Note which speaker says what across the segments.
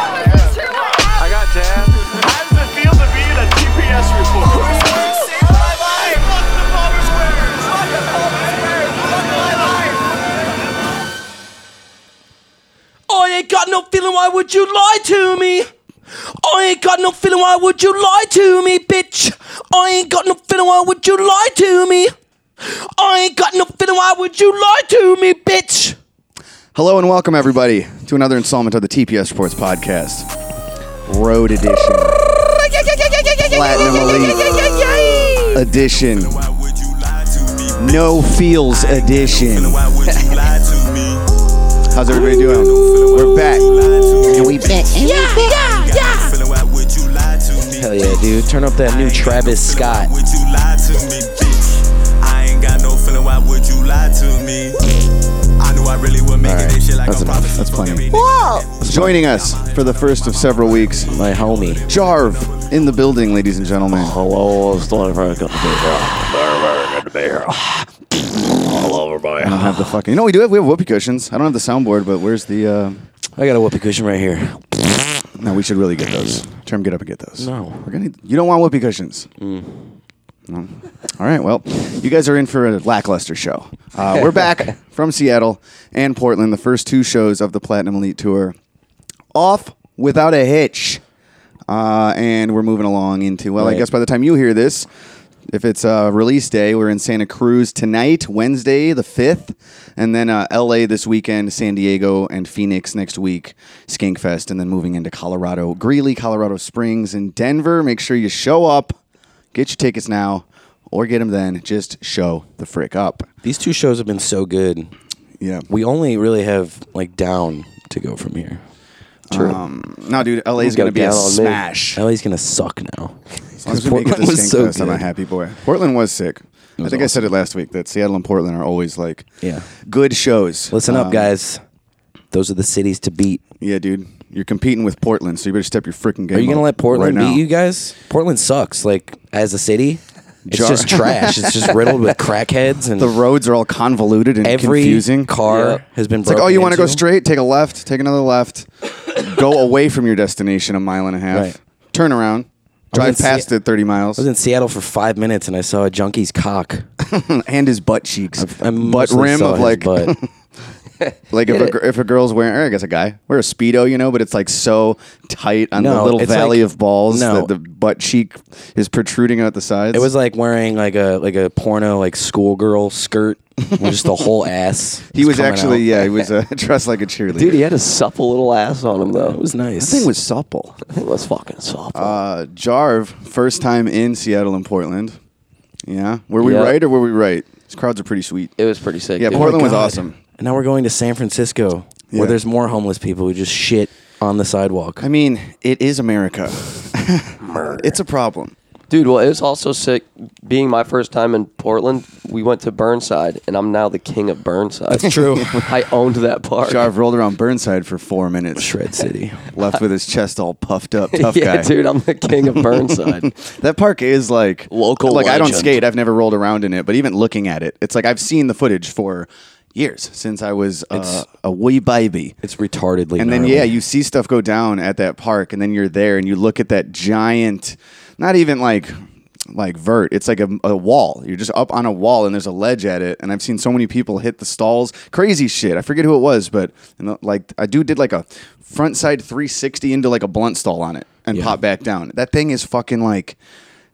Speaker 1: I got jabbed.
Speaker 2: How does it feel to be in a GPS report?
Speaker 3: I ain't got no feeling, why would you lie to me? I ain't got no feeling, why would you lie to me, bitch? I ain't got no feeling, why would you lie to me? I ain't got no feeling, why would you lie to me, bitch?
Speaker 4: Hello and welcome everybody to another installment of the TPS Sports Podcast, Road Edition, Platinum Elite Edition, No Feels Edition. How's everybody doing? We're back. And we back.
Speaker 3: Hell yeah, dude. Turn up that new Travis Scott.
Speaker 5: Would you lie to me, bitch? I ain't got no feeling. Why would you lie to me? I knew I really would make it
Speaker 4: Alright,
Speaker 5: this shit like
Speaker 4: that's
Speaker 5: I'm
Speaker 4: enough.
Speaker 5: probably
Speaker 4: That's plenty.
Speaker 3: Whoa!
Speaker 4: Joining us for the first of several weeks,
Speaker 3: My homie.
Speaker 4: Jarv in the building, ladies and gentlemen.
Speaker 3: Hello, oh, it's not very good to be here.
Speaker 4: I don't have the fucking. You know, we do have we have whoopee cushions. I don't have the soundboard, but where's the? Uh,
Speaker 3: I got a whoopee cushion right here.
Speaker 4: no, we should really get those. Term, get up and get those.
Speaker 3: No.
Speaker 4: we're gonna. You don't want whoopee cushions. No. All right. Well, you guys are in for a lackluster show. Uh, we're back from Seattle and Portland, the first two shows of the Platinum Elite Tour, off without a hitch, uh, and we're moving along into. Well,
Speaker 3: Right.
Speaker 4: I guess by the time you hear this, if it's uh, release day, we're in Santa Cruz tonight, Wednesday the fifth, and then uh, L.A. this weekend, San Diego and Phoenix next week, Skinkfest, and then moving into Colorado, Greeley, Colorado Springs, and Denver. Make sure you show up, get your tickets now, or get them then. Just show the frick up.
Speaker 3: These two shows have been so good.
Speaker 4: Yeah,
Speaker 3: We only really have, like, down to go from here. True.
Speaker 4: no, dude, L.A. is
Speaker 3: Go
Speaker 4: gonna be a
Speaker 3: down on me.
Speaker 4: smash.
Speaker 3: LA's gonna suck now.
Speaker 4: As long as we make it to
Speaker 3: Portland was so
Speaker 4: Stinkfest, I'm a
Speaker 3: good.
Speaker 4: happy boy. Portland was sick. I think I said it last week that Seattle and Portland are always like
Speaker 3: Yeah.
Speaker 4: good shows.
Speaker 3: Listen
Speaker 4: Um,
Speaker 3: up, guys. Those are the cities to beat.
Speaker 4: Yeah, dude. You're competing with Portland, so you better step your freaking game
Speaker 3: Are
Speaker 4: going
Speaker 3: you
Speaker 4: to
Speaker 3: gonna let Portland
Speaker 4: right now.
Speaker 3: beat you guys? Portland sucks. Like as a city, it's
Speaker 4: Jar-
Speaker 3: just trash. It's just riddled with crackheads and
Speaker 4: The roads are all convoluted and
Speaker 3: every
Speaker 4: confusing.
Speaker 3: car
Speaker 4: Yeah.
Speaker 3: has been.
Speaker 4: It's like, oh, you want to go
Speaker 3: broken into?
Speaker 4: straight? Take a left. Take another left. go away from your destination a mile and a half.
Speaker 3: Right.
Speaker 4: Turn around.
Speaker 3: I was
Speaker 4: Drive
Speaker 3: in
Speaker 4: past
Speaker 3: Se-
Speaker 4: it 30 miles.
Speaker 3: I was in Seattle for five minutes and I saw a junkie's cock.
Speaker 4: and his butt cheeks.
Speaker 3: I
Speaker 4: butt
Speaker 3: mostly
Speaker 4: rim
Speaker 3: saw
Speaker 4: of
Speaker 3: his
Speaker 4: like
Speaker 3: butt.
Speaker 4: Like if a, gir- if a girl's wearing, or I guess a guy, wear a speedo, you know, but it's like so tight on the
Speaker 3: No,
Speaker 4: little
Speaker 3: it's
Speaker 4: valley
Speaker 3: like-
Speaker 4: of balls
Speaker 3: no.
Speaker 4: that the butt cheek is protruding out the sides.
Speaker 3: it was like wearing like a like a porno like schoolgirl skirt, with just the whole ass.
Speaker 4: he was
Speaker 3: coming
Speaker 4: actually
Speaker 3: out.
Speaker 4: yeah, he was uh, dressed like a cheerleader.
Speaker 6: Dude, he had a supple little ass on him though.
Speaker 3: It was nice.
Speaker 4: That thing was supple.
Speaker 6: It was fucking supple.
Speaker 4: Uh, Jarve, first time in Seattle and Portland. Yeah, were we
Speaker 6: Yeah.
Speaker 4: right or were we right? These crowds are pretty sweet.
Speaker 6: it was pretty sick.
Speaker 4: Yeah,
Speaker 6: dude.
Speaker 4: Portland was
Speaker 3: God.
Speaker 4: awesome.
Speaker 3: And now we're going to San Francisco,
Speaker 4: Yeah.
Speaker 3: where there's more homeless people who just shit on the sidewalk.
Speaker 4: I mean, it is America. it's a problem.
Speaker 6: Dude, well, it was also sick being my first time in Portland. We went to Burnside, and I'm now the king of Burnside. That's
Speaker 3: true.
Speaker 6: I owned that park.
Speaker 4: Jarve rolled around Burnside for four minutes.
Speaker 3: Shred City.
Speaker 4: Left with his chest all puffed up, tough
Speaker 6: yeah,
Speaker 4: guy.
Speaker 6: dude, I'm the king of Burnside.
Speaker 4: That park is like
Speaker 6: Local
Speaker 4: Like I don't
Speaker 6: legend.
Speaker 4: skate. I've never rolled around in it, but even looking at it, it's like I've seen the footage for years since I was uh,
Speaker 3: It's-
Speaker 4: a wee baby.
Speaker 3: It's retardedly.
Speaker 4: And then
Speaker 3: gnarly.
Speaker 4: yeah, you see stuff go down at that park, and then you're there, and you look at that giant, not even like like vert. It's like a, a wall. You're just up on a wall, and there's a ledge at it. And I've seen so many people hit the stalls, crazy shit. I forget who it was, but and, like I do did like a front side 360 into like a blunt stall on it, and
Speaker 3: Yeah.
Speaker 4: pop back down. That thing is fucking like.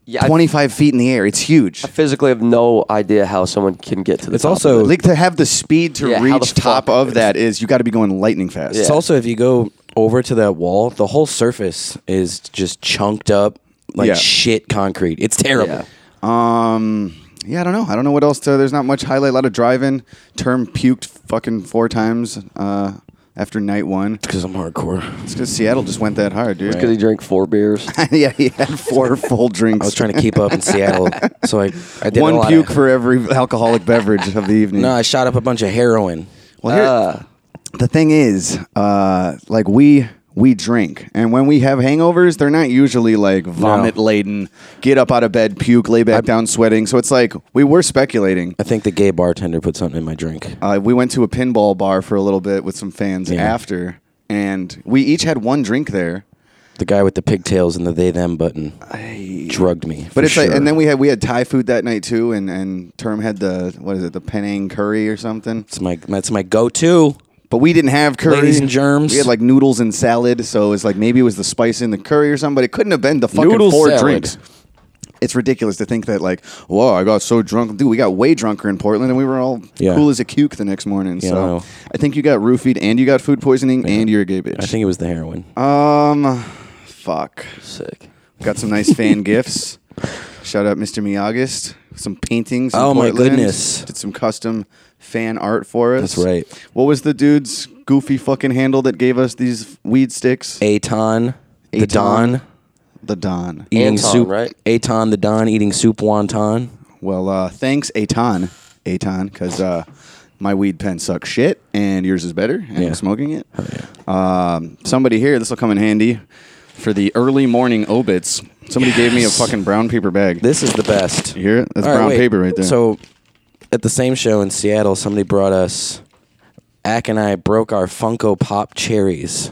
Speaker 6: Yeah, I-
Speaker 4: 25 feet in the air. It's huge.
Speaker 6: Physically, have no idea how someone can get to the.
Speaker 3: It's
Speaker 6: top of
Speaker 3: also-
Speaker 6: it.
Speaker 4: Like to have the speed to
Speaker 6: Yeah, how the
Speaker 4: reach top
Speaker 6: fuck-
Speaker 4: of that is you got to be going lightning fast.
Speaker 3: It's also if you go over to that wall, the whole surface is just chunked up like
Speaker 4: Yeah.
Speaker 3: shit concrete. It's terrible.
Speaker 6: Yeah.
Speaker 4: Um, yeah, I don't know. I don't know what else to. There's not much highlight. A lot of driving. Term puked fucking four times uh, after night one.
Speaker 3: Because I'm hardcore.
Speaker 4: It's because Seattle just went that hard, dude.
Speaker 6: because he drank four beers.
Speaker 4: yeah, he had four full drinks.
Speaker 3: I was trying to keep up in Seattle, so I, I did a
Speaker 4: one
Speaker 3: lot
Speaker 4: puke
Speaker 3: Of,
Speaker 4: for every alcoholic beverage of the evening.
Speaker 3: no, I shot up a bunch of heroin.
Speaker 4: well, here, the thing is, uh, like we we drink, and when we have hangovers, they're not usually like vomit laden. Get up out of bed, puke, lay back down, sweating. So it's like we were speculating.
Speaker 3: I think the gay bartender put something in my drink.
Speaker 4: Uh, we went to a pinball bar for a little bit with some fans
Speaker 3: Yeah.
Speaker 4: after, and we each had one drink there.
Speaker 3: The guy with the pigtails and the they them button drugged me.
Speaker 4: But
Speaker 3: for
Speaker 4: it's like,
Speaker 3: sure.
Speaker 4: and then we had we had Thai food that night too, and and Term had the what is it, the Penang curry or something.
Speaker 3: that's my that's my go to.
Speaker 4: But we didn't have curry.
Speaker 3: Ladies and germs.
Speaker 4: We had like noodles and salad, so it's like maybe it was the spice in the curry or something. But it couldn't have been the fucking
Speaker 3: Noodle
Speaker 4: four
Speaker 3: salad.
Speaker 4: drinks. It's ridiculous to think that like, whoa, I got so drunk, dude. We got way drunker in Portland, and we were all
Speaker 3: Yeah.
Speaker 4: cool as a cuke the next morning.
Speaker 3: Yeah, I
Speaker 4: so
Speaker 3: know.
Speaker 4: I think you got roofied, and you got food poisoning, and you're a gay bitch.
Speaker 3: I think it was the heroin.
Speaker 4: Um, fuck.
Speaker 6: Sick.
Speaker 4: Got some nice fan gifts. Shout out Mr. Miyagist. Some paintings. in
Speaker 3: Oh, my
Speaker 4: Portland.
Speaker 3: goodness.
Speaker 4: Did some custom fan art for us.
Speaker 3: That's right.
Speaker 4: What was the dude's goofy fucking handle that gave us these weed sticks?
Speaker 3: Aton, the
Speaker 4: Aton.
Speaker 3: Don
Speaker 4: the Don.
Speaker 3: eating
Speaker 6: Anton,
Speaker 3: soup.
Speaker 6: right?
Speaker 3: Aton the Don eating soup wonton.
Speaker 4: Well, uh, thanks Aton, Aton, because uh, my weed pen sucks shit, and yours is better, and
Speaker 3: Yeah.
Speaker 4: I'm smoking it. um, somebody here, this will come in handy for the early morning obits. Somebody gave me a fucking brown paper bag.
Speaker 3: This is the best.
Speaker 4: You hear it? That's
Speaker 3: All right,
Speaker 4: brown
Speaker 3: wait.
Speaker 4: paper right there.
Speaker 3: So, at the same show in Seattle, somebody brought us. Ack and I broke our Funko Pop cherries,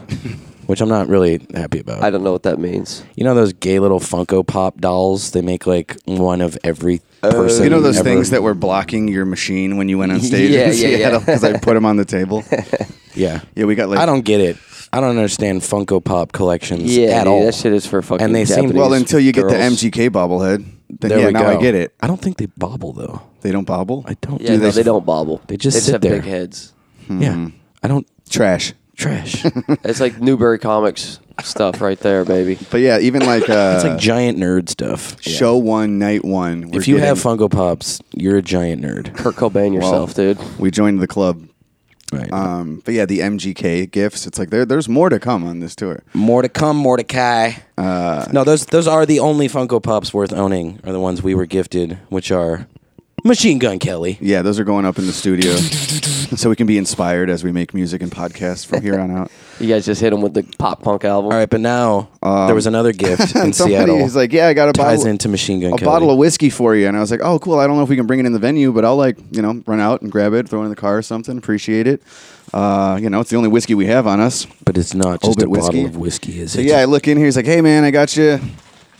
Speaker 3: which I'm not really happy about.
Speaker 6: I don't know what that means.
Speaker 3: you know those gay little Funko Pop dolls? They make like one of every person.
Speaker 4: uh, you know those
Speaker 3: ever.
Speaker 4: things that were blocking your machine when you went on stage
Speaker 6: Yeah,
Speaker 4: in
Speaker 6: yeah, yeah.
Speaker 4: Seattle because I put them on the table.
Speaker 3: Yeah.
Speaker 4: Yeah, we got like
Speaker 3: I don't get it. I don't understand Funko Pop collections
Speaker 6: Yeah,
Speaker 3: at
Speaker 6: dude,
Speaker 3: all.
Speaker 6: that shit is for fucking.
Speaker 3: And they seem-
Speaker 6: Japanese
Speaker 4: well until you get the
Speaker 6: girls.
Speaker 4: MGK bobblehead. Then
Speaker 3: There
Speaker 4: yeah,
Speaker 3: we
Speaker 4: now
Speaker 3: go.
Speaker 4: I get it.
Speaker 3: I don't think they bobble though.
Speaker 4: They don't bobble.
Speaker 3: I don't.
Speaker 6: Yeah,
Speaker 3: do
Speaker 6: no,
Speaker 3: this.
Speaker 6: they don't bobble.
Speaker 3: They just sit
Speaker 6: have
Speaker 3: there.
Speaker 6: big heads.
Speaker 4: Hmm.
Speaker 3: Yeah, I don't.
Speaker 4: trash.
Speaker 3: Trash.
Speaker 6: It's like Newberry Comics stuff right there, baby.
Speaker 4: But yeah, even like uh,
Speaker 3: it's like giant nerd stuff.
Speaker 4: show one, night one. we're
Speaker 3: If you have
Speaker 4: getting-
Speaker 3: Funko Pops, you're a giant nerd.
Speaker 6: Kurt Cobain yourself, dude.
Speaker 4: we joined the club.
Speaker 3: Right.
Speaker 4: Um, but yeah, the MGK gifts. It's like there, there's more to come on this tour.
Speaker 3: more to come. More to Kai.
Speaker 4: Uh,
Speaker 3: no, those those are the only Funko Pops worth owning. Are the ones we were gifted, which are Machine Gun Kelly.
Speaker 4: Yeah, those are going up in the studio, so we can be inspired as we make music and podcasts from here on out.
Speaker 6: You guys just hit him with the pop punk album.
Speaker 3: All right, but now there was another gift in
Speaker 4: And somebody
Speaker 3: Seattle.
Speaker 4: is Um, like, "Yeah, I got a
Speaker 3: ties
Speaker 4: bottle
Speaker 3: into Machine Gun
Speaker 4: a
Speaker 3: Kelly.
Speaker 4: bottle of whiskey for you. And I was like, oh, cool. I don't know if we can bring it in the venue, but I'll like, you know, run out and grab it, throw it in the car or something. Appreciate it. Uh, you know, it's the only whiskey we have on us.
Speaker 3: but it's
Speaker 4: Old
Speaker 3: not just a
Speaker 4: Bit whiskey.
Speaker 3: bottle of whiskey, is
Speaker 4: So
Speaker 3: it?
Speaker 4: yeah, I look in here. He's like, hey, man, I got you.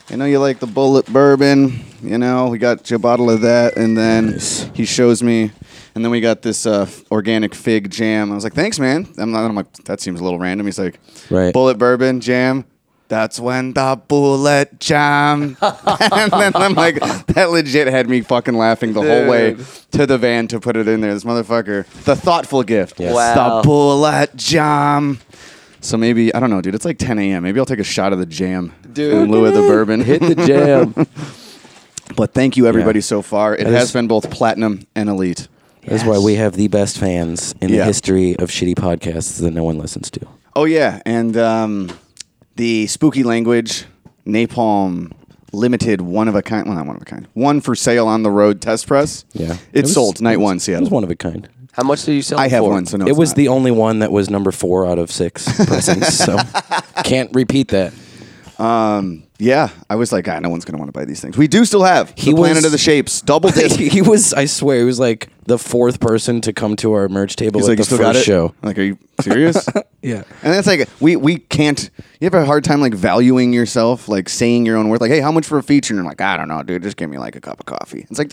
Speaker 4: I know you like the bullet bourbon. You know, we got you a bottle of that. And then
Speaker 3: Nice.
Speaker 4: he shows me. And then we got this uh, f- organic fig jam. I was like, thanks, man. I'm, not, I'm like, that seems a little random. He's like,
Speaker 3: Right.
Speaker 4: bullet bourbon jam. That's when the bullet jam. and then I'm like, that legit had me fucking laughing the whole way to the van to put it in there. This motherfucker, the thoughtful gift.
Speaker 3: Yes.
Speaker 6: Wow.
Speaker 4: The bullet jam. So maybe I don't know, dude. It's like 10 a.m. Maybe I'll take a shot of the jam
Speaker 6: Dude.
Speaker 4: in lieu of the bourbon.
Speaker 6: Hit the jam.
Speaker 4: but thank you everybody so far. It
Speaker 3: That
Speaker 4: has
Speaker 3: is-
Speaker 4: been both platinum and elite.
Speaker 3: That's why we have the best fans in
Speaker 4: Yeah.
Speaker 3: the history of shitty podcasts that no one listens to.
Speaker 4: Oh yeah, and um, the spooky language, napalm, limited, one of a kind. Well, not one of a kind. One for sale on the road test press.
Speaker 3: Yeah,
Speaker 4: it,
Speaker 3: was-
Speaker 4: sold night
Speaker 3: it was-
Speaker 4: one
Speaker 3: It
Speaker 4: Seattle.
Speaker 3: was one of a kind.
Speaker 6: How much did you sell?
Speaker 4: I have
Speaker 6: for?
Speaker 4: one, so no.
Speaker 3: it
Speaker 4: it's
Speaker 3: was
Speaker 4: not.
Speaker 3: the only one that was number four out of six pressings, so can't repeat that.
Speaker 4: yeah. I was like, ah, no one's gonna want to buy these things. We do still have
Speaker 3: He
Speaker 4: the Planet
Speaker 3: was-
Speaker 4: of the Shapes double disc.
Speaker 3: he was, I swear, he was like the fourth person to come to our merch table
Speaker 4: He's
Speaker 3: at
Speaker 4: like,
Speaker 3: the
Speaker 4: you still
Speaker 3: first
Speaker 4: got it?
Speaker 3: show.
Speaker 4: I'm like, are you serious?
Speaker 3: Yeah,
Speaker 4: And that's like we we can't. You have a hard time like valuing yourself, like saying your own worth. Like, hey, how much for a feature? And I'm like, I don't know, dude. Just give me like a cup of coffee. It's like,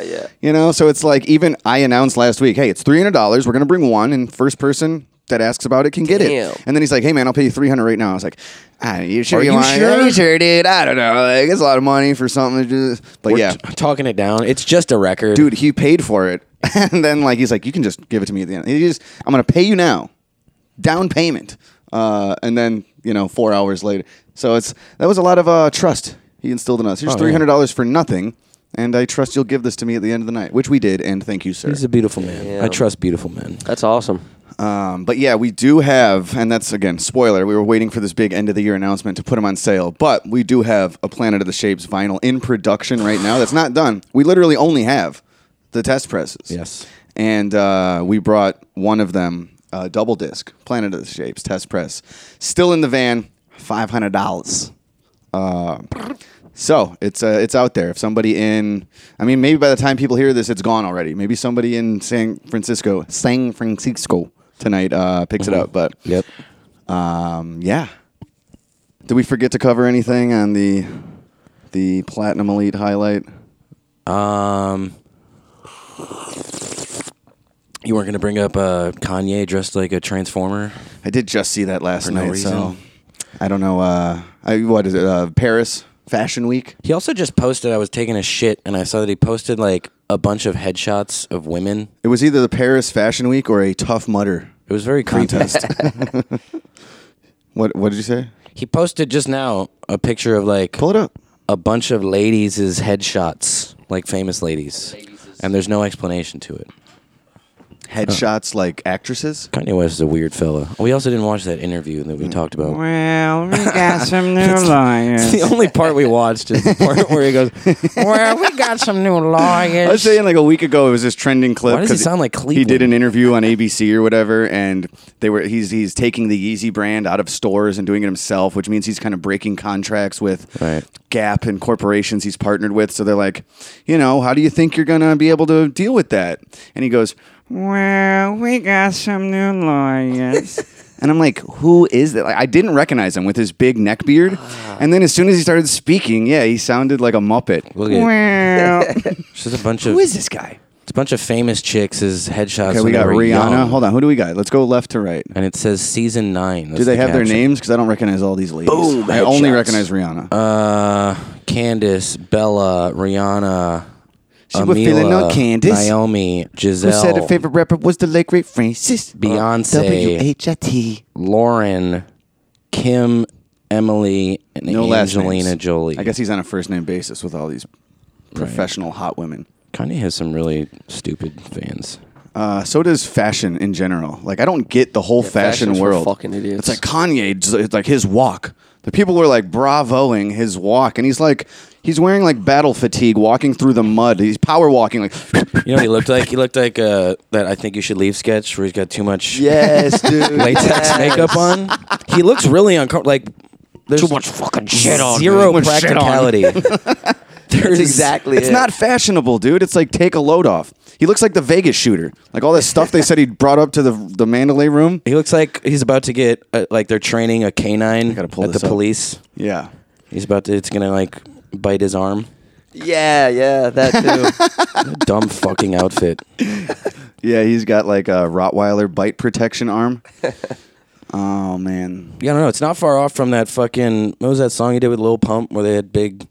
Speaker 6: Yeah, yeah.
Speaker 4: you know. So it's like even I announced last week, hey, it's three hundred dollars. We're gonna bring one, and first person that asks about it can get
Speaker 6: Damn.
Speaker 4: it. And then he's like, hey, man, I'll pay you three hundred right now. I was like, ah, you sure
Speaker 3: Are you
Speaker 4: want it?
Speaker 3: sure?
Speaker 4: Are you sure, dude? I don't know. Like, it's a lot of money for something. To just, but
Speaker 3: we're
Speaker 4: yeah,
Speaker 3: t- talking it down. It's just a record,
Speaker 4: dude, he paid for it, and then like he's like, you can just give it to me at the end. He just, I'm gonna pay you now, down payment, uh, and then you know four hours later. So it's that was a lot of uh, trust he instilled in us. Here's
Speaker 3: Oh, yeah.
Speaker 4: three hundred dollars for nothing, and I trust you'll give this to me at the end of the night, which we did, and thank you, sir.
Speaker 3: He's a beautiful man.
Speaker 6: Yeah.
Speaker 3: I trust beautiful men.
Speaker 6: That's awesome.
Speaker 4: Um, but yeah, we do have, and that's again spoiler. We were waiting for this big end of the year announcement to put them on sale, but we do have a Planet of the Shapes vinyl in production right now. That's not done. We literally only have the test presses.
Speaker 3: Yes.
Speaker 4: and uh, we brought one of them uh, double disc, Planet of the Shapes, test press. Still in the van, five hundred dollars. Uh, so it's uh, it's out there. If somebody in, I mean, maybe by the time people hear this, it's gone already. Maybe somebody in San Francisco, San Francisco tonight uh, picks it up. But
Speaker 3: Mm-hmm. Yep.
Speaker 4: um, yeah. Did we forget to cover anything on the the Platinum Elite highlight?
Speaker 3: Um, you weren't gonna bring up uh, Kanye dressed like a transformer.
Speaker 4: I did just see that last
Speaker 3: no
Speaker 4: night, so
Speaker 3: reason.
Speaker 4: I don't know. Uh, I, what is it? Uh, Paris Fashion Week.
Speaker 3: He also just posted. I was taking a shit, and I saw that he posted like a bunch of headshots of women.
Speaker 4: It was either the Paris Fashion Week or a Tough Mudder
Speaker 3: It was very creepy.
Speaker 4: contest. what What did you say?
Speaker 3: He posted just now a picture of like
Speaker 4: Pull it up.
Speaker 3: a bunch of ladies' headshots, like famous ladies, and there's no explanation to it.
Speaker 4: Headshots like actresses.
Speaker 3: Kanye West is a weird fella. We also didn't watch that interview that we talked about.
Speaker 5: Well, we got some new lawyers.
Speaker 3: The only part we watched is the part where he goes,
Speaker 5: Well, we got some new lawyers.
Speaker 4: I was saying like a week ago, it was this trending clip.
Speaker 3: Why does he
Speaker 4: 'cause
Speaker 3: sound like
Speaker 4: He
Speaker 3: Cleveland?
Speaker 4: did an interview on ABC or whatever, and they were he's he's taking the Yeezy brand out of stores and doing it himself, which means he's kind of breaking contracts with
Speaker 3: Right.
Speaker 4: Gap and corporations he's partnered with. So they're like, you know, how do you think you're gonna be able to deal with that? And he goes,
Speaker 5: Well, we got some new lawyers.
Speaker 4: And I'm like, who is that? Like, I didn't recognize him with his big neck beard.
Speaker 3: Ah.
Speaker 4: And then as soon as he started speaking, yeah, he sounded like a Muppet.
Speaker 3: look at it.
Speaker 5: well,
Speaker 3: It's just a bunch of
Speaker 4: Who is this guy?
Speaker 3: it's a bunch of famous chicks as headshots.
Speaker 4: Okay,
Speaker 3: when
Speaker 4: we
Speaker 3: they
Speaker 4: got
Speaker 3: were
Speaker 4: Rihanna.
Speaker 3: young.
Speaker 4: Hold on, who do we got? Let's go left to right.
Speaker 3: And it says season nine.
Speaker 4: Do
Speaker 3: That's
Speaker 4: they
Speaker 3: the
Speaker 4: have their
Speaker 3: caption.
Speaker 4: names? Because I don't recognize all these ladies.
Speaker 6: Boom,
Speaker 4: I only
Speaker 6: headshots.
Speaker 4: recognize Rihanna.
Speaker 3: Uh, Candace, Bella, Rihanna.
Speaker 4: She was feeling no
Speaker 3: Amila,
Speaker 4: Candace.
Speaker 3: Naomi,
Speaker 4: who
Speaker 3: Giselle,
Speaker 4: said her favorite rapper was the late great Francis?
Speaker 3: Uh, Beyonce.
Speaker 4: W-H-I-T.
Speaker 3: Lauren, Kim, Emily, and
Speaker 4: No last
Speaker 3: Angelina
Speaker 4: names.
Speaker 3: Jolie.
Speaker 4: I guess he's on a first name basis with all these professional hot women.
Speaker 3: Kanye has some really stupid fans.
Speaker 4: Uh, so does fashion in general. Like I don't get the whole fashion
Speaker 6: fashion's for
Speaker 4: world.
Speaker 6: fucking idiots.
Speaker 4: It's like Kanye. it's- It's like his walk. The people were like bravoing his walk, and he's like he's wearing like battle fatigue, walking through the mud. He's power walking like.
Speaker 3: You know what he looked like? He looked like uh, that I Think You Should Leave sketch where he's got too much
Speaker 4: yes, dude.
Speaker 3: latex makeup on. He looks really uncomfortable. Like, there's
Speaker 5: too much fucking shit on.
Speaker 3: zero
Speaker 4: Too much shit on.
Speaker 3: practicality. There's
Speaker 6: exactly
Speaker 4: It's not fashionable, dude. It's like take a load off. He looks like the Vegas shooter. Like all this stuff they said he brought up to the the Mandalay room.
Speaker 3: He looks like he's about to get uh, like they're training a canine
Speaker 4: gotta pull
Speaker 3: at the
Speaker 4: this up.
Speaker 3: police.
Speaker 4: Yeah.
Speaker 3: He's about to. It's gonna like bite his arm.
Speaker 6: Yeah, yeah, that too.
Speaker 3: Dumb fucking outfit.
Speaker 4: Yeah, he's got like a Rottweiler bite protection arm. oh man.
Speaker 3: Yeah, I don't know. It's not far off from that fucking. What was that song he did with Lil Pump where they had big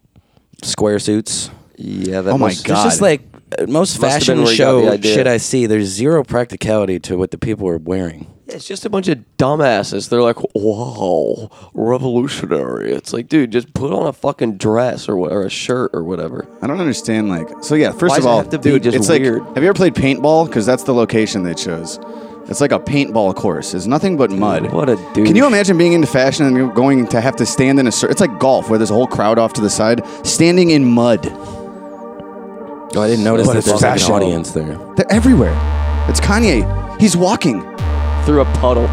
Speaker 3: square suits?
Speaker 6: yeah, that
Speaker 4: Oh my
Speaker 6: must-
Speaker 4: God.
Speaker 3: It's just like uh, most
Speaker 6: Must have
Speaker 3: fashion
Speaker 6: been where he got the
Speaker 3: show
Speaker 6: idea.
Speaker 3: shit I see. There's zero practicality to what the people are wearing.
Speaker 6: It's just a bunch of dumbasses. They're like, "Wow, revolutionary!" It's like, dude, just put on a fucking dress or, what, or a shirt or whatever.
Speaker 4: I don't understand. Like, so yeah. First
Speaker 6: Why
Speaker 4: of
Speaker 6: does it
Speaker 4: all,
Speaker 6: have to be
Speaker 4: dude,
Speaker 6: just
Speaker 4: it's
Speaker 6: weird?
Speaker 4: like, have you ever played paintball? Because that's the location they chose. It's like a paintball course. It's nothing but mud.
Speaker 6: what a douche.
Speaker 4: Can you imagine being into fashion and you're going to have to stand in a? cir- It's like golf, where there's a whole crowd off to the side, standing in mud.
Speaker 3: Oh, I didn't notice
Speaker 4: But
Speaker 3: that
Speaker 4: it's
Speaker 3: there's like an
Speaker 4: fashionable.
Speaker 3: audience there.
Speaker 4: They're everywhere. It's Kanye. He's walking.
Speaker 6: Through a puddle.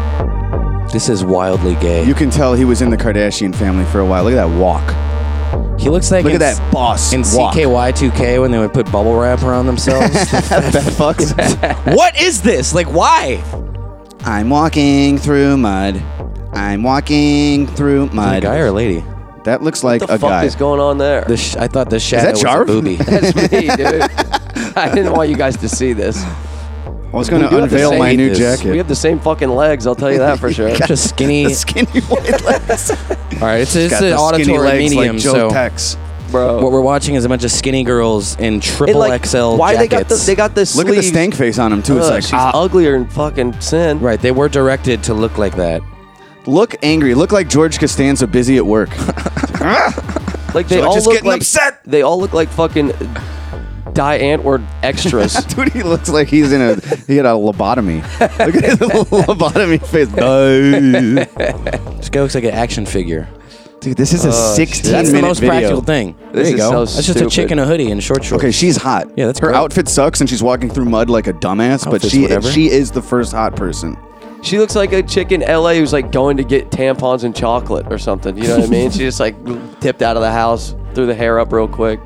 Speaker 3: This is wildly gay.
Speaker 4: You can tell he was in the Kardashian family for a while. Look at that walk.
Speaker 3: he looks like
Speaker 4: Look at
Speaker 3: in-
Speaker 4: that boss
Speaker 3: in
Speaker 4: walk.
Speaker 3: CKY2K when they would put bubble wrap around themselves.
Speaker 4: Fat fucks.
Speaker 3: what is this? Like, why?
Speaker 4: I'm walking through mud. I'm walking through
Speaker 3: A
Speaker 4: mud.
Speaker 3: guy or a lady?
Speaker 4: that looks like
Speaker 6: What the
Speaker 4: a
Speaker 6: fuck
Speaker 4: guy.
Speaker 6: is going on there?
Speaker 3: The sh- I thought the shadow
Speaker 4: that
Speaker 3: was
Speaker 4: Jarv?
Speaker 3: a booby.
Speaker 6: That's me, dude. I didn't want you guys to see this.
Speaker 4: I was going
Speaker 6: We do
Speaker 4: to
Speaker 6: have the
Speaker 4: unveil
Speaker 6: same-
Speaker 4: my new
Speaker 3: this.
Speaker 4: jacket.
Speaker 6: We have the same fucking legs. I'll tell you that for sure.
Speaker 3: Just skinny.
Speaker 4: the skinny white legs.
Speaker 3: all right, it's, it's
Speaker 4: Got the
Speaker 3: an
Speaker 4: skinny
Speaker 3: auditory
Speaker 4: legs
Speaker 3: medium.
Speaker 4: like Joe
Speaker 3: so
Speaker 4: Tex.
Speaker 6: Bro,
Speaker 3: what we're watching is a bunch of skinny girls in
Speaker 6: Oh. It,
Speaker 3: triple
Speaker 6: like,
Speaker 3: XL
Speaker 6: why they got the
Speaker 3: jackets.
Speaker 6: they got this?
Speaker 4: Look at the stank face on him too. It's like
Speaker 6: she's
Speaker 4: ah,
Speaker 6: uglier than fucking sin.
Speaker 3: right, they were directed to look like that.
Speaker 4: look angry. Look like George Costanza busy at work.
Speaker 6: Like they
Speaker 4: So
Speaker 6: all
Speaker 4: just
Speaker 6: look
Speaker 4: getting
Speaker 6: like
Speaker 4: upset.
Speaker 6: they all look like fucking die Antwoord extras.
Speaker 4: Dude, he looks like he's in a he had a lobotomy. Look at his little lobotomy face. Bye.
Speaker 3: This guy looks like an action figure.
Speaker 4: Dude, this is a 16
Speaker 3: Oh, That's the
Speaker 4: minute
Speaker 3: most
Speaker 4: video.
Speaker 3: practical thing.
Speaker 6: This
Speaker 3: there you
Speaker 6: is
Speaker 3: go.
Speaker 6: so
Speaker 3: That's just a
Speaker 6: stupid.
Speaker 3: chick in a hoodie and short shorts.
Speaker 4: Okay, she's hot.
Speaker 3: Yeah, that's
Speaker 4: her
Speaker 3: great.
Speaker 4: outfit sucks, and she's walking through mud like a dumbass. but
Speaker 3: Outfit's
Speaker 4: she
Speaker 3: whatever.
Speaker 4: she is the first hot person.
Speaker 6: She looks like a chick in LA who's like going to get tampons and chocolate or something. You know what I mean? She just like tipped out of the house, threw the hair up real quick.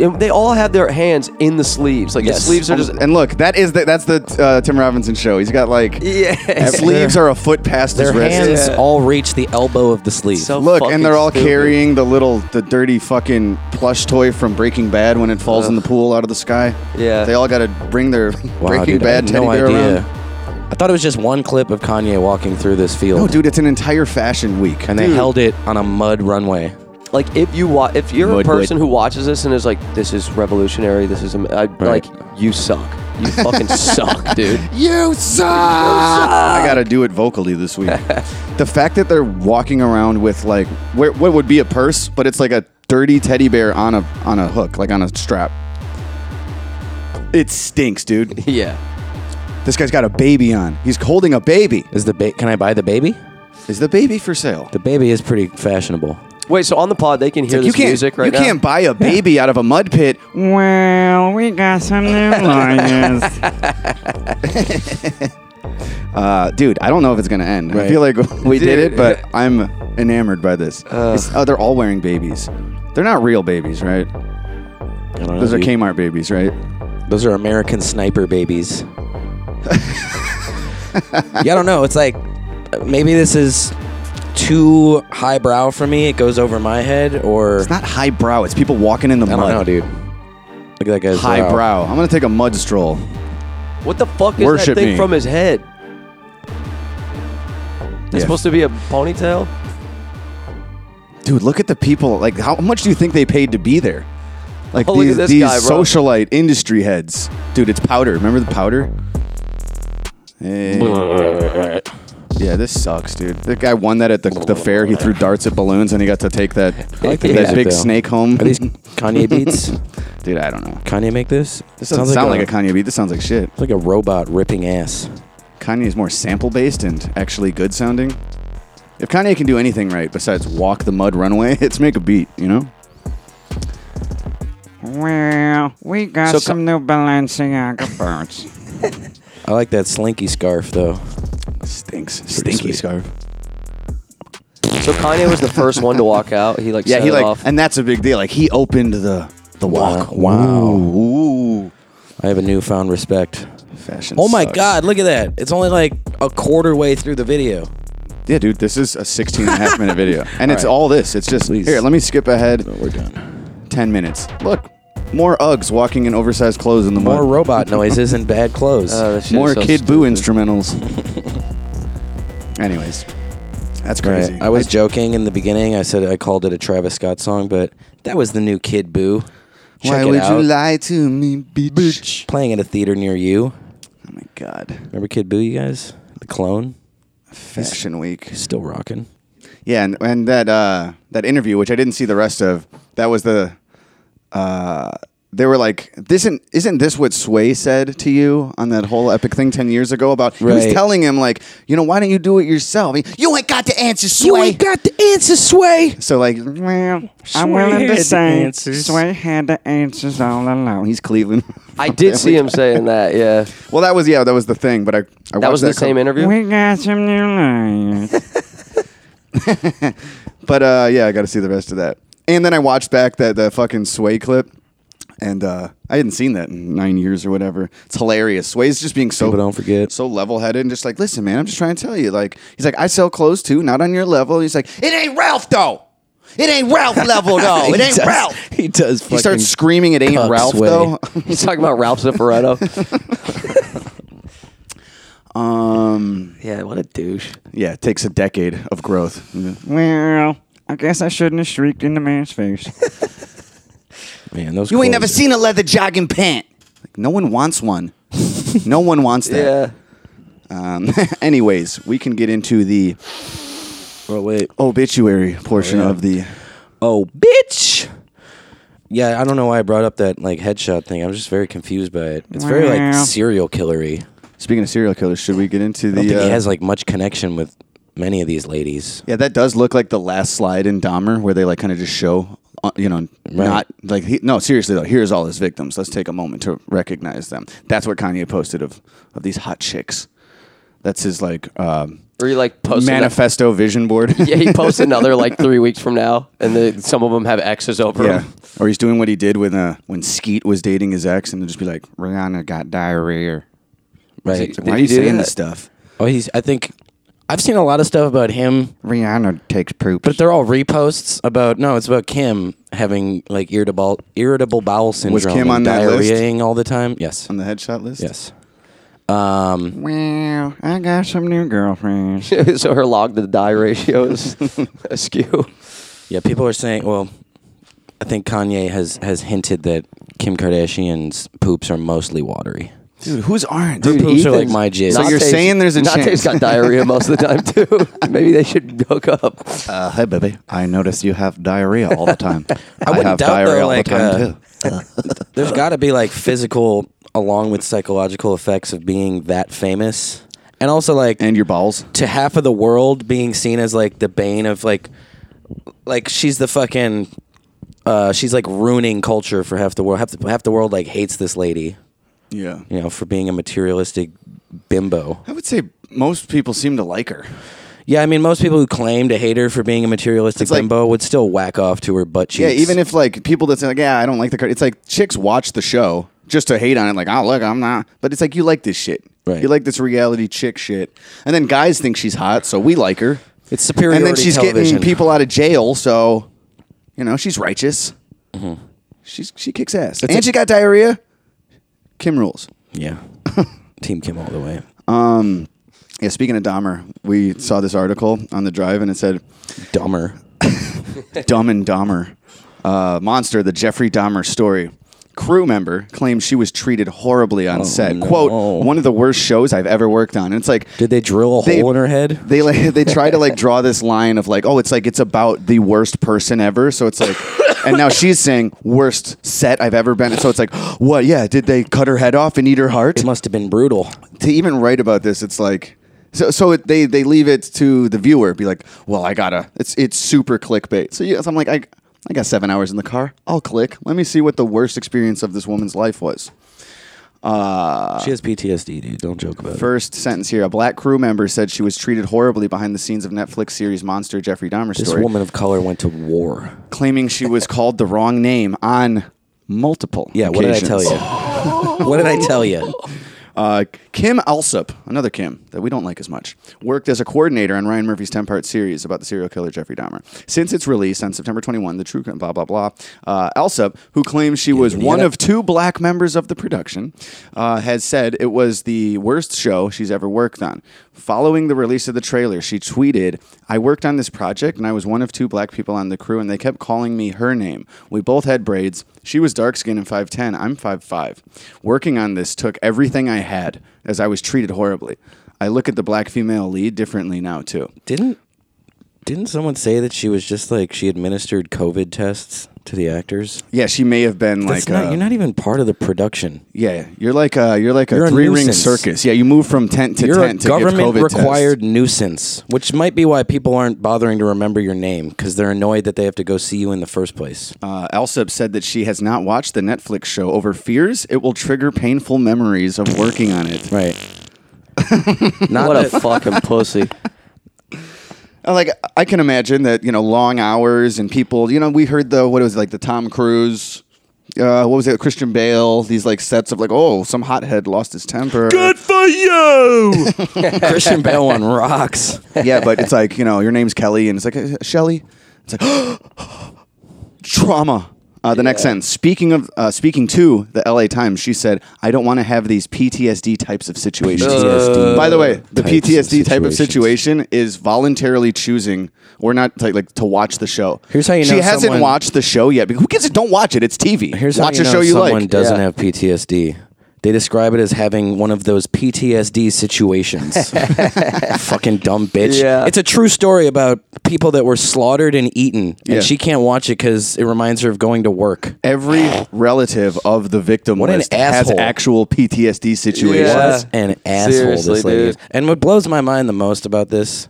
Speaker 6: And they all have their hands in the sleeves. Like the
Speaker 3: Yes.
Speaker 6: sleeves are just
Speaker 4: and look, that is the, that's the uh, Tim Robinson show. He's got like
Speaker 6: yeah.
Speaker 4: sleeves are a foot past
Speaker 3: Their
Speaker 4: his wrist.
Speaker 3: hands
Speaker 6: Yeah.
Speaker 3: all reach the elbow of the sleeve.
Speaker 6: So
Speaker 4: Look, and they're
Speaker 6: fucking
Speaker 4: all
Speaker 6: stupid.
Speaker 4: carrying the little, the dirty fucking plush toy from Breaking Bad when it falls in the pool out of the sky.
Speaker 6: Yeah.
Speaker 4: they all got to bring their
Speaker 3: Wow,
Speaker 4: Breaking
Speaker 3: dude, I
Speaker 4: Bad
Speaker 3: had
Speaker 4: teddy
Speaker 3: no
Speaker 4: bear
Speaker 3: idea.
Speaker 4: around.
Speaker 3: I thought it was just one clip of Kanye walking through this field.
Speaker 4: No, dude, it's an entire fashion week.
Speaker 3: and they held it on a mud runway.
Speaker 6: like if you wa- if you're a
Speaker 4: Mud
Speaker 6: person who watches this and is like this is revolutionary this is am- I, like you suck you fucking suck dude
Speaker 4: You suck! I gotta do it vocally this week. the fact that they're walking around with like where, what would be a purse, but it's like a dirty teddy bear on a on a hook, like on a strap. It stinks, dude.
Speaker 6: yeah
Speaker 4: This guy's got a baby on. He's holding a baby.
Speaker 3: Is the ba- can I buy the baby?
Speaker 4: Is the baby for sale?
Speaker 3: The baby is pretty fashionable.
Speaker 6: wait so on the pod they can hear
Speaker 4: you
Speaker 6: this
Speaker 4: can't.
Speaker 6: music right
Speaker 4: you
Speaker 6: now
Speaker 4: can't buy a baby out of a mud pit.
Speaker 5: Well, we got some new lawyers.
Speaker 4: Uh, dude, I don't know if it's gonna end. I
Speaker 3: Right.
Speaker 4: feel like we did
Speaker 6: Dude.
Speaker 4: it, but I'm enamored by this. It's- oh, they're all wearing babies. They're not real babies, right?
Speaker 3: I don't know,
Speaker 4: Those are
Speaker 3: dude.
Speaker 4: Kmart babies, right?
Speaker 3: Those are American sniper babies. yeah, I don't know. It's like maybe this is too highbrow for me. It goes over my head, or
Speaker 4: It's not highbrow. It's people walking in the
Speaker 3: I
Speaker 4: mud.
Speaker 3: don't know, dude. Look at that guy's uh, brow.
Speaker 4: Highbrow. I'm gonna take a mud stroll.
Speaker 6: what the fuck is
Speaker 4: Worship
Speaker 6: that thing
Speaker 4: me.
Speaker 6: from his head it's
Speaker 4: Yeah.
Speaker 6: supposed to be a ponytail
Speaker 4: Dude, look at the people. Like, how much do you think they paid to be there? Like
Speaker 6: Oh, look at
Speaker 4: these,
Speaker 6: this
Speaker 4: these
Speaker 6: guy, bro.
Speaker 4: socialite industry heads. Dude, it's powder. Remember the powder? Hey. Yeah, this sucks, dude. The guy won that at the, the fair. He threw darts at balloons and he got to take that,
Speaker 3: like the
Speaker 4: that
Speaker 3: music,
Speaker 4: big
Speaker 3: though.
Speaker 4: snake home.
Speaker 3: Are these Kanye beats?
Speaker 4: dude, I don't know.
Speaker 3: Kanye make this?
Speaker 4: This doesn't sound like, a Kanye beat. This sounds like shit.
Speaker 3: like a robot ripping ass.
Speaker 4: Kanye is more sample based and actually good sounding. If Kanye can do anything right besides walk the mud runway, it's make a beat, you know?
Speaker 5: Well, we got
Speaker 6: So co-
Speaker 5: some new Balenciaga boots.
Speaker 3: I like that slinky scarf though.
Speaker 4: Stinks.
Speaker 3: Pretty
Speaker 4: Stinky
Speaker 3: sweet.
Speaker 4: scarf.
Speaker 6: so Kanye was the first one to walk out he like
Speaker 4: Yeah,
Speaker 6: set
Speaker 4: he
Speaker 6: it
Speaker 4: like,
Speaker 6: off.
Speaker 4: and that's a big deal. Like he opened the the walk.
Speaker 3: Wow.
Speaker 4: Ooh, ooh.
Speaker 3: I have a newfound respect.
Speaker 4: Fashion.
Speaker 3: Oh my
Speaker 4: sucks.
Speaker 3: god, look at that. It's only like a quarter way through the video.
Speaker 4: Yeah, dude, this is a 16 and a half minute video, and it's all this. It's just here. Let me skip ahead.
Speaker 3: We're done.
Speaker 4: 10 minutes. Look, more Uggs walking in oversized clothes in the
Speaker 3: More
Speaker 4: mud.
Speaker 3: robot noises and bad clothes.
Speaker 6: Oh, that shit is
Speaker 4: more
Speaker 6: so
Speaker 4: Kid
Speaker 6: stupid.
Speaker 4: Boo instrumentals. Anyways, that's
Speaker 3: Right.
Speaker 4: crazy.
Speaker 3: I was joking in the beginning. I said I called it a Travis Scott song, but that was the new Kid Boo. Check
Speaker 4: Why
Speaker 3: it
Speaker 4: would
Speaker 3: out.
Speaker 4: you lie to me, bitch?
Speaker 3: Playing at a theater near you.
Speaker 4: Oh my god.
Speaker 3: Remember Kid Boo, you guys? The clone?
Speaker 4: Fashion week.
Speaker 3: Still rocking.
Speaker 4: Yeah, and, and that uh, that interview, which I didn't see the rest of, that was the uh, they were like, "This isn't isn't this what Sway said to you on that whole epic thing ten years ago about?" He was
Speaker 3: Right.
Speaker 4: telling him like, "You know, why don't you do it yourself? He- You ain't got the answer, Sway."
Speaker 3: got the answer, Sway.
Speaker 4: so like,
Speaker 5: Well, I'm
Speaker 3: Sway
Speaker 5: willing
Speaker 3: had the
Speaker 5: to say
Speaker 3: answers.
Speaker 5: Sway had the answers all along.
Speaker 4: he's Cleveland.
Speaker 6: I did see him saying that yeah
Speaker 4: well, that was yeah, that was the thing. But I, I
Speaker 6: that
Speaker 4: watched
Speaker 6: was the same
Speaker 4: couple-
Speaker 6: interview
Speaker 5: we got some new lawyers.
Speaker 4: But uh, yeah, I got to see the rest of that. And then I watched back that the fucking Sway clip, and uh, I hadn't seen that in nine years or whatever. It's hilarious. Sway's just being so
Speaker 3: People don't forget.
Speaker 4: so level headed and just like, listen, man, I'm just trying to tell you. Like, he's like, I sell clothes too, not on your level. He's like, it ain't Ralph though. It ain't Ralph level though. It ain't
Speaker 3: does,
Speaker 4: Ralph.
Speaker 3: He does.
Speaker 4: He starts
Speaker 3: fucking-
Speaker 4: screaming, it ain't
Speaker 3: cuck
Speaker 4: Ralph
Speaker 3: Sway.
Speaker 4: though.
Speaker 6: he's talking about Ralph Zaffaretto
Speaker 4: um,
Speaker 6: yeah what a douche
Speaker 4: yeah, it takes a decade of growth.
Speaker 5: well, I guess I shouldn't have shrieked in the man's face.
Speaker 3: Man, those
Speaker 4: You ain't
Speaker 3: clothes-
Speaker 4: never seen a leather jogging pant. Like, no one wants one. no one wants that.
Speaker 6: yeah
Speaker 4: Um, anyways, we can get into the
Speaker 3: Oh wait.
Speaker 4: obituary portion of the.
Speaker 3: Oh, bitch. Yeah, I don't know why I brought up that like headshot thing. I'm just very confused by it. It's very like
Speaker 5: Wow.
Speaker 3: serial killery.
Speaker 4: Speaking of serial killers, should we get into
Speaker 3: I
Speaker 4: the?
Speaker 3: don't think
Speaker 4: uh,
Speaker 3: he has like much connection with many of these ladies.
Speaker 4: yeah, that does look like the last slide in Dahmer, where they like kind of just show, uh, you know, not like he, no. Seriously though, here's all his victims. Let's take a moment to recognize them. That's what Kanye posted of of these hot chicks. That's his like um
Speaker 6: Or you like post
Speaker 4: manifesto vision board.
Speaker 6: Yeah, he posts another like three weeks from now, and then some of them have X's over
Speaker 4: Yeah.
Speaker 6: them.
Speaker 4: Or he's doing what he did with uh, when Skeet was dating his ex, and they'll just be like, Rihanna got diarrhea.
Speaker 3: Right.
Speaker 4: Why are
Speaker 6: he
Speaker 4: you
Speaker 6: do
Speaker 4: saying
Speaker 6: that?
Speaker 4: this stuff?
Speaker 3: Oh, he's. I think I've seen a lot of stuff about him,
Speaker 4: Rihanna takes poop.
Speaker 3: but they're all reposts about. No, it's about Kim having like irritable irritable bowel syndrome.
Speaker 4: Was Kim
Speaker 3: and
Speaker 4: on that list?
Speaker 3: diarrheaing all the time? Yes.
Speaker 4: on the headshot list.
Speaker 3: Yes. Um,
Speaker 5: Well, I got some new girlfriends.
Speaker 6: so her log to the die ratio is askew.
Speaker 3: Yeah. People are saying. Well, I think Kanye has has hinted that Kim Kardashian's poops are mostly watery.
Speaker 4: Dude, who's aren't?
Speaker 3: Her poops are like
Speaker 6: Ethan's-
Speaker 3: my jizz.
Speaker 4: So you're
Speaker 6: Nate's-
Speaker 4: saying there's a
Speaker 6: Nate's
Speaker 4: chance.
Speaker 6: got diarrhea most of the time too. Maybe they should hook up.
Speaker 4: Uh, hey, baby. I notice you have diarrhea all the time. I,
Speaker 3: wouldn't
Speaker 4: have
Speaker 3: doubt,
Speaker 4: diarrhea
Speaker 3: though,
Speaker 4: all
Speaker 3: like,
Speaker 4: the time,
Speaker 3: uh,
Speaker 4: too. Uh,
Speaker 3: There's got to be like physical along with psychological effects of being that famous, and also like
Speaker 4: And your balls.
Speaker 3: to half of the world being seen as like the bane of like like she's the fucking uh she's like ruining culture for half the world half the, half the world like hates this lady
Speaker 4: Yeah.
Speaker 3: you know for being a materialistic bimbo
Speaker 4: I would say most people seem to like her.
Speaker 3: yeah i mean most people who claim to hate her for being a materialistic
Speaker 4: It's like-
Speaker 3: bimbo would still whack off to her butt cheeks
Speaker 4: Yeah, even if like people that say like, yeah, I don't like the card. It's like chicks watch the show just to hate on it. Like, oh look, I'm not. But it's like you like this shit.
Speaker 3: Right.
Speaker 4: You like this reality chick shit. And then guys think she's hot, so we like her.
Speaker 3: it's superior
Speaker 4: and then she's
Speaker 3: television.
Speaker 4: getting people out of jail, so you know she's righteous. Mm-hmm. She's she kicks ass, and
Speaker 3: a-
Speaker 4: she got diarrhea. Kim rules.
Speaker 3: yeah team kim all the way
Speaker 4: Yeah, speaking of Dahmer, we saw this article on the drive, and it said
Speaker 3: dumber
Speaker 4: Dumb and Dahmer. Uh, monster, the Jeffrey Dahmer story. Crew member claims she was treated horribly on set.
Speaker 3: Oh, no.
Speaker 4: Quote, one of the worst shows I've ever worked on. And it's like,
Speaker 3: did they drill a hole in her head
Speaker 4: They like, they try to like draw this line of like, oh, it's like it's about the worst person ever. So it's like, and now she's saying worst set I've ever been. in." So it's like, what? Yeah, did they cut her head off and eat her heart?
Speaker 3: it must have been brutal
Speaker 4: to even write about this, it's like so. So it, they they leave it to the viewer. Be like, well, I gotta. It's it's super clickbait. So, yeah, so I'm like, I I got seven hours in the car. I'll click. Let me see what the worst experience of this woman's life was.
Speaker 3: she has ptsd dude don't joke about it
Speaker 4: Uh, First sentence here: A black crew member said she was treated horribly behind the scenes of Netflix series Monster Jeffrey Dahmer
Speaker 3: this
Speaker 4: story,
Speaker 3: woman of color went to war
Speaker 4: claiming she was called the wrong name on multiple.
Speaker 3: Yeah, what did I tell
Speaker 4: occasions.
Speaker 3: you? what did I tell you?
Speaker 4: Uh, Kim Alsop, another Kim that we don't like as much, worked as a coordinator on Ryan Murphy's 10 part series about the serial killer Jeffrey Dahmer. Since its release on September 21, the true crime, blah, blah, blah, uh, Alsop, who claims she was
Speaker 3: yeah,
Speaker 4: one
Speaker 3: yeah.
Speaker 4: of two black members of the production, uh, has said it was the worst show she's ever worked on. Following the release of the trailer, she tweeted, I worked on this project and I was one of two black people on the crew, and they kept calling me her name. We both had braids. She was dark skinned and 5'10. I'm 5'5. Working on this took everything I had as I was treated horribly. I look at the black female lead differently now, too.
Speaker 3: Didn't didn't someone say that she was just like she administered COVID tests to the actors?
Speaker 4: Yeah, she may have been
Speaker 3: That's
Speaker 4: like.
Speaker 3: not,
Speaker 4: uh,
Speaker 3: you're not even part of the production.
Speaker 4: Yeah, you're like a you're like a
Speaker 3: You're a
Speaker 4: three ring
Speaker 3: nuisance.
Speaker 4: circus. Yeah, you move from tent to
Speaker 3: You're a
Speaker 4: tent to give
Speaker 3: government
Speaker 4: COVID tests.
Speaker 3: required nuisance, which might be why people aren't bothering to remember your name because they're annoyed that they have to go see you in the first place.
Speaker 4: Uh, Alsop said that she has not watched the Netflix show over fears it will trigger painful memories of working on it.
Speaker 3: right.
Speaker 6: What a fucking pussy.
Speaker 4: Uh, Like I can imagine that you know long hours and people. You know we heard the what was it, like the Tom Cruise. Uh, what was it? Christian Bale. These like sets of like, oh, some hothead lost his temper.
Speaker 3: for you. Christian Bale on rocks.
Speaker 4: yeah, but it's like you know your name's Kelly, and it's like uh, Shelly. It's like trauma. Uh, the next sentence. Speaking of uh, speaking to the L.A. Times, she said, "I don't want to have these PTSD types of situations."
Speaker 3: PTSD
Speaker 4: By the way, the
Speaker 3: types of
Speaker 4: PTSD type of
Speaker 3: situations.
Speaker 4: situation is voluntarily choosing or not like, like to watch the show.
Speaker 3: Here's how you
Speaker 4: she
Speaker 3: know
Speaker 4: hasn't
Speaker 3: someone-
Speaker 4: watched the show yet. Because who gives it? Don't watch it. It's TV.
Speaker 3: Here's
Speaker 4: watch
Speaker 3: how you
Speaker 4: a
Speaker 3: know
Speaker 4: show you
Speaker 3: someone
Speaker 4: like.
Speaker 3: doesn't
Speaker 6: Yeah.
Speaker 3: have PTSD. They describe it as having one of those PTSD situations. Fucking dumb bitch.
Speaker 6: Yeah.
Speaker 3: It's a true story about people that were slaughtered and eaten, and
Speaker 4: Yeah.
Speaker 3: she can't watch it because it reminds her of going to work.
Speaker 4: Every relative of the victim
Speaker 3: What an
Speaker 4: list has
Speaker 3: asshole.
Speaker 4: actual PTSD situations.
Speaker 6: Yeah.
Speaker 3: What an asshole
Speaker 6: Seriously,
Speaker 3: this lady is.
Speaker 6: dude.
Speaker 3: And what blows my mind the most about this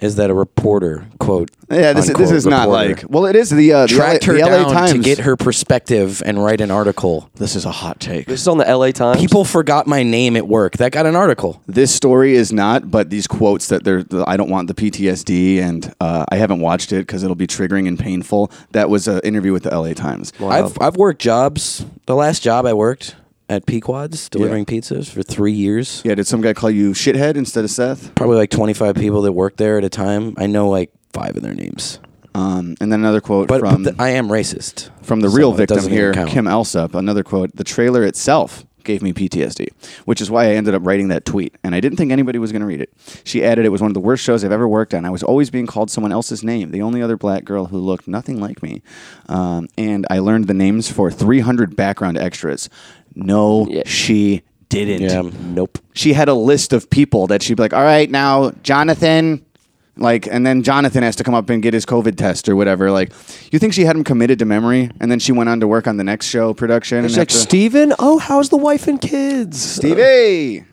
Speaker 3: is that a reporter quote?
Speaker 4: Yeah, this,
Speaker 3: unquote,
Speaker 4: this is not
Speaker 3: reporter,
Speaker 4: like. Well, it is the uh, the, LA,
Speaker 3: tracked her
Speaker 4: the LA
Speaker 3: down
Speaker 4: Times
Speaker 3: to get her perspective and write an article.
Speaker 4: This is a hot take.
Speaker 6: This is on the LA Times.
Speaker 3: People forgot my name at work. That got an article.
Speaker 4: This story is not, but these quotes that they're. The, I don't want the PTSD, and uh, I haven't watched it because it'll be triggering and painful. That was an interview with the LA Times.
Speaker 3: I've I've worked jobs. The last job I worked at Pequod's delivering pizzas for three years.
Speaker 4: Yeah, did some guy call you shithead instead of Seth?
Speaker 3: Probably like twenty five people that worked there at a time. I know like five of their names.
Speaker 4: Um, and then another quote
Speaker 3: But,
Speaker 4: from
Speaker 3: but the, I am racist.
Speaker 4: from the
Speaker 3: So
Speaker 4: real
Speaker 3: it
Speaker 4: victim
Speaker 3: doesn't even
Speaker 4: here,
Speaker 3: count.
Speaker 4: Kim Elsop. Another quote: "The trailer itself gave me PTSD, which is why I ended up writing that tweet, and I didn't think anybody was going to read it." She added, "It was one of the worst shows I've ever worked on. I was always being called someone else's name. The only other black girl who looked nothing like me, um, and I learned the names for 300 background extras. No,
Speaker 6: Yeah.
Speaker 4: she." Didn't.
Speaker 3: Yeah. Nope.
Speaker 4: She had a list of people that she'd be like, all right, now Jonathan, like, and then Jonathan has to come up and get his COVID test or whatever. Like, you think she had him committed to memory? And then she went on to work on the next show production.
Speaker 6: It's
Speaker 4: and
Speaker 6: like
Speaker 4: have to-
Speaker 6: Steven, oh, how's the wife and kids?
Speaker 4: Stevie!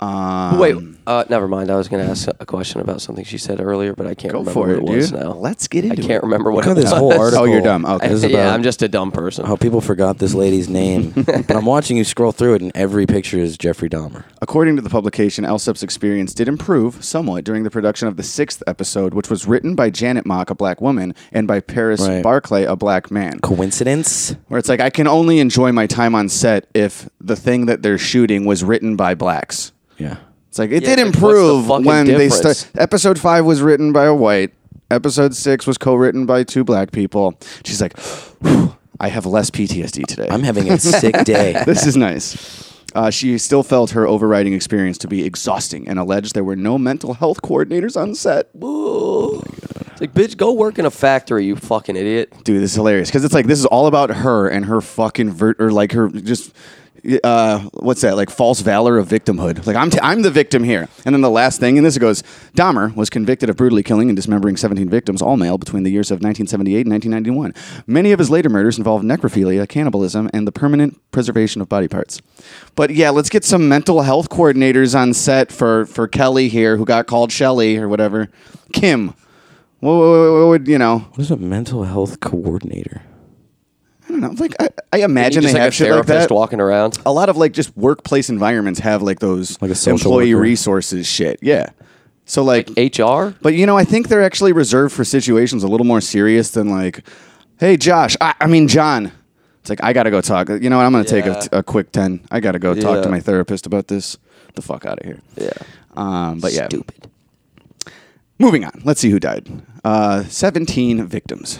Speaker 6: Wait,
Speaker 4: um,
Speaker 6: uh, never mind. I was going to ask a question about something she said earlier, but I can't
Speaker 4: Go
Speaker 6: remember
Speaker 4: for
Speaker 6: what
Speaker 4: it,
Speaker 6: it, was
Speaker 4: dude.
Speaker 6: now.
Speaker 4: Let's get
Speaker 6: I
Speaker 4: into
Speaker 6: can't
Speaker 4: it. Oh,
Speaker 6: remember what
Speaker 3: Look how
Speaker 6: it was.
Speaker 3: this whole article.
Speaker 4: you're dumb. Okay.
Speaker 3: It was
Speaker 6: yeah,
Speaker 3: about
Speaker 6: I'm just a dumb person.
Speaker 3: Oh, how people forgot this lady's name. but I'm watching you scroll through it, and every picture is Jeffrey Dahmer.
Speaker 4: According to the publication, Elsop's experience did improve somewhat during the production of the sixth episode, which was written by Janet Mock, a black woman, and by Paris
Speaker 3: Right.
Speaker 4: Barclay, a black man.
Speaker 3: Coincidence?
Speaker 4: where it's like I can only enjoy my time on set if the thing that they're shooting was written by blacks.
Speaker 3: Yeah.
Speaker 4: It's like it
Speaker 6: Yeah, like,
Speaker 4: did
Speaker 6: what's the
Speaker 4: improve
Speaker 6: fucking
Speaker 4: when they
Speaker 6: difference?
Speaker 4: started. Episode five was written by a white. Episode six was co-written by two black people. She's like, "Whew, I have less PTSD today.
Speaker 3: I'm having a sick day.
Speaker 4: this is nice. Uh, she still felt her overriding experience to be exhausting and alleged there were no mental health coordinators on set.
Speaker 6: It's like, bitch, go work in a factory, you fucking idiot.
Speaker 4: dude this is hilarious because it's like this is all about her and her fucking ver- or like her just uh what's that like false valor of victimhood like i'm t- i'm the victim here and then the last thing and this goes dahmer was convicted of brutally killing and dismembering 17 victims all male between the years of 1978 and 1991 many of his later murders involved necrophilia cannibalism and the permanent preservation of body parts but yeah let's get some mental health coordinators on set for for kelly here who got called shelly or whatever kim what what- what would you know
Speaker 3: What is a mental health coordinator?
Speaker 4: I don't know, like I, I
Speaker 6: Imagine
Speaker 4: imagine
Speaker 6: just
Speaker 4: they
Speaker 6: like
Speaker 4: have
Speaker 6: a
Speaker 4: shit like
Speaker 6: therapist
Speaker 4: that.
Speaker 6: walking around.
Speaker 4: a lot of like just workplace environments have like those
Speaker 3: Like a social
Speaker 4: employee
Speaker 3: worker.
Speaker 4: resources shit. Yeah. So like,
Speaker 6: HR?
Speaker 4: but you know, I think they're actually reserved for situations a little more serious than like, hey Josh, I, I mean John. It's like I gotta go talk. You know what? I'm gonna take a, a quick ten. I gotta go talk to
Speaker 6: Yeah.
Speaker 4: my therapist about this. Get the fuck out of here.
Speaker 6: Yeah.
Speaker 4: Um, but yeah.
Speaker 6: Stupid.
Speaker 4: Moving on. Let's see who died. Uh, 17 victims.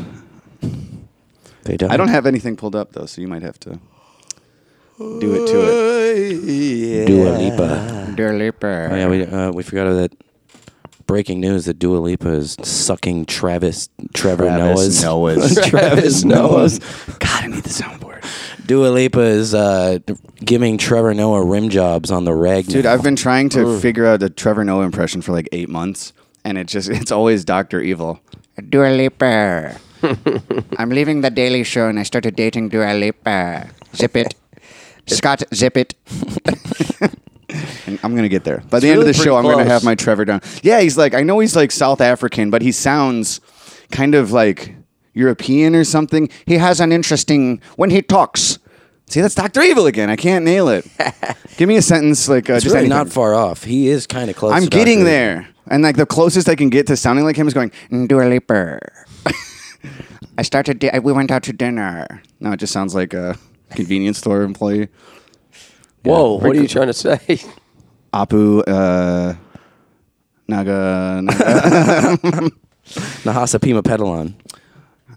Speaker 3: They
Speaker 6: Hmm.
Speaker 3: don't.
Speaker 4: I don't have anything pulled up though, so you might have to do it to it.
Speaker 3: Dua Lipa. Oh, yeah, we, uh, we forgot that breaking news that Dua Lipa is sucking Travis Trevor Noah's.
Speaker 4: Noah's.
Speaker 3: Travis Noah's.
Speaker 4: God, I need the soundboard.
Speaker 3: Dua Lipa is uh, giving Trevor Noah rim jobs on the rag.
Speaker 4: Dude,
Speaker 3: now.
Speaker 4: I've been trying to figure out a Trevor Noah impression for like eight months, and it just it's always Doctor Evil.
Speaker 5: Dua Lipa. I'm leaving the Daily Show and I started dating Dua Lipa. Zip it. Scott, zip it.
Speaker 4: And I'm gonna get there. By the end
Speaker 6: really
Speaker 4: of the show,
Speaker 6: pretty
Speaker 4: I'm gonna
Speaker 6: close.
Speaker 4: have my Trevor down. Yeah, he's like I know he's like South African, but he sounds kind of like European or something. He has an interesting when he talks. See, that's Doctor Evil again. I can't nail it. Give me a sentence like uh,
Speaker 3: it's
Speaker 4: just
Speaker 3: really
Speaker 4: anything.
Speaker 3: not far off. He is kind of close.
Speaker 4: I'm
Speaker 3: to Dr.
Speaker 4: getting
Speaker 3: Evil.
Speaker 4: there. And like the closest I can get to sounding like him is going,
Speaker 5: Dua Lipa.
Speaker 4: I started, di- we went out to dinner. No, it just sounds like a convenience store employee.
Speaker 6: Whoa, what are you trying to say?
Speaker 4: Apu, uh, Naga, Naga.
Speaker 3: Nahasa Pima Petalon.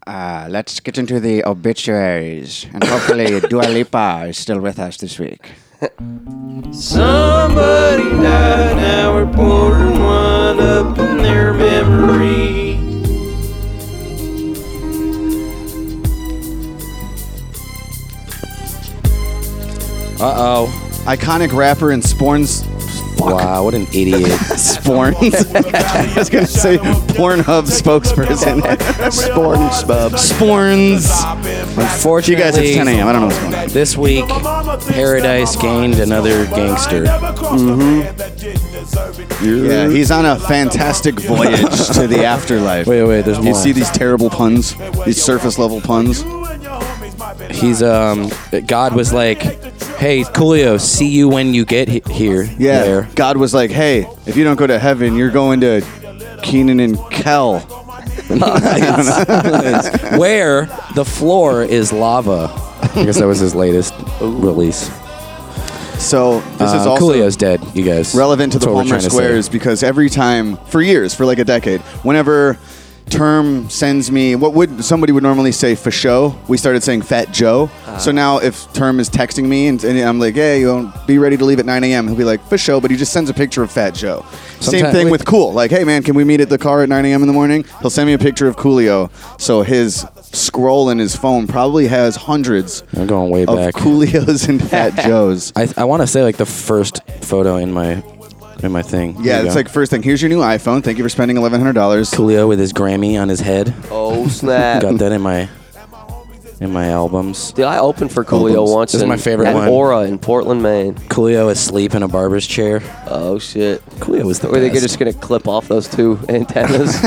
Speaker 5: Uh, let's get into the obituaries. And hopefully Dua Lipa is still with us this week.
Speaker 7: Somebody died, now we're pouring one up in their memory.
Speaker 3: Uh oh.
Speaker 4: iconic rapper and Sporns.
Speaker 3: Wow, what an idiot.
Speaker 4: Sporns. I was gonna say Pornhub spokesperson. Sporns, bub. Sporns. You
Speaker 3: Unfortunately,
Speaker 4: guys, it's 10 a.m. I don't know what's going on.
Speaker 3: This week, Paradise gained another gangster.
Speaker 8: Mm-hmm.
Speaker 4: Yeah, he's on a fantastic voyage to the afterlife.
Speaker 3: Wait, wait, there's
Speaker 4: you
Speaker 3: more.
Speaker 4: see these terrible puns, these surface level puns.
Speaker 3: He's um, God was like, "Hey, Coolio, see you when you get he- here."
Speaker 4: Yeah,
Speaker 3: there.
Speaker 4: God was like, "Hey, if you don't go to heaven, you're going to Keenan and Kel."
Speaker 3: where the floor is lava. I guess that was his latest release.
Speaker 4: So this is
Speaker 3: Uh,
Speaker 4: also
Speaker 3: Coolio's dead, you guys.
Speaker 4: relevant to
Speaker 3: That's
Speaker 4: the
Speaker 3: what we're
Speaker 4: Palmer
Speaker 3: trying to say.
Speaker 4: Squares because every time, for years, for like a decade, whenever term sends me what would somebody would normally say for show, we started saying Fat Joe.
Speaker 3: Ah.
Speaker 4: so now if term is texting me and, and I'm like, hey, you know, be ready to leave at 9 a.m., he'll be like for show, but he just sends a picture of Fat Joe. Same
Speaker 3: Sometime-
Speaker 4: thing with Cool. Like, hey man, can we meet at the car at 9 a.m. in the morning? He'll send me a picture of Coolio. So his scroll in his phone probably has hundreds
Speaker 3: I'm going way
Speaker 4: of
Speaker 3: back.
Speaker 4: Coolios and Fat Joes.
Speaker 3: I, I want to say like the first photo in my in my thing. Here
Speaker 4: Yeah,
Speaker 3: you
Speaker 4: it's
Speaker 3: go.
Speaker 4: like first thing. Here's your new iPhone. Thank you for spending eleven hundred dollars.
Speaker 3: Coolio with his Grammy on his head.
Speaker 6: Oh
Speaker 4: Uh,
Speaker 6: snap!
Speaker 3: Got that in my in my albums.
Speaker 6: Dude, I opened for Coolio
Speaker 4: Albums.
Speaker 6: once.
Speaker 3: This is
Speaker 6: in-
Speaker 3: my favorite
Speaker 6: at
Speaker 3: one.
Speaker 6: Aura in Portland, Maine.
Speaker 3: Coolio asleep in a barber's chair.
Speaker 6: Oh shit!
Speaker 3: Coolio was the
Speaker 6: Were they
Speaker 3: best.
Speaker 6: just gonna clip off those two antennas?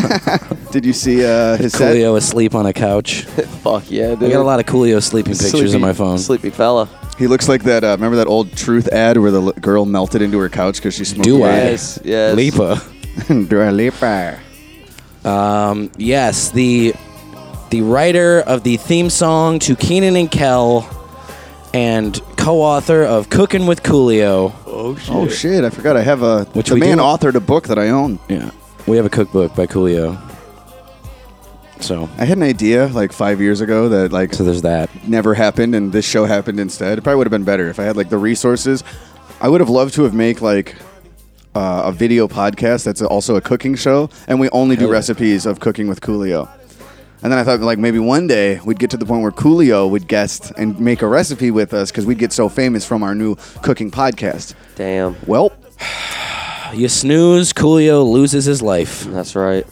Speaker 4: Did you see uh, his set?
Speaker 3: Coolio asleep on a couch.
Speaker 6: Fuck yeah, dude!
Speaker 3: I got a lot of Coolio sleeping pictures in
Speaker 4: Sleepy-
Speaker 3: my phone.
Speaker 6: Sleepy fella.
Speaker 4: He looks like that. Uh, remember that old Truth ad where the l- girl melted into her couch because she smoked?
Speaker 3: Do
Speaker 4: weed?
Speaker 6: Yes, yes.
Speaker 3: Lipa.
Speaker 4: Dua Lipa.
Speaker 3: Um, yes, the the writer of the theme song to Keenan and Kel, and co-author of Cooking with Coolio.
Speaker 4: Oh shit! I forgot. I have a.
Speaker 3: Which
Speaker 4: the
Speaker 3: we
Speaker 4: man
Speaker 3: do.
Speaker 4: authored a book that I own.
Speaker 3: Yeah, we have a cookbook by Coolio. So,
Speaker 4: I had an idea like five years ago that like
Speaker 3: so there's that.
Speaker 4: never happened, and this show happened instead. It probably would have been better if I had like the resources. I would have loved to have made like uh, a video podcast that's also a cooking show, and we only do recipes of cooking with Coolio. And then I thought, like, maybe one day we'd get to the point where Coolio would guest and make a recipe with us because we'd get so famous from our new cooking podcast.
Speaker 6: Damn,
Speaker 4: Well,
Speaker 3: You snooze, Coolio loses his life.
Speaker 6: that's right.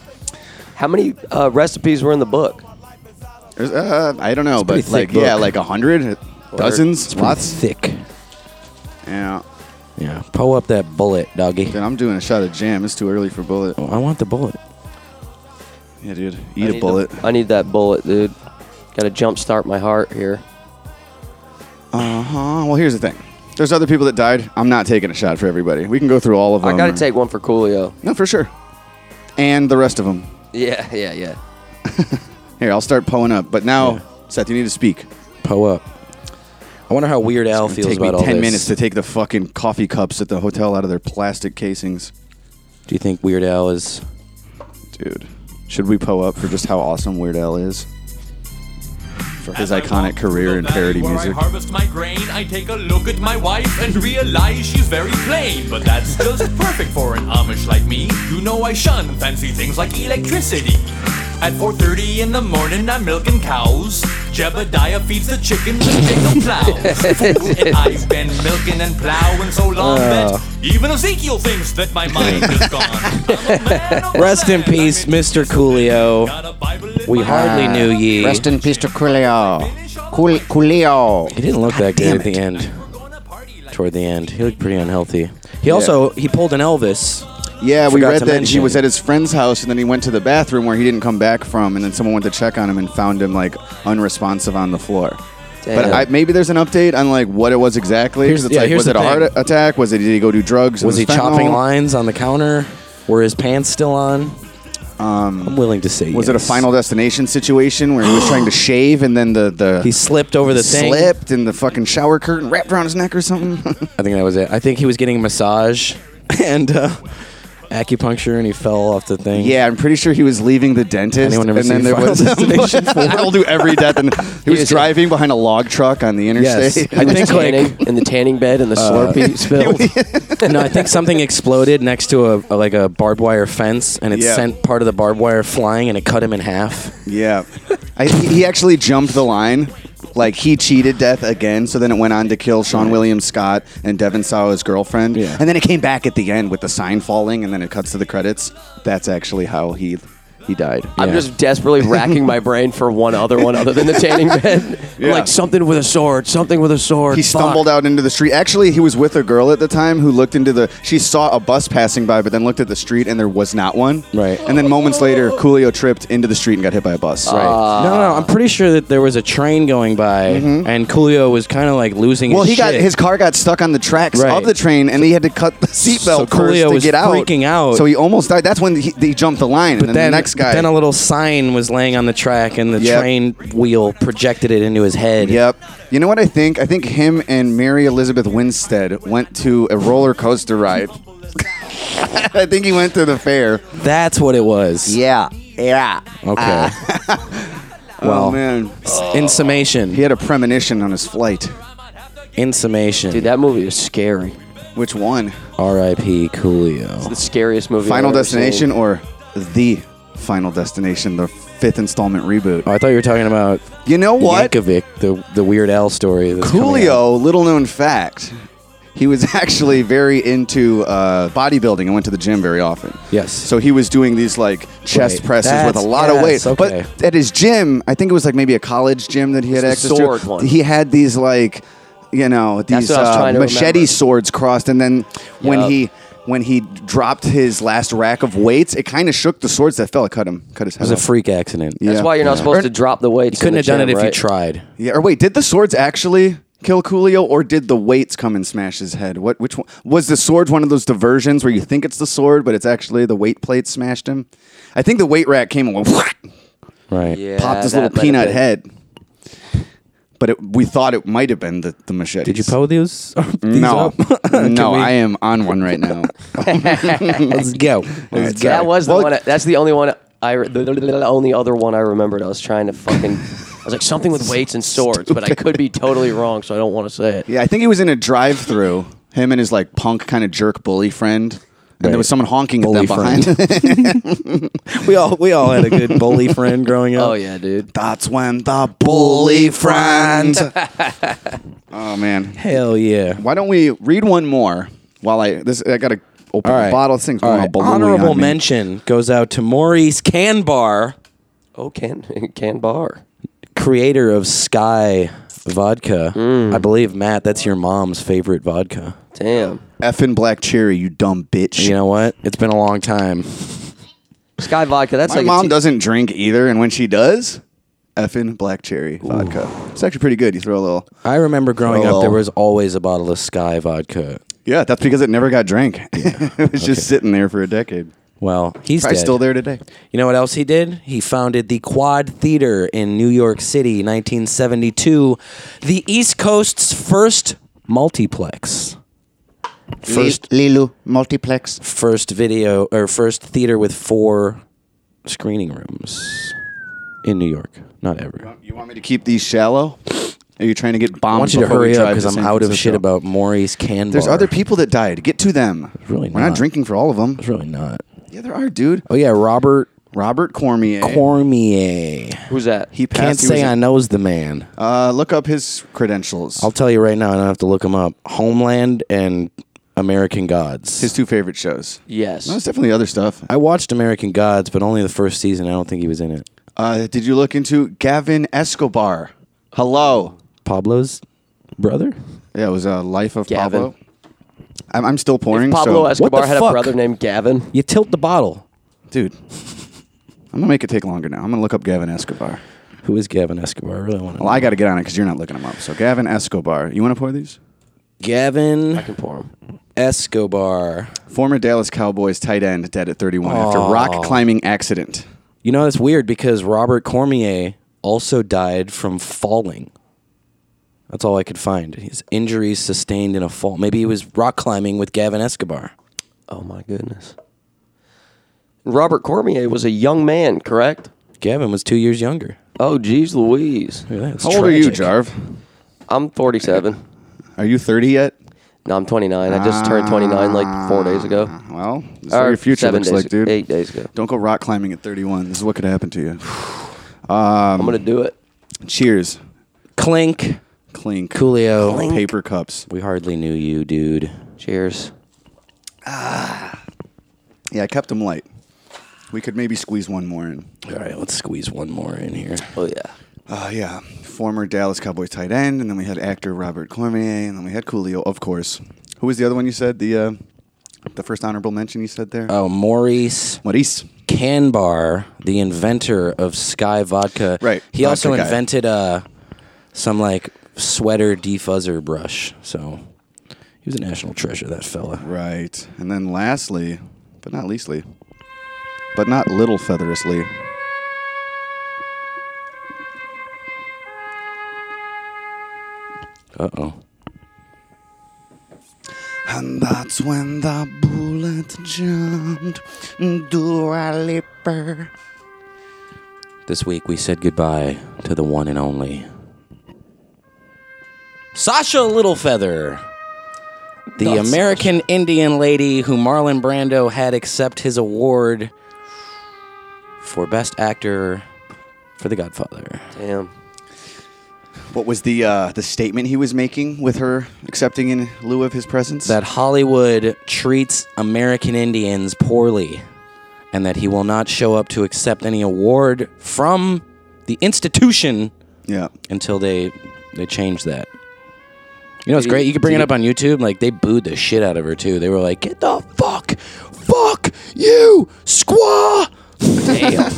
Speaker 6: How many uh, recipes were in the book?
Speaker 4: there's, uh, I don't know,
Speaker 3: pretty
Speaker 4: but
Speaker 3: thick
Speaker 4: like, yeah,
Speaker 3: book.
Speaker 4: like a hundred, uh, dozens, lots.
Speaker 3: thick.
Speaker 4: Yeah.
Speaker 3: Yeah, pull up that bullet, doggy. Oh,
Speaker 4: Dude, I'm doing a shot of jam. It's too early for bullet.
Speaker 3: I want the bullet.
Speaker 4: Yeah, dude.
Speaker 6: I
Speaker 4: Eat
Speaker 6: need
Speaker 4: a
Speaker 6: the-
Speaker 4: bullet.
Speaker 6: I need that bullet, dude. Got to jump start my heart here.
Speaker 4: Uh huh. Well, here's the thing. There's other people that died. I'm not taking a shot for everybody. We can go through all of them.
Speaker 6: I got to take one for Coolio.
Speaker 4: No, for sure. And the rest of them.
Speaker 6: Yeah, yeah, yeah.
Speaker 4: Here, I'll start pulling up. But now, Seth, you need to speak.
Speaker 3: Pull up. I wonder how Weird Al
Speaker 4: It'll
Speaker 3: feels
Speaker 4: take
Speaker 3: about
Speaker 4: me
Speaker 3: all
Speaker 4: ten
Speaker 3: this.
Speaker 4: minutes to take the fucking coffee cups at the hotel out of their plastic casings,
Speaker 3: Do you think Weird Al is?
Speaker 4: dude. Should we po up for just how awesome Weird Al is for his iconic career in parody music?
Speaker 9: I harvest my grain, I take a look at my wife and realize she's very plain. But that's just perfect for an Amish like me. You know I shun fancy things like electricity. At 4.30 in the morning, I'm milking cows. Jebediah feeds the chickens and Jacob plows. and I've been milking and plowing so long
Speaker 4: Uh.
Speaker 9: that even Ezekiel thinks that my mind is gone. I'm a man of the
Speaker 3: Rest in
Speaker 9: land, I'm
Speaker 3: peace, Mr. Coolio.
Speaker 9: Got a Bible in
Speaker 3: We
Speaker 9: my
Speaker 3: hardly knew ye.
Speaker 5: Rest in peace to Coolio. Cool, Coolio.
Speaker 3: He didn't look that good at the end. Toward the end, he looked pretty unhealthy. He also he pulled an Elvis.
Speaker 4: Yeah, we
Speaker 3: Forgot
Speaker 4: read
Speaker 3: to
Speaker 4: that he
Speaker 3: mention.
Speaker 4: was at his friend's house and then he went to the bathroom where he didn't come back from, and then someone went to check on him and found him like unresponsive on the floor. But
Speaker 6: Damn.
Speaker 4: I, maybe there's an update on like what it was exactly. 'cause
Speaker 3: Here's-
Speaker 4: it's
Speaker 3: yeah,
Speaker 4: like,
Speaker 3: here's
Speaker 4: was
Speaker 3: the
Speaker 4: it a heart
Speaker 3: thing.
Speaker 4: attack? Was it did he go do drugs? and
Speaker 3: Was he
Speaker 4: fentanyl?
Speaker 3: chopping lines on the counter? Were his pants still on? I'm willing to say.
Speaker 4: Um, Was it a
Speaker 3: yes.
Speaker 4: Final Destination situation where he was trying to shave and then the the
Speaker 3: He slipped over the thing.
Speaker 4: slipped and the fucking shower curtain wrapped around his neck or something?
Speaker 3: I think that was it. I think he was getting a massage and uh, acupuncture, and he fell off the thing.
Speaker 4: yeah, I'm pretty sure he was leaving the dentist.
Speaker 3: Anyone ever
Speaker 4: and then
Speaker 3: seen
Speaker 4: there
Speaker 3: Final
Speaker 4: was
Speaker 3: Destination
Speaker 4: I'll do every death. And he was driving behind a log truck on the
Speaker 3: Yes.
Speaker 4: interstate.
Speaker 3: I think like
Speaker 6: Tanning in the tanning bed and the
Speaker 3: Uh,
Speaker 6: Slurpee spilled.
Speaker 3: no, I think something exploded next to a, a- like a barbed wire fence, and it
Speaker 4: Yeah.
Speaker 3: sent part of the barbed wire flying, and it cut him in half.
Speaker 4: Yeah. I, he he actually jumped the line. Like he cheated death again, so then it went on to kill Sean William Scott and Devin Sawa, his girlfriend.
Speaker 3: Yeah.
Speaker 4: And then it came back at the end with the sign falling, and then it cuts to the credits. That's actually how he He died.
Speaker 6: I'm
Speaker 3: Yeah.
Speaker 6: just desperately racking my brain for one other one other than the tanning bed.
Speaker 4: Yeah.
Speaker 6: Like something with a sword, something with a sword.
Speaker 4: He
Speaker 6: fuck.
Speaker 4: stumbled out into the street. Actually, he was with a girl at the time who looked into the. She saw a bus passing by, but then looked at the street and there was not one.
Speaker 3: Right.
Speaker 4: And then moments later, Coolio tripped into the street and got hit by a bus. Right.
Speaker 3: no, no, I'm pretty sure that there was a train going by, and Coolio was kind of like losing.
Speaker 4: Mm-hmm. Well,
Speaker 3: his
Speaker 4: he got
Speaker 3: shit.
Speaker 4: his car got stuck on the tracks
Speaker 3: Right.
Speaker 4: of the train, and he had to cut the
Speaker 3: so
Speaker 4: seatbelt
Speaker 3: Coolio
Speaker 4: first to
Speaker 3: was
Speaker 4: get out.
Speaker 3: freaking out.
Speaker 4: So he almost died. That's when he, they jumped the line, and
Speaker 3: But
Speaker 4: then,
Speaker 3: then,
Speaker 4: the next guy.
Speaker 3: but then a little sign was laying on the track, and the
Speaker 4: Yep.
Speaker 3: train wheel projected it into his head.
Speaker 4: Yep. You know what I think? I think him and Mary Elizabeth Winstead went to a roller coaster ride. I think he went to the fair.
Speaker 3: That's what it was.
Speaker 5: Yeah, yeah.
Speaker 3: Okay.
Speaker 4: oh
Speaker 3: well,
Speaker 4: man,
Speaker 3: in summation,
Speaker 4: he had a premonition on his flight.
Speaker 3: in summation,
Speaker 6: Dude, that movie is scary.
Speaker 4: Which one?
Speaker 3: R.I.P. Coolio.
Speaker 6: The scariest movie. I've
Speaker 4: Final
Speaker 6: ever
Speaker 4: Destination
Speaker 6: seen.
Speaker 4: or the Final Destination, the fifth installment reboot?
Speaker 3: Oh, I thought you were talking about
Speaker 4: You know what?
Speaker 3: Yankovic, the the Weird Al story. that's coming out.
Speaker 4: Coolio, little known fact, he was actually very into uh, bodybuilding and went to the gym very often.
Speaker 3: Yes.
Speaker 4: So he was doing these like chest
Speaker 3: Right.
Speaker 4: presses with a
Speaker 3: That's-
Speaker 4: lot of weight.
Speaker 3: yes, okay.
Speaker 4: But at his gym, I think it was like maybe a college gym that he had
Speaker 6: It's the
Speaker 4: access
Speaker 6: sword
Speaker 4: to.
Speaker 6: one.
Speaker 4: He had these like, you know, these
Speaker 6: what I was
Speaker 4: uh,
Speaker 6: trying to
Speaker 4: machete
Speaker 6: remember.
Speaker 4: swords crossed, and then when
Speaker 6: Yep.
Speaker 4: he when he dropped his last rack of weights, it kind of shook the swords that fell. It cut him, cut his head.
Speaker 3: It was a
Speaker 4: off.
Speaker 3: freak accident.
Speaker 4: Yeah.
Speaker 6: That's why you're not supposed
Speaker 4: Or-
Speaker 6: to drop the weights.
Speaker 3: You couldn't
Speaker 6: in the
Speaker 3: have
Speaker 6: gym,
Speaker 3: done it if you
Speaker 6: right?
Speaker 3: tried.
Speaker 4: Yeah, or wait, did the swords actually kill Coolio, or did the weights come and smash his head? What? Which one was the sword? One of those diversions where you think it's the sword, but it's actually the weight plate smashed him. I think the weight rack came and went,
Speaker 3: Right.
Speaker 6: Yeah,
Speaker 4: popped his
Speaker 6: that
Speaker 4: little
Speaker 6: might have
Speaker 4: peanut
Speaker 6: been-
Speaker 4: head. But it, we thought it might have been the, the machete.
Speaker 3: Did you pow these? these
Speaker 4: No,
Speaker 3: up?
Speaker 4: no,
Speaker 3: we-
Speaker 4: I am on one right now.
Speaker 3: Let's go. Let's go.
Speaker 6: That was the
Speaker 4: Well-
Speaker 6: one. That's the only one. I re- the, the- the- the only other one I remembered. I was trying to fucking. I was like something with weights and swords, but I could be totally wrong, so I don't want to say it.
Speaker 4: Yeah, I think he was in a drive-through. Him and his like punk kind of jerk bully friend, and
Speaker 3: Right.
Speaker 4: there was someone honking
Speaker 3: Bully
Speaker 4: at them behind.
Speaker 3: friend. we all we all had a good bully friend growing up.
Speaker 6: Oh yeah, dude.
Speaker 4: That's when the bully friend. oh man,
Speaker 3: Hell yeah.
Speaker 4: why don't we read one more? While I this, I gotta open
Speaker 3: All
Speaker 4: a
Speaker 3: right.
Speaker 4: bottle. Oh, This thing's
Speaker 3: All
Speaker 4: going
Speaker 3: right.
Speaker 4: all balloony
Speaker 3: Honorable
Speaker 4: on me.
Speaker 3: mention goes out to Maurice Canbar,
Speaker 6: Oh, can can bar.
Speaker 3: creator of Sky Vodka. I believe Matt, that's your mom's favorite vodka.
Speaker 6: Damn.
Speaker 4: Effing black cherry, you dumb bitch.
Speaker 3: You know what? It's been a long time.
Speaker 6: Sky vodka. That's
Speaker 4: My
Speaker 6: like a
Speaker 4: mom
Speaker 6: tea-
Speaker 4: doesn't drink either, and when she does, effing black cherry vodka. It's actually pretty good. You throw a little.
Speaker 3: I remember growing
Speaker 4: Oh,
Speaker 3: up, there
Speaker 4: well.
Speaker 3: was always a bottle of Sky vodka.
Speaker 4: Yeah, that's because it never got drank. it was just sitting there for a decade.
Speaker 3: Well, he's
Speaker 4: Probably
Speaker 3: dead.
Speaker 4: still there today.
Speaker 3: You know what else he did? He founded the Quad Theater in New York City, 1972, the East Coast's first multiplex,
Speaker 5: First Lilu multiplex.
Speaker 3: first video or first theater with four screening rooms in New York. Not ever.
Speaker 4: You want me to keep these shallow? Are you trying to get bombed?
Speaker 3: I want you to
Speaker 4: before we
Speaker 3: hurry up
Speaker 4: drive
Speaker 3: because
Speaker 4: to
Speaker 3: I'm
Speaker 4: San
Speaker 3: out of
Speaker 4: Francisco?
Speaker 3: shit about Maurice Canbar.
Speaker 4: There's other people that died. Get to them.
Speaker 3: Really
Speaker 4: We're not
Speaker 3: not.
Speaker 4: drinking for all of them.
Speaker 3: Really not.
Speaker 4: Yeah, there are, dude.
Speaker 3: Oh yeah, Robert
Speaker 4: Robert Cormier.
Speaker 3: Cormier.
Speaker 6: Who's that?
Speaker 4: he passed.
Speaker 3: Can't
Speaker 4: he was
Speaker 3: say
Speaker 4: a-
Speaker 3: I knows the man.
Speaker 4: Uh, look up his credentials.
Speaker 3: I'll tell you right now. I don't have to look him up. Homeland and American Gods.
Speaker 4: his two favorite shows. No,
Speaker 6: yes.
Speaker 4: it's definitely other stuff.
Speaker 3: I watched American Gods, but only the first season. I don't think he was in it.
Speaker 4: Uh, did you look into Gavin Escobar? Hello.
Speaker 3: Pablo's brother?
Speaker 4: Yeah, it was a Life of
Speaker 6: Gavin.
Speaker 4: Pablo. I'm, I'm still pouring.
Speaker 6: Pablo
Speaker 4: so-
Speaker 6: Escobar
Speaker 3: the
Speaker 6: had
Speaker 3: fuck?
Speaker 6: a brother named Gavin.
Speaker 3: You tilt the bottle.
Speaker 4: dude. I'm gonna make it take longer now. I'm gonna look up Gavin Escobar.
Speaker 3: Who is Gavin Escobar? I really want to.
Speaker 4: Well, I got to get on it because you're not looking him up. So Gavin Escobar, you want to pour these?
Speaker 3: Gavin
Speaker 6: Can pour him.
Speaker 3: Escobar.
Speaker 4: Former Dallas Cowboys tight end dead at 31 after rock climbing accident.
Speaker 3: You know, it's weird because Robert Cormier also died from falling. That's all I could find. His injuries sustained in a fall. Maybe he was rock climbing with Gavin Escobar.
Speaker 6: Oh my goodness. Robert Cormier was a young man, correct?
Speaker 3: Gavin was two years younger.
Speaker 6: Oh, geez, Louise.
Speaker 3: Look at that. It's
Speaker 4: How old are you,
Speaker 3: tragic.
Speaker 4: Jarv?
Speaker 6: I'm 47.
Speaker 4: Are you 30 yet?
Speaker 6: No, I'm 29. I just turned 29 like four days ago.
Speaker 4: Uh, Well, this is
Speaker 6: Or
Speaker 4: what your future
Speaker 6: seven
Speaker 4: looks
Speaker 6: days
Speaker 4: like, dude.
Speaker 6: Eight days ago.
Speaker 4: Don't go rock climbing at 31. This is what could happen to you.
Speaker 6: I'm gonna do it.
Speaker 4: Cheers.
Speaker 3: Clink.
Speaker 4: Clink.
Speaker 3: Coolio.
Speaker 4: Paper cups.
Speaker 3: We hardly knew you, dude.
Speaker 6: Cheers.
Speaker 4: Yeah, I kept them light. We could maybe squeeze one more in.
Speaker 3: All right, let's squeeze one more in here.
Speaker 6: Oh yeah.
Speaker 3: Ah,
Speaker 4: Uh, yeah, former Dallas Cowboys tight end, and then we had actor Robert Cormier, and then we had Coolio, of course. Who was the other one you said? The uh, the first honorable mention you said there?
Speaker 3: Oh, Maurice
Speaker 4: Maurice.
Speaker 3: Canbar, the inventor of Sky Vodka.
Speaker 4: Right,
Speaker 3: He
Speaker 4: vodka
Speaker 3: also
Speaker 4: guy.
Speaker 3: invented uh, some like sweater defuzzer brush. So he was a national treasure, that fella.
Speaker 4: Right. And then lastly, but not leastly, but not little featherously.
Speaker 3: Uh oh.
Speaker 4: And that's when the bullet jumped.
Speaker 5: Dua Lipa.
Speaker 3: This week we said goodbye to the one and only Sasha Littlefeather, the American Indian lady who Marlon Brando had accept his award for Best Actor for The Godfather.
Speaker 6: Damn.
Speaker 4: What was the uh, the statement he was making with her accepting in lieu of his presence?
Speaker 3: That Hollywood treats American Indians poorly and that he will not show up to accept any award from the institution
Speaker 4: yeah.
Speaker 3: until they they change that. You know, it's great. You can bring it up on YouTube. Like they booed the shit out of her too. They were like, "Get the fuck, fuck you, squaw." Damn.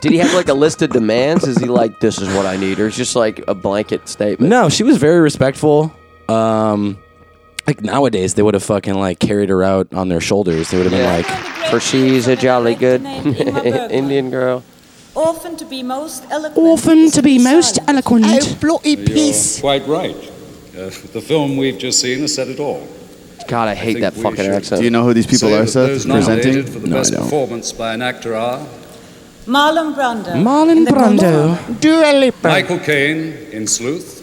Speaker 6: Did he have like a list of demands? Is he like, this is what I need, or it's just like a blanket statement?
Speaker 3: no, she was very respectful. Um, like nowadays, they would have fucking like carried her out on their shoulders. They would have been
Speaker 6: Yeah.
Speaker 3: like,
Speaker 6: For she's a jolly good Indian girl.
Speaker 10: Orphan to be most eloquent.
Speaker 3: "Orphan to be most eloquent."
Speaker 11: Quite right. Uh, the film we've just seen has said it all.
Speaker 6: God, I hate
Speaker 11: think
Speaker 6: that
Speaker 11: we
Speaker 6: fucking
Speaker 11: should-
Speaker 6: accent.
Speaker 4: Do you know who these people
Speaker 11: Say
Speaker 4: are,
Speaker 11: that
Speaker 4: Seth?
Speaker 11: those nominated
Speaker 4: Presenting?
Speaker 11: For the best performance by an actor are
Speaker 10: Marlon Brando.
Speaker 3: Marlon Brando.
Speaker 5: Dua Lipa.
Speaker 11: Michael Caine in Sleuth.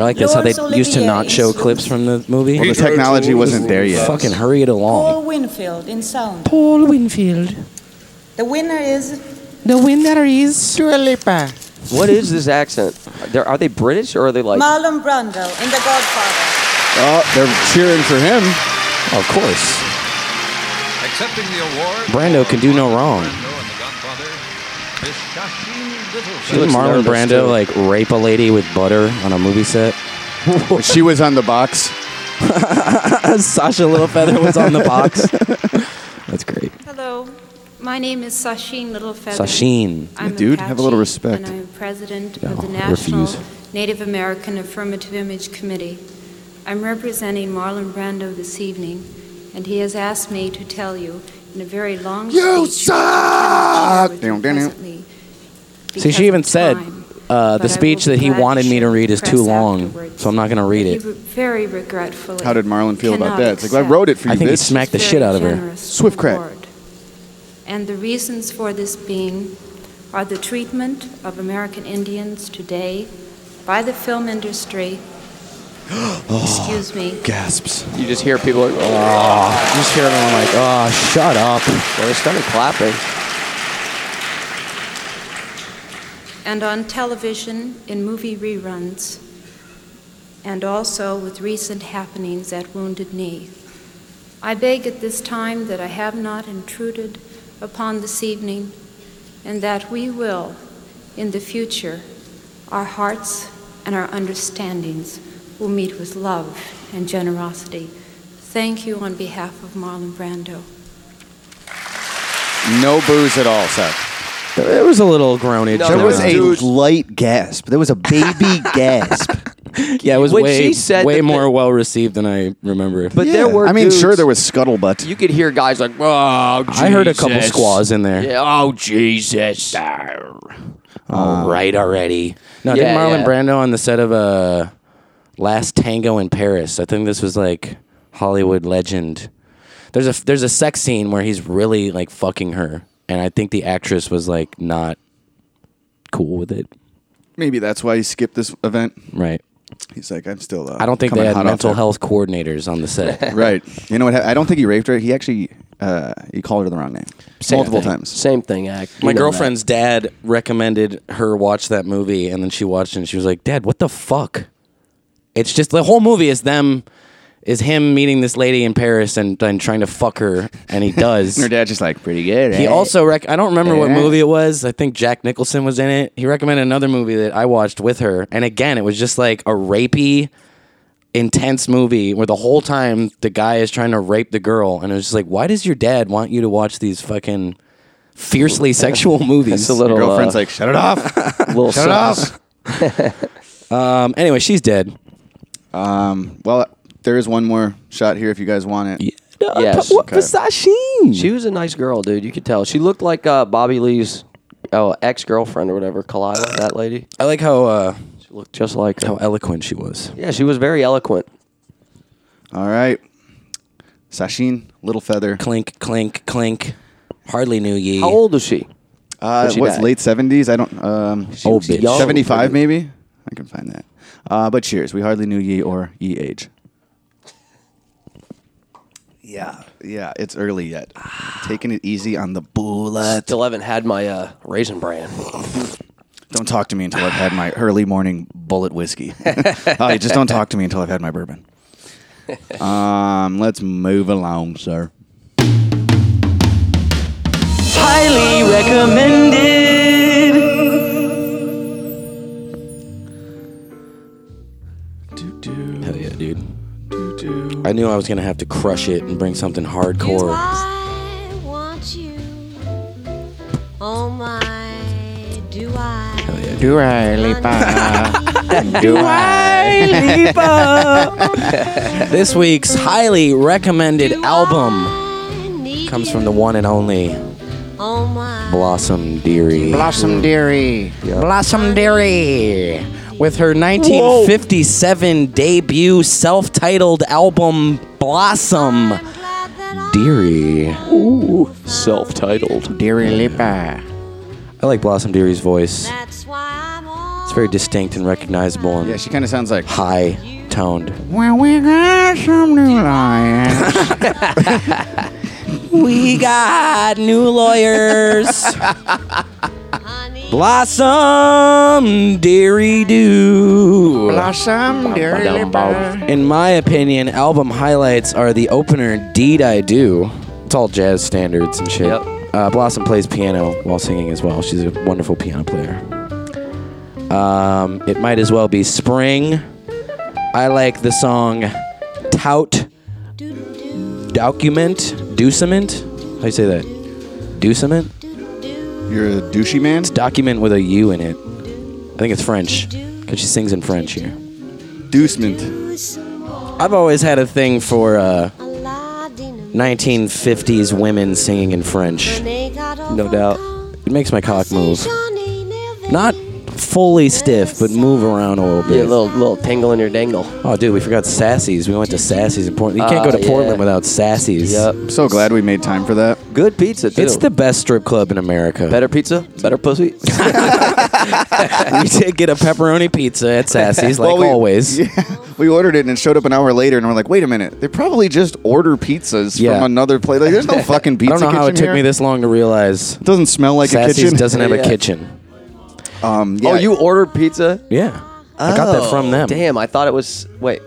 Speaker 3: I like that's how they
Speaker 10: Laurence
Speaker 3: used to
Speaker 10: Olivier
Speaker 3: not
Speaker 10: in
Speaker 3: show
Speaker 10: Sleuth.
Speaker 3: clips from the movie.
Speaker 4: Well, the
Speaker 11: Peter
Speaker 4: technology
Speaker 11: O'Toole
Speaker 4: wasn't
Speaker 11: in
Speaker 4: there yet.
Speaker 11: Clouds.
Speaker 3: fucking hurry it along.
Speaker 10: Paul Winfield in sound.
Speaker 3: Paul Winfield.
Speaker 10: The winner is
Speaker 3: The winner is
Speaker 5: Dua Lipa.
Speaker 6: What is this accent? They're, are they British or are they like?
Speaker 10: Marlon Brando in The Godfather.
Speaker 4: Oh, they're cheering for him.
Speaker 3: "Oh, of course.
Speaker 9: Accepting the award.
Speaker 3: Brando can do no wrong.
Speaker 6: She
Speaker 3: Didn't
Speaker 6: looks
Speaker 3: Marlon
Speaker 6: nervous,
Speaker 3: Brando
Speaker 6: too.
Speaker 3: like rape a lady with butter on a movie set?
Speaker 4: she was on the box.
Speaker 3: Sasha Littlefeather was on the box. That's great.
Speaker 10: Hello, my name is Sasheen Littlefeather.
Speaker 3: Sashin.
Speaker 10: I'm
Speaker 4: Dude, have a little respect.
Speaker 10: And I'm president
Speaker 3: No,
Speaker 10: of the National
Speaker 3: refuse.
Speaker 10: Native American Affirmative Image Committee. I'm representing Marlon Brando this evening, and he has asked me to tell you in a very long
Speaker 4: You
Speaker 10: speech. which I cannot share with you
Speaker 4: Down, down, down.
Speaker 10: presently
Speaker 3: See,
Speaker 10: because
Speaker 3: she even
Speaker 10: of
Speaker 3: said
Speaker 10: time,
Speaker 3: uh, the
Speaker 10: but I
Speaker 3: speech
Speaker 10: will
Speaker 3: that he
Speaker 10: gladly
Speaker 3: wanted me to
Speaker 10: share
Speaker 3: read is
Speaker 10: press
Speaker 3: too long,
Speaker 10: afterwards.
Speaker 3: so I'm not going to read
Speaker 10: He
Speaker 3: it.
Speaker 10: re- very regretfully.
Speaker 4: How did Marlon feel about
Speaker 10: cannot
Speaker 4: that? It's like, I
Speaker 10: accept
Speaker 4: wrote it for you,
Speaker 3: I think he
Speaker 4: bitch.
Speaker 3: smacked the
Speaker 10: very
Speaker 3: shit out of her.
Speaker 10: generous
Speaker 4: Swift crack.
Speaker 10: reward. And the reasons for this being are the treatment of American Indians today by the film industry. Excuse me.
Speaker 4: Gasps.
Speaker 6: You just hear people like, oh,
Speaker 3: You just hear everyone like, oh, shut up.
Speaker 6: they started clapping.
Speaker 10: And on television, in movie reruns, and also with recent happenings at Wounded Knee. I beg at this time that I have not intruded upon this evening, and that we will, in the future, our hearts and our understandings will meet with love and generosity. Thank you on behalf of Marlon Brando.
Speaker 4: No booze at all, Seth.
Speaker 3: There was a little groanage.
Speaker 6: No,
Speaker 4: There
Speaker 6: there
Speaker 3: going
Speaker 4: was a
Speaker 3: on.
Speaker 4: light gasp. There was a baby gasp.
Speaker 3: yeah, it was
Speaker 6: When
Speaker 3: way,
Speaker 6: she said
Speaker 3: way
Speaker 6: that
Speaker 3: more
Speaker 6: the-
Speaker 3: well received than I remember.
Speaker 6: But there were.
Speaker 4: I mean,
Speaker 6: dudes-
Speaker 4: sure, there was scuttlebutt.
Speaker 6: You could hear guys like, oh, Jesus.
Speaker 3: I heard a couple squaws in there.
Speaker 6: Yeah, oh, Jesus.
Speaker 3: All right already. No,
Speaker 6: Yeah,
Speaker 3: did Marlon
Speaker 6: yeah.
Speaker 3: Brando on the set of uh, Last Tango in Paris? I think this was like Hollywood legend. There's a there's a sex scene where he's really like fucking her, and I think the actress was like not cool with it.
Speaker 4: Maybe that's why he skipped this event.
Speaker 3: Right.
Speaker 4: He's like, I'm still. Uh,
Speaker 3: I don't think
Speaker 4: coming
Speaker 3: they had
Speaker 4: hot off
Speaker 3: mental
Speaker 4: that.
Speaker 3: health coordinators on the set.
Speaker 4: Right. You know what? hap- I don't think he raped her. He actually uh, he called her the wrong name
Speaker 3: Same
Speaker 4: multiple
Speaker 3: thing.
Speaker 4: times.
Speaker 6: Same thing, act. You
Speaker 3: My
Speaker 6: know that.
Speaker 3: girlfriend's dad recommended her watch that movie, and then she watched it and she was like, Dad, what the fuck? It's just the whole movie is them is him meeting this lady in Paris and, and trying to fuck her, and he does.
Speaker 4: And her dad's just like, pretty good.
Speaker 3: He
Speaker 4: eh?"
Speaker 3: also rec- I don't remember what
Speaker 4: Yeah.
Speaker 3: movie it was. I think Jack Nicholson was in it. He recommended another movie that I watched with her, and again, it was just like a rapey, intense movie where the whole time the guy is trying to rape the girl, and it was just like, why does your dad want you to watch these fucking fiercely sexual
Speaker 6: That's
Speaker 3: movies?
Speaker 6: a little, Your girlfriend's uh,
Speaker 4: like, shut it off,
Speaker 6: little
Speaker 3: shut it
Speaker 6: sus.
Speaker 3: off. um, anyway, she's dead.
Speaker 4: Um, well, there is one more shot here if you guys want it.
Speaker 6: Yes.
Speaker 4: what was
Speaker 3: that
Speaker 6: She was a nice girl, dude. You could tell. She looked like uh, Bobby Lee's oh, ex girlfriend or whatever, Kalila, that lady.
Speaker 3: I like how uh,
Speaker 6: she looked just like her.
Speaker 3: How eloquent she was.
Speaker 6: Yeah, she was very eloquent.
Speaker 4: All right. Sashin, Little Feather.
Speaker 3: Clink, clink, clink. Hardly knew ye.
Speaker 6: How old is she?
Speaker 4: Uh,
Speaker 3: When she
Speaker 4: what's
Speaker 3: died.
Speaker 4: late seventies? I don't. Um,
Speaker 3: She was Old bitch. young.
Speaker 4: Seventy-five, maybe. I can find that. Uh, but cheers. We hardly knew ye or ye age. Yeah, yeah. It's early yet. Taking it easy on the bullet.
Speaker 6: Still haven't had my uh, raisin bran.
Speaker 4: Don't talk to me until I've had my early morning bullet whiskey. Oh, you just don't talk to me until I've had my bourbon. Um, let's move along, sir.
Speaker 12: Highly recommended.
Speaker 3: Hell yeah, dude. I knew I was gonna have to crush it and bring something hardcore.
Speaker 13: I want you. Oh my, do I?
Speaker 5: Do I, Lipa? Do I,
Speaker 3: this week's highly recommended album comes from the one and only
Speaker 13: Oh my.
Speaker 3: Blossom Dearie.
Speaker 5: Blossom Dearie.
Speaker 3: Blossom Dearie. With her 1957 debut self titled album, Blossom Dearie. Ooh. Self titled.
Speaker 5: Dearie Lipa.
Speaker 3: I like Blossom Dearie's voice. It's very distinct and recognizable. And yeah,
Speaker 4: she kind of sounds like
Speaker 3: high toned.
Speaker 5: Well, we got some new lions.
Speaker 3: We got new lawyers. Blossom Deary Doo.
Speaker 5: Blossom Dearie Lipa.
Speaker 3: In my opinion, album highlights are the opener Deed I Do. It's all jazz standards and shit. Uh, Blossom plays piano while singing as well. She's a wonderful piano player. Um, it might as well be spring. I like the song Tout Document Duciment. How do you say that? Duciment?
Speaker 4: You're a douchey man? It's
Speaker 3: document with a U in it. I think it's French. Because she sings in French here.
Speaker 4: Ducement.
Speaker 3: I've always had a thing for uh, 1950s women singing in French. No doubt. It makes my cock move. Not fully stiff, but move around a little bit.
Speaker 6: Yeah, a little, little tingle in your dangle.
Speaker 3: Oh, dude, we forgot Sassy's. We went to Sassy's in Portland. You can't
Speaker 6: Ah,
Speaker 3: go to
Speaker 6: yeah.
Speaker 3: Portland without Sassy's.
Speaker 6: Yep.
Speaker 4: I'm so glad we made time for that.
Speaker 6: Good pizza, too.
Speaker 3: It's the best strip club in America.
Speaker 6: Better pizza, better pussy.
Speaker 3: you did get a pepperoni pizza at Sassy's, like
Speaker 4: Well, we-
Speaker 3: always.
Speaker 4: We ordered it and it showed up an hour later, and we're like, wait a minute. They probably just order pizzas
Speaker 3: Yeah.
Speaker 4: from another place. Like, there's no fucking pizza
Speaker 3: I don't know how it
Speaker 4: kitchen
Speaker 3: took
Speaker 4: here.
Speaker 3: me this long to realize. It
Speaker 4: doesn't smell like a
Speaker 3: Sassy's
Speaker 4: kitchen.
Speaker 3: doesn't have
Speaker 4: Yeah.
Speaker 3: a kitchen.
Speaker 4: Um,
Speaker 6: Oh, you ordered pizza? Oh,
Speaker 3: Yeah. I got that
Speaker 4: Oh,
Speaker 3: from them.
Speaker 6: Damn, I thought it was. Wait.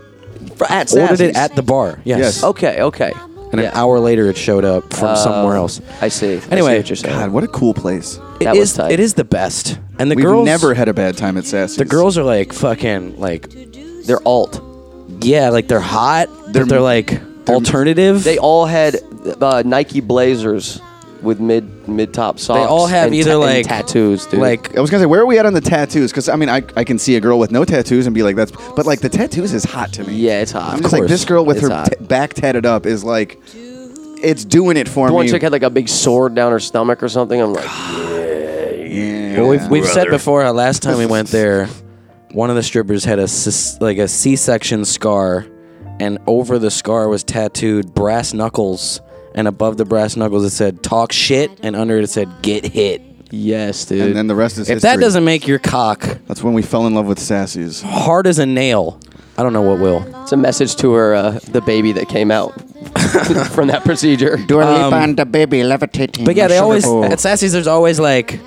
Speaker 6: fr- At
Speaker 3: Ordered it
Speaker 6: Sassy's?
Speaker 3: at the bar. Yes.
Speaker 6: Okay, okay. Uh,
Speaker 3: And an hour later, it showed up from somewhere else.
Speaker 6: I see.
Speaker 3: Anyway,
Speaker 6: I see what you're saying.
Speaker 4: God, what a cool place.
Speaker 3: It is. It is the best. And the
Speaker 4: We've
Speaker 3: girls
Speaker 4: never had a bad time at Sassy's.
Speaker 3: The girls are like fucking like
Speaker 6: they're alt.
Speaker 3: Yeah, like they're hot. They're they're like alternative.
Speaker 6: They all had uh, Nike Blazers with mid mid top socks.
Speaker 3: They all have
Speaker 6: and
Speaker 3: either
Speaker 6: ta- and
Speaker 3: like Oh,
Speaker 6: tattoos, dude.
Speaker 4: I was gonna say, where are we at on the tattoos? Because I mean, I, I can see a girl with no tattoos and be like, that's. But like the tattoos is hot to me.
Speaker 6: Yeah, it's hot.
Speaker 4: I'm
Speaker 6: Of
Speaker 4: just like
Speaker 6: course.
Speaker 4: this girl with
Speaker 6: It's
Speaker 4: her
Speaker 6: hot.
Speaker 4: t- back tatted up is like, it's doing it for
Speaker 6: the one
Speaker 4: me.
Speaker 6: chick had like a big sword down her stomach or something. I'm like, yeah, yeah.
Speaker 3: Well, we've we've said before how last time we went there, one of the strippers had a sis- like a C-section scar, and over the scar was tattooed brass knuckles, and above the brass knuckles it said "talk shit," and under it said "get hit."
Speaker 6: Yes, dude.
Speaker 4: and then the rest is
Speaker 3: If
Speaker 4: history.
Speaker 3: that doesn't make your cock
Speaker 4: That's when we fell in love with Sassy's.
Speaker 3: hard as a nail, I don't know what will.
Speaker 6: It's a message to her, uh, the baby that came out from that procedure.
Speaker 5: Dua Lipa and the baby levitating.
Speaker 3: But yeah, they
Speaker 5: Sugar
Speaker 3: always
Speaker 4: Oh.
Speaker 5: bowl.
Speaker 3: at Sassy's. There's always like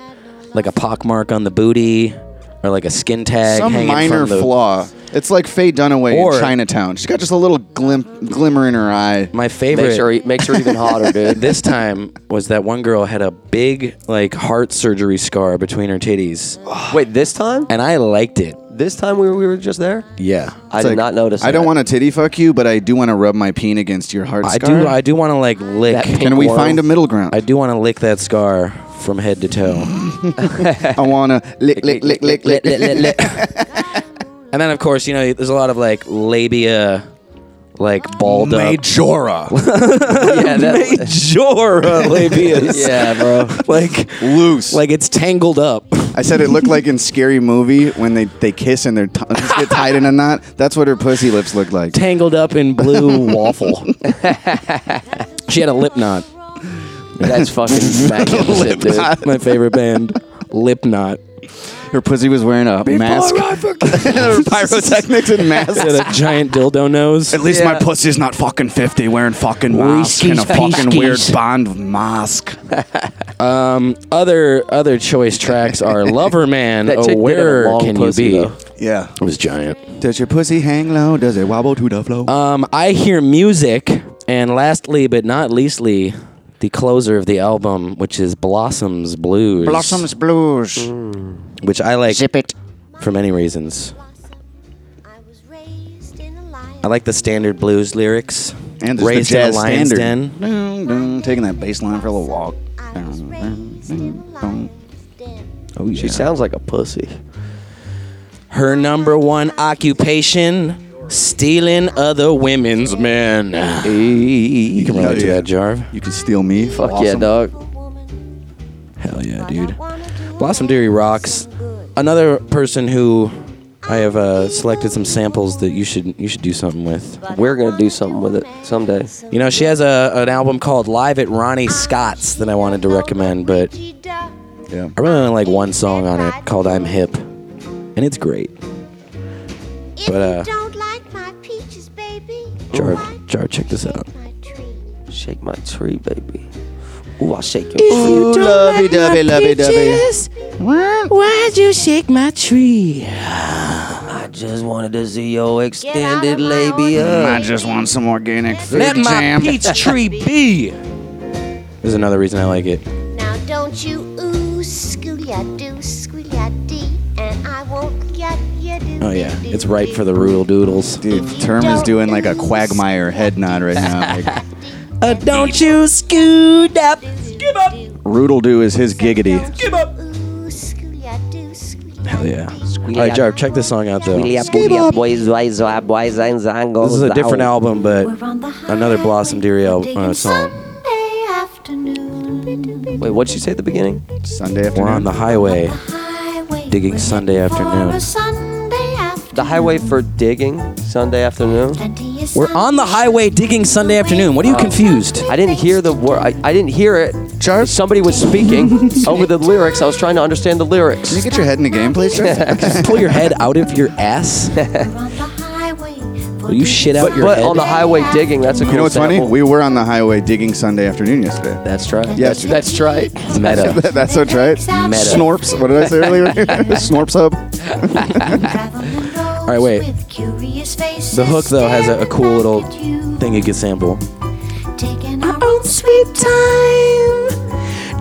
Speaker 3: like a pock mark on the booty or like a skin tag.
Speaker 4: Some
Speaker 3: hanging
Speaker 4: minor
Speaker 3: from the,
Speaker 4: flaw. It's like Faye Dunaway
Speaker 6: Or-
Speaker 4: in Chinatown. She's got just a little glim- glimmer in her eye.
Speaker 3: My favorite
Speaker 6: makes her even hotter, dude.
Speaker 3: This time was that one girl had a big like heart surgery scar between her titties.
Speaker 6: Wait, this time?
Speaker 3: And I liked it.
Speaker 6: This time we were, we were just there.
Speaker 3: Yeah,
Speaker 6: I did not notice
Speaker 4: I don't
Speaker 6: that.
Speaker 4: want to titty fuck you, but I do want to rub my peen against your heart
Speaker 3: I
Speaker 4: scar.
Speaker 3: do. I do want to like lick.
Speaker 4: That pink Can we worm. find a middle ground?
Speaker 3: I do want to lick that scar from head to toe.
Speaker 4: I wanna lick, lick, lick, lick, lick, lick, lick, lick.
Speaker 3: And then of course you know there's a lot of like labia, like balled
Speaker 4: Majora.
Speaker 3: up. yeah, that, Majora labias.
Speaker 6: yeah, bro.
Speaker 3: Like
Speaker 4: loose.
Speaker 3: Like it's tangled up.
Speaker 4: I said it looked like in scary movie when they, they kiss and their tongues get tied in a knot. That's what her pussy lips look like.
Speaker 3: Tangled up in blue waffle. she had a lip knot.
Speaker 6: That's fucking magnificent, dude.
Speaker 3: My favorite band, Lip Knot.
Speaker 4: Her pussy was wearing a mask. Pyrotechnics and masks.
Speaker 3: She had a giant dildo nose.
Speaker 4: At least my pussy's not fucking 50 wearing fucking mask and a
Speaker 3: Whiskies,
Speaker 4: fucking weird
Speaker 3: piskies.
Speaker 4: bond mask.
Speaker 3: Um, other other choice tracks are Lover Man.
Speaker 4: That chick
Speaker 3: oh,
Speaker 4: did have a
Speaker 3: where
Speaker 4: long
Speaker 3: can
Speaker 4: pussy,
Speaker 3: you be?
Speaker 4: though. Yeah.
Speaker 3: it was giant.
Speaker 4: Does your pussy hang low? Does it wobble to the flow?
Speaker 3: Um, I hear music, and lastly but not leastly, the closer of the album, which is Blossoms Blues.
Speaker 5: Blossoms Blues.
Speaker 3: which I like. Zip it for many reasons. I like the standard blues lyrics.
Speaker 4: And there's
Speaker 3: raised
Speaker 4: the jazz
Speaker 3: in a lion's
Speaker 4: standard.
Speaker 3: den.
Speaker 4: Dun, dun, Taking that bass line for a little walk.
Speaker 6: Oh, She sounds like a pussy.
Speaker 3: Her number one occupation: stealing other women's men. You can relate to that, Jarve.
Speaker 4: You can steal me.
Speaker 6: Fuck yeah, dog.
Speaker 3: Hell yeah, dude. Blossom Deary rocks. Another person who I have uh, selected some samples that you should you should do something with.
Speaker 6: We're gonna do something with it someday.
Speaker 3: You know, she has a an album called Live at Ronnie Scott's that I wanted to recommend, but I really only like one song on it called "I'm Hip," and it's great. But uh, Jar, Jar, check this out.
Speaker 6: Shake my tree, baby. Ooh, I shake your
Speaker 3: If you
Speaker 6: tree.
Speaker 3: don't
Speaker 4: lovey dovey, lovey dovey.
Speaker 3: Why'd you shake my tree?
Speaker 6: I just wanted to see your extended labia.
Speaker 4: I just want some organic food
Speaker 6: Let my
Speaker 4: jam.
Speaker 6: peach
Speaker 3: tree be. There's another reason I like it.
Speaker 13: Now don't you ooh, schoolia do, schoolia dee, and I won't get you do.
Speaker 3: Oh yeah, it's right for the rural doodles.
Speaker 4: Dude, Term is doing like a quagmire head nod right now. Like,
Speaker 3: Uh, don't you scoot up. Give up.
Speaker 4: Roodle do is his giggity.
Speaker 3: Give up. Hell yeah. All right, Jarve, check this song out though. This
Speaker 6: This
Speaker 3: is a different album, but another Blossom Deary al- uh, song.
Speaker 6: Wait, what'd you say at the beginning?
Speaker 4: Sunday
Speaker 3: We're on the highway, digging Sunday
Speaker 13: For
Speaker 3: afternoon.
Speaker 13: a Sunday afternoon.
Speaker 6: The highway for digging Sunday afternoon.
Speaker 3: We're on the highway digging Sunday afternoon. What are you confused?
Speaker 6: I didn't hear the word. I, I didn't hear it. Somebody was speaking over the lyrics. I was trying to understand the lyrics. Can
Speaker 4: you get your head in the game, please?
Speaker 3: Pull your head out of your ass. Will you shit out
Speaker 6: But-
Speaker 3: your
Speaker 6: but
Speaker 3: head?
Speaker 6: on the highway digging, that's a cool
Speaker 4: You know what's funny?
Speaker 6: sample.
Speaker 4: We were on the highway digging Sunday afternoon yesterday.
Speaker 6: That's right.
Speaker 4: Yes.
Speaker 6: That's right.
Speaker 3: Meta.
Speaker 4: That's so right.
Speaker 3: Meta.
Speaker 4: Snorps. What did I say earlier? Snorps hub.
Speaker 3: All right, wait. The hook though has a, a cool little thing you could sample.
Speaker 13: Taking our own sweet time.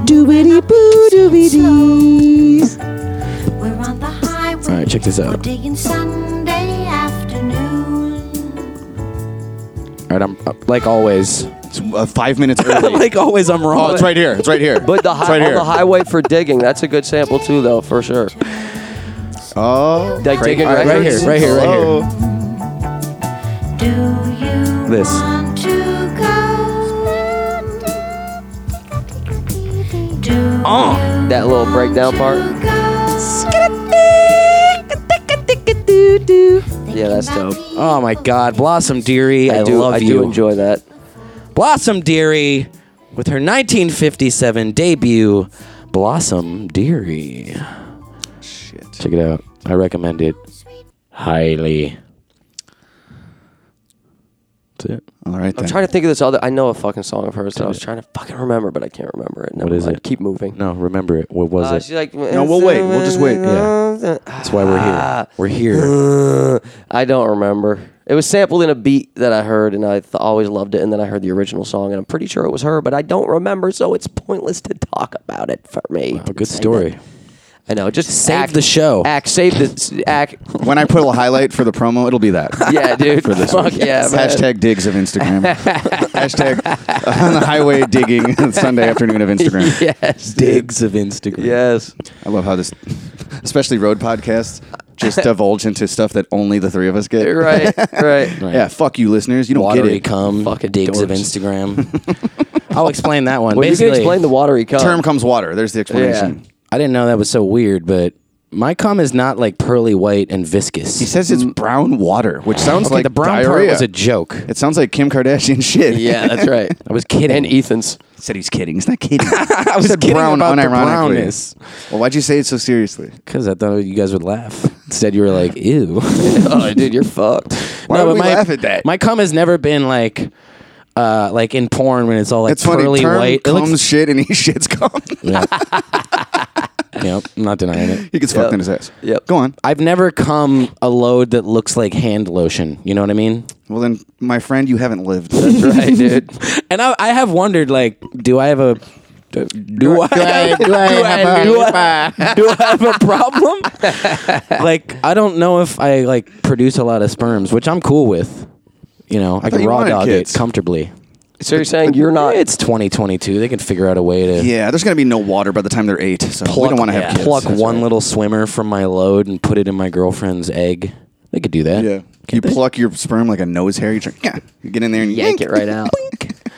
Speaker 3: Doobity boo doobity dee.
Speaker 13: We're on the highway.
Speaker 3: All right, check this out.
Speaker 13: We're digging Sunday afternoon.
Speaker 3: All right, I'm uh, like always.
Speaker 4: It's uh, five minutes early.
Speaker 3: like always, I'm wrong.
Speaker 4: Oh, it's right here. It's right here.
Speaker 6: But the,
Speaker 4: It's
Speaker 6: hi-
Speaker 4: right
Speaker 6: on
Speaker 4: here.
Speaker 6: the highway for digging, that's a good sample too, though, for sure.
Speaker 4: Oh,
Speaker 6: Like digging
Speaker 3: All right, right
Speaker 6: records?
Speaker 3: here, right here, right here. This.
Speaker 13: Want to go?
Speaker 3: Uh.
Speaker 6: Oh. That little breakdown part. Yeah, that's dope.
Speaker 3: Oh my God, Blossom Deary, I,
Speaker 6: I do.
Speaker 3: love
Speaker 6: I
Speaker 3: you.
Speaker 6: do enjoy that.
Speaker 3: Blossom Deary with her 1957 debut, Blossom Deary. Shit. Check it out. I recommend it highly. That's it.
Speaker 4: All right.
Speaker 6: I'm
Speaker 4: then.
Speaker 6: trying to think of this other. I know a fucking song of hers that I was trying to fucking remember, but I can't remember it.
Speaker 3: What is it?
Speaker 6: Keep moving.
Speaker 3: No, remember it. What was
Speaker 6: Uh,
Speaker 3: it?
Speaker 6: she's like,
Speaker 3: no, we'll wait. We'll just wait.
Speaker 6: Yeah.
Speaker 3: That's why we're
Speaker 4: Ah.
Speaker 3: here. We're here.
Speaker 6: Uh, I don't remember. It was sampled in a beat that I heard, and I th- always loved it. And then I heard the original song, and I'm pretty sure it was her, but I don't remember, so it's pointless to talk about it for me.
Speaker 3: good story.
Speaker 6: I know. Just
Speaker 3: Save
Speaker 6: act-
Speaker 3: the show.
Speaker 6: Act. Save the act.
Speaker 4: When I put a highlight for the promo, it'll be that.
Speaker 6: Yeah, dude.
Speaker 4: For this
Speaker 6: Fuck
Speaker 4: one.
Speaker 6: yeah, man.
Speaker 4: Hashtag digs of Instagram. Hashtag uh, on the highway digging Sunday afternoon of Instagram.
Speaker 6: Yes.
Speaker 4: Digs of Instagram.
Speaker 6: Yes.
Speaker 4: I love how this, especially road podcasts, just divulge into stuff that only the three of us get.
Speaker 6: Right, right.
Speaker 4: Yeah, fuck you, listeners. You don't get
Speaker 3: Watery
Speaker 4: it.
Speaker 3: cum, fuck digs of Instagram. I'll explain that one.
Speaker 4: Well, you can
Speaker 3: Basically-
Speaker 4: explain the
Speaker 6: watery cum.
Speaker 4: Term comes water. There's the explanation.
Speaker 3: I didn't know that was so weird, but my cum is not like pearly white and viscous. He
Speaker 4: says it's brown water, which sounds like
Speaker 3: the brown part
Speaker 4: diarrhea.
Speaker 3: was a joke.
Speaker 4: It sounds like Kim Kardashian shit.
Speaker 6: Yeah, that's right.
Speaker 3: I was kidding.
Speaker 6: And Ethan's
Speaker 4: said he's kidding. He's not kidding.
Speaker 3: I was
Speaker 4: said
Speaker 3: kidding
Speaker 4: brown
Speaker 3: about the
Speaker 4: unironically.
Speaker 3: brownness.
Speaker 4: Well, why'd you say it so seriously?
Speaker 3: Because I thought you guys would laugh. Instead, you were like, "Ew,
Speaker 6: oh, dude, you're fucked."
Speaker 4: Why would we laugh at
Speaker 3: that? My cum has never been like, uh, like in porn when it's all like
Speaker 4: it's funny.
Speaker 3: pearly
Speaker 4: Term
Speaker 3: white. It
Speaker 4: comes
Speaker 3: looks-
Speaker 4: shit and he shits cum.
Speaker 3: Yeah. yep, I'm not denying it.
Speaker 4: He gets fucked Yep. in his ass.
Speaker 6: Yep.
Speaker 4: Go on.
Speaker 3: I've never come a load that looks like hand lotion. You know what I mean?
Speaker 4: Well, then, my friend, you haven't lived.
Speaker 6: That's right, dude.
Speaker 3: and I, I have wondered, like, do I have a do, do I,
Speaker 4: I- do I have a-
Speaker 3: do I- do I have a problem? like, I don't know if I like produce a lot of sperms, which I'm cool with. You know, I,
Speaker 6: thought
Speaker 3: can
Speaker 6: you
Speaker 3: raw
Speaker 6: wanted
Speaker 3: dog
Speaker 6: kids.
Speaker 3: it comfortably.
Speaker 6: So you're saying you're not?
Speaker 3: It's 2022. They can figure out a way to
Speaker 4: Yeah, there's gonna be no water by the time they're eight, so we don't want to have kids.
Speaker 3: pluck
Speaker 4: That's
Speaker 3: one
Speaker 4: right.
Speaker 3: little swimmer from my load and put it in my girlfriend's egg. They could do that.
Speaker 4: Yeah, you pluck your sperm like a nose hair. You, try, yeah, you get in there and
Speaker 6: yank it right out.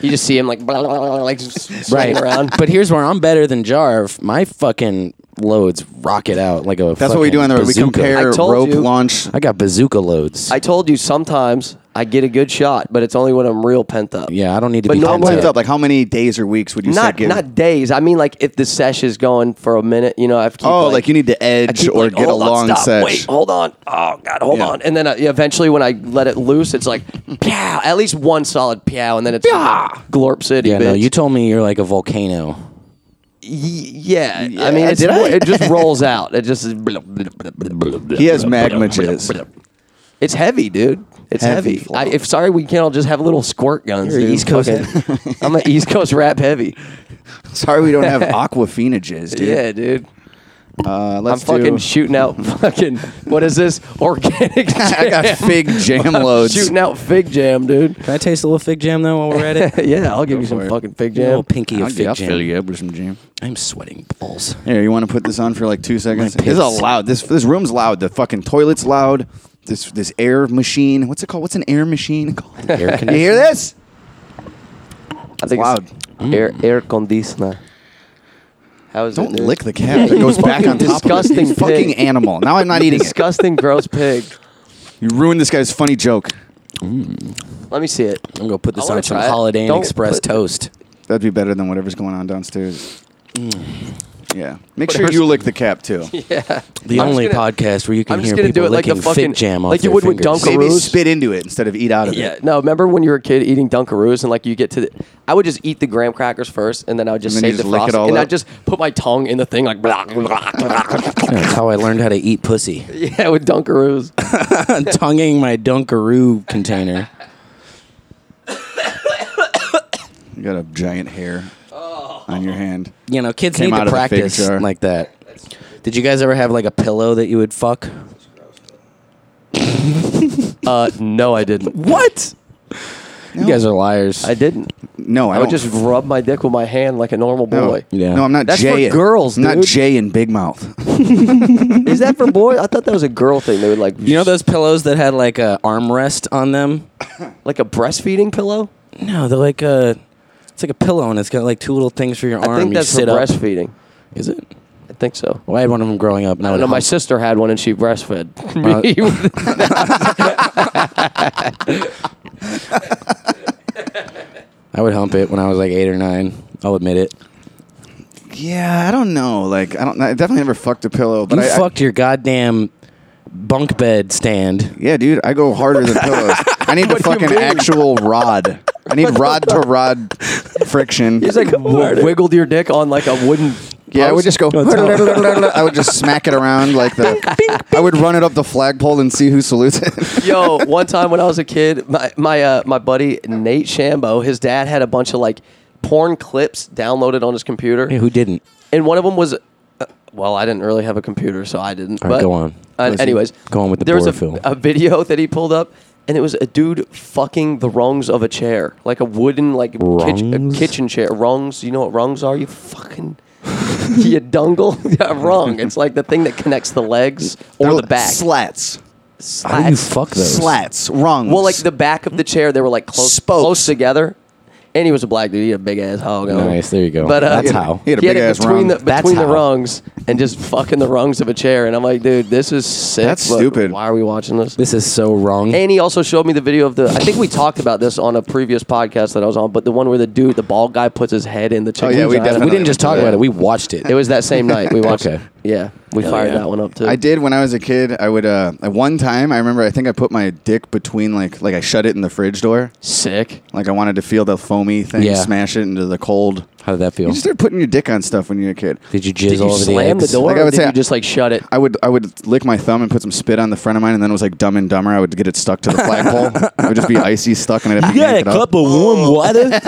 Speaker 6: You just see him like blah, blah, blah, like just swinging
Speaker 3: right
Speaker 6: around.
Speaker 3: But here's where I'm better than Jarv. My fucking loads rocket out like a.
Speaker 4: That's what we do on the road.
Speaker 3: fucking
Speaker 4: We
Speaker 3: bazooka.
Speaker 4: compare I told rope you. launch.
Speaker 3: I got bazooka loads.
Speaker 6: I told you sometimes I get a good shot, but it's only when I'm real pent up.
Speaker 3: Yeah, I don't need to
Speaker 6: But
Speaker 3: be
Speaker 6: no
Speaker 3: pumped
Speaker 6: one-
Speaker 3: up.
Speaker 4: Like how many days or weeks would you
Speaker 6: Not
Speaker 4: say? give-
Speaker 6: not days. I mean, like if the sesh is going for a minute, you know, I've keep
Speaker 4: oh, like, you need to
Speaker 6: I
Speaker 4: edge
Speaker 6: keep
Speaker 4: or
Speaker 6: like,
Speaker 4: get a
Speaker 6: hold on,
Speaker 4: long
Speaker 6: stop,
Speaker 4: sesh.
Speaker 6: Wait, hold on. Oh God, hold
Speaker 4: Yeah.
Speaker 6: on. And then uh, eventually, when I let it loose, it's like pow. At least one solid pow, and then it's glorp city.
Speaker 3: Yeah,
Speaker 6: bitch.
Speaker 3: no, you told me you're like a volcano.
Speaker 6: yeah, I mean, it's,
Speaker 3: did I?
Speaker 6: it just rolls out. It just is blah, blah, blah, blah, blah,
Speaker 4: He has
Speaker 6: blah,
Speaker 4: magma
Speaker 6: blah, blah,
Speaker 4: jizz.
Speaker 6: blah. It's heavy, dude. It's
Speaker 4: Heavy
Speaker 6: heavy. I, if sorry, we can't all just have little squirt guns.
Speaker 4: You're
Speaker 6: dude.
Speaker 4: East Coast.
Speaker 6: Fucking- I'm an East Coast rap heavy.
Speaker 4: Sorry, we don't have Aquafina jizz, dude.
Speaker 6: Yeah, dude.
Speaker 4: Uh,
Speaker 6: I'm
Speaker 4: let's
Speaker 6: fucking
Speaker 4: do-
Speaker 6: shooting out fucking what is this organic? Jam.
Speaker 4: I got fig jam
Speaker 6: I'm
Speaker 4: loads.
Speaker 6: Shooting out fig jam, dude.
Speaker 3: Can I taste a little fig jam though while we're at it?
Speaker 6: yeah, I'll give you some
Speaker 4: for it.
Speaker 6: fucking fig
Speaker 3: A
Speaker 6: jam.
Speaker 3: little pinky of fig
Speaker 4: I'll
Speaker 3: jam.
Speaker 4: fill you up with some jam.
Speaker 3: I'm sweating balls.
Speaker 4: Here, you want to put this on for like two seconds?
Speaker 3: My
Speaker 4: This is
Speaker 3: piss.
Speaker 4: loud. This this room's loud. The fucking toilet's loud. This this air machine. What's it called? What's an air machine called?
Speaker 3: Air
Speaker 4: you hear this?
Speaker 6: I think
Speaker 4: loud. Mm.
Speaker 6: It's air air conditioner. How is
Speaker 4: Don't
Speaker 6: it, dude?
Speaker 4: lick the cap. It goes back on top.
Speaker 6: Disgusting
Speaker 4: of it. You fucking
Speaker 6: pig.
Speaker 4: animal. Now I'm not eating it.
Speaker 6: Disgusting, gross pig.
Speaker 4: You ruined this guy's funny joke.
Speaker 6: Let me see it.
Speaker 3: I'm gonna put this
Speaker 6: I wanna
Speaker 3: on some
Speaker 6: try it.
Speaker 3: Holiday Inn
Speaker 6: Don't
Speaker 3: Express
Speaker 6: put-
Speaker 3: toast.
Speaker 4: That'd be better than whatever's going on downstairs. Mm. Yeah. Make sure
Speaker 6: Whatever's-
Speaker 4: you lick the cap too.
Speaker 6: Yeah.
Speaker 3: The
Speaker 6: I'm just
Speaker 3: only
Speaker 6: gonna-
Speaker 3: podcast where you can
Speaker 6: I'm just
Speaker 3: hear
Speaker 6: gonna
Speaker 3: people
Speaker 6: do it like the
Speaker 3: licking
Speaker 6: fucking-
Speaker 3: fig jam off
Speaker 6: like you
Speaker 3: their
Speaker 6: would with
Speaker 3: fingers.
Speaker 6: Dunkaroos.
Speaker 4: Maybe spit into it instead of eat out of
Speaker 6: Yeah,
Speaker 4: it.
Speaker 6: no. Remember when you were a kid eating Dunkaroos and like you get to the, I would just eat the graham crackers first, and then I would just
Speaker 4: And then
Speaker 6: save the
Speaker 4: you just lick it
Speaker 6: frosting,
Speaker 4: all
Speaker 6: and
Speaker 4: up?
Speaker 6: I just put my tongue in the thing like blah blah blah.
Speaker 3: That's how I learned how to eat pussy.
Speaker 6: yeah, with Dunkaroos.
Speaker 3: Tonguing my Dunkaroo container.
Speaker 4: You got a giant hair on your hand.
Speaker 3: You know, kids
Speaker 4: Came
Speaker 3: need
Speaker 4: out
Speaker 3: to
Speaker 4: of the fig
Speaker 3: practice
Speaker 4: jar.
Speaker 3: like that. Did you guys ever have like a pillow that you would fuck?
Speaker 6: uh, no, I didn't.
Speaker 3: What? You guys are liars.
Speaker 6: I didn't.
Speaker 4: No, I,
Speaker 6: I would
Speaker 4: don't.
Speaker 6: just rub my dick with my hand like a normal
Speaker 4: no.
Speaker 6: boy.
Speaker 3: Yeah.
Speaker 4: No, I'm not
Speaker 6: That's for
Speaker 4: Jay.
Speaker 6: girls,
Speaker 4: I'm not
Speaker 6: dude.
Speaker 4: Jay and Big Mouth.
Speaker 6: Is that for boys? I thought that was a girl thing. They would like
Speaker 3: You know those pillows that had like a armrest on them?
Speaker 6: like a breastfeeding pillow.
Speaker 3: No, they're like a. It's like a pillow and it's got like two little things for your
Speaker 6: I
Speaker 3: arm.
Speaker 6: think
Speaker 3: You
Speaker 6: that's for
Speaker 3: sit up.
Speaker 6: breastfeeding.
Speaker 3: Is it?
Speaker 6: I think so.
Speaker 3: Well, I had one of them growing up. And I
Speaker 6: I
Speaker 3: would
Speaker 6: know Uh, my
Speaker 3: hump-
Speaker 6: sister had one and she breastfed
Speaker 3: Well-
Speaker 6: me.
Speaker 3: I would hump it when I was like eight or nine. I'll admit it.
Speaker 4: Yeah, I don't know. Like, I don't. I definitely never fucked a pillow, but
Speaker 3: you
Speaker 4: I, I-
Speaker 3: fucked your goddamn bunk bed stand.
Speaker 4: yeah, dude, I go harder than pillows. I I need the
Speaker 6: What do you
Speaker 4: fucking
Speaker 6: mean?
Speaker 4: actual rod. I need rod to rod friction.
Speaker 6: He's like w- wiggled your dick on like a wooden.
Speaker 4: Yeah, I would
Speaker 6: post.
Speaker 4: just go. I would just smack it around like the. I would run it up the flagpole and see who salutes it.
Speaker 6: Yo, one time when I was a kid, my my uh, my buddy Nate Shambo, his dad had a bunch of like porn clips downloaded on his computer.
Speaker 3: Yeah, who didn't?
Speaker 6: And one of them was, uh, well, I didn't really have a computer, so I didn't.
Speaker 3: All right,
Speaker 6: but
Speaker 3: go on.
Speaker 6: uh,
Speaker 3: Listen,
Speaker 6: anyways,
Speaker 3: go on with the
Speaker 6: there was a,
Speaker 3: Bora film.
Speaker 6: a video that he pulled up, and it was a dude fucking the rungs of a chair, like a wooden like kitchen,
Speaker 3: Rungs?
Speaker 6: a kitchen chair. Rungs, you know what rungs are? You fucking. you dungle, yeah, rung. It's like the thing that connects the legs or the back.
Speaker 4: Slats.
Speaker 6: Slats.
Speaker 3: How do you fuck those?
Speaker 4: Slats, rungs.
Speaker 6: Well, like the back of the chair, they were like close, close together. And he was a black dude. He had a big ass hog. on him.
Speaker 3: Nice, there you go.
Speaker 6: But uh,
Speaker 3: That's how.
Speaker 6: he had,
Speaker 3: He had a
Speaker 6: it
Speaker 3: big-ass
Speaker 6: between
Speaker 3: rung.
Speaker 6: the
Speaker 3: That's
Speaker 6: between the
Speaker 3: how.
Speaker 6: rungs and just fucking the rungs of a chair. And I'm like, dude, this is sick.
Speaker 3: That's
Speaker 6: but
Speaker 3: stupid.
Speaker 6: Why are we watching this?
Speaker 3: This is so wrong.
Speaker 6: And he also showed me the video of the. I think we talked about this on a previous podcast that I was on, but the one where the dude, the bald guy, puts his head in the chicken.
Speaker 3: Oh, we didn't just talk about it. We watched it.
Speaker 6: It was that same night. We watched
Speaker 3: Okay.
Speaker 6: it. Yeah, we
Speaker 3: Hell
Speaker 6: fired
Speaker 3: yeah.
Speaker 6: that one up too.
Speaker 4: I did when I was a kid. I would uh, at one time. I remember. I think I put my dick between like like I shut it in the fridge door.
Speaker 6: Sick.
Speaker 4: Like I wanted to feel the foamy thing.
Speaker 3: Yeah.
Speaker 4: Smash it into the cold.
Speaker 3: How did that feel?
Speaker 4: You just started putting your dick on stuff when you were a kid.
Speaker 3: Did you jizz
Speaker 6: Did you
Speaker 3: all over the
Speaker 6: slam the
Speaker 3: eggs?
Speaker 6: door or did you just like shut it?
Speaker 4: I would I would lick my thumb and put some spit on the front of mine, and then it was like Dumb and Dumber. I would get it stuck to the flagpole. it would just be icy stuck, and I'd have to yank it up.
Speaker 3: of warm water?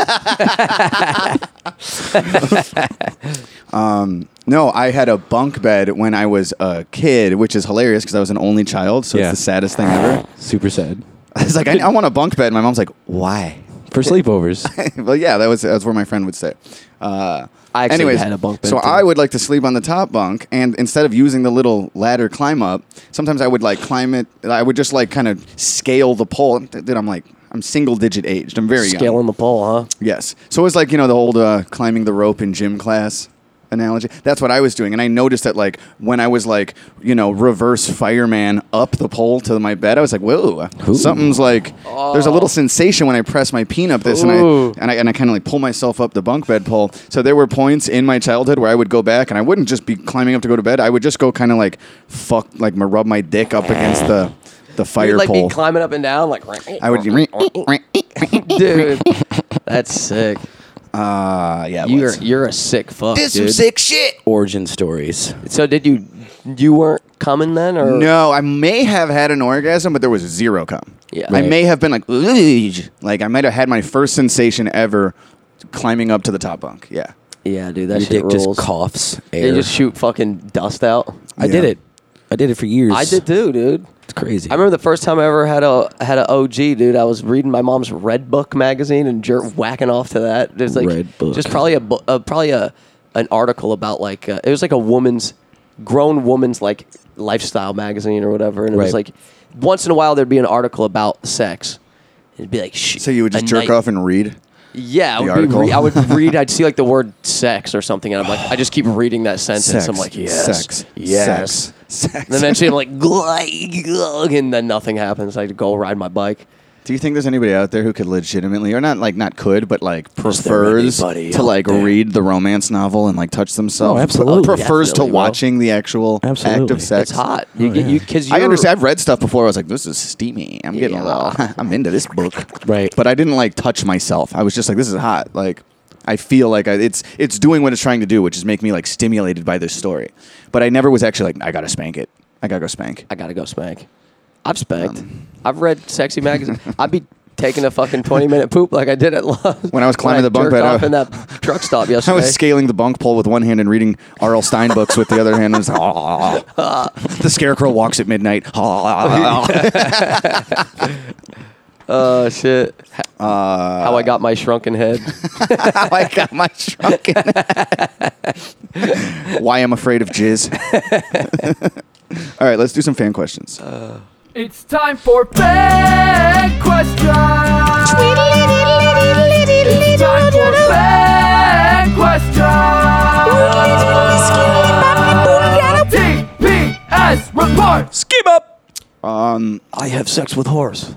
Speaker 4: Um, no, I had a bunk bed when I was a kid, which is hilarious because I was an only child, so
Speaker 3: Yeah.
Speaker 4: it's the saddest thing ever.
Speaker 3: Super sad.
Speaker 4: I was like, I, I want a bunk bed. My mom's like, why?
Speaker 3: For sleepovers.
Speaker 4: well, yeah, that was that's where my friend would stay. Uh,
Speaker 6: I actually
Speaker 4: anyways,
Speaker 6: had a bunk bed,
Speaker 4: So
Speaker 6: too.
Speaker 4: I would like to sleep on the top bunk, and instead of using the little ladder climb up, sometimes I would like climb it. I would just like kind of scale the pole. Dude, I'm like, I'm single digit aged. I'm very young.
Speaker 6: Scaling the pole, huh?
Speaker 4: Yes. So it was like, you know, the old uh, climbing the rope in gym class analogy. That's what I was doing. And I noticed that, like, when I was, like, you know, reverse fireman up the pole to my bed, I was like, whoa, something's like, there's a little sensation when I press my peen up this and I,
Speaker 6: Ooh.
Speaker 4: and I, and I kind of like pull myself up the bunk bed pole. So there were points in my childhood where I would go back and I wouldn't just be climbing up to go to bed. I would just go kind of like, fuck, like, my- rub my dick up against the, the fire
Speaker 6: You'd, like
Speaker 4: pole.
Speaker 6: be climbing up and down, like
Speaker 4: I would,
Speaker 6: dude. That's sick.
Speaker 4: Uh, yeah,
Speaker 6: you're you're a sick fuck.
Speaker 4: Did some
Speaker 6: dude.
Speaker 4: sick shit.
Speaker 3: Origin stories.
Speaker 6: So did you? You weren't coming then, or
Speaker 4: No, I may have had an orgasm, but there was zero cum.
Speaker 6: Yeah.
Speaker 4: I
Speaker 6: Right.
Speaker 4: may have been like, "Ugh." like I might have had my first sensation ever climbing up to the top bunk. Yeah.
Speaker 6: Yeah, dude, that
Speaker 3: Your
Speaker 6: shit
Speaker 3: dick just
Speaker 6: rules.
Speaker 3: coughs
Speaker 6: They
Speaker 3: air.
Speaker 6: just shoot fucking dust out.
Speaker 3: I did it. I did it for years.
Speaker 6: I did too, dude.
Speaker 3: It's crazy.
Speaker 6: I remember the first time I ever had a had an OG, dude. I was reading my mom's Red Book magazine and jerk whacking off to that. There's like
Speaker 3: Red Book.
Speaker 6: just probably a, bu- uh probably a an article about like uh, it was like a woman's grown woman's like lifestyle magazine or whatever, and it was
Speaker 4: Right.
Speaker 6: like once in a while there'd be an article about sex. It'd be like shit.
Speaker 4: So you would just
Speaker 6: a
Speaker 4: jerk
Speaker 6: night-
Speaker 4: off and read.
Speaker 6: Yeah, I
Speaker 4: the
Speaker 6: would, be re-
Speaker 4: article?
Speaker 6: I would read. I'd see like the word sex or something, and I'm like, I just keep reading that sentence. I'm
Speaker 4: Sex.
Speaker 6: like, yes,
Speaker 4: Sex.
Speaker 6: yes,
Speaker 4: sex.
Speaker 6: And eventually, I'm like, glug, glug, and then nothing happens. I go ride my bike.
Speaker 4: Do you think there's anybody out there who could legitimately, or not like not could, but like
Speaker 6: there
Speaker 4: prefers
Speaker 6: anybody
Speaker 4: to
Speaker 6: out
Speaker 4: like read the romance novel and like touch themselves?
Speaker 3: Oh, absolutely.
Speaker 4: Pre- prefers to
Speaker 6: Definitely, bro.
Speaker 4: watching the actual act
Speaker 3: Absolutely.
Speaker 4: of sex.
Speaker 6: It's hot. You
Speaker 3: Oh,
Speaker 6: get
Speaker 3: yeah.
Speaker 6: you because
Speaker 4: I understand. I've read stuff before. I was like, this is steamy. I'm getting a little. I'm into this book.
Speaker 3: Right.
Speaker 4: But I didn't like touch myself. I was just like, this is hot. Like, I feel like I, it's it's doing what it's trying to do, which is make me like stimulated by this story. But I never was actually like, I gotta spank it. I gotta go spank.
Speaker 6: I gotta go spank. I've spanked.
Speaker 4: Um,
Speaker 6: I've read sexy magazine. I'd be taking a fucking 20 minute poop like I did at love
Speaker 4: When I was climbing the bunk bed, I-
Speaker 6: off in that truck stop
Speaker 4: I
Speaker 6: yesterday.
Speaker 4: was scaling the bunk pole with one hand and reading R.L. Stein books with the other hand. I was like, "Ah." the scarecrow walks at midnight.
Speaker 6: Oh shit! H-
Speaker 4: Uh,
Speaker 6: How I got my shrunken head.
Speaker 4: How I got my shrunken. Why I'm afraid of jizz. All right, let's do some fan questions.
Speaker 14: It's time for bad questions. It's time for bad questions. TPS report.
Speaker 6: Skim up.
Speaker 4: Um,
Speaker 6: I have sex with horse.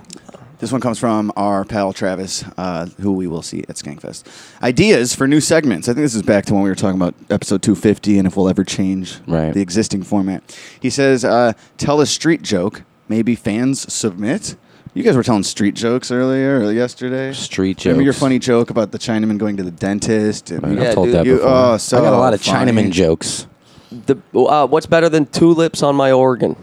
Speaker 4: This one comes from our pal Travis, uh, who we will see at Skankfest. Ideas for new segments. I think this is back to when we were talking about episode 250 and if we'll ever change
Speaker 3: Right.
Speaker 4: the existing format. He says, uh, "Tell a street joke. Maybe fans submit. You guys were telling street jokes earlier or yesterday.
Speaker 3: Street
Speaker 4: Remember your
Speaker 3: jokes.
Speaker 4: funny joke about the Chinaman going to the dentist? And,
Speaker 3: I've Yeah, told dude. uh, that
Speaker 4: You,
Speaker 3: before.
Speaker 4: oh, so
Speaker 3: I got a lot of
Speaker 4: funny.
Speaker 3: Chinaman jokes.
Speaker 6: The uh, what's better than tulips on my organ?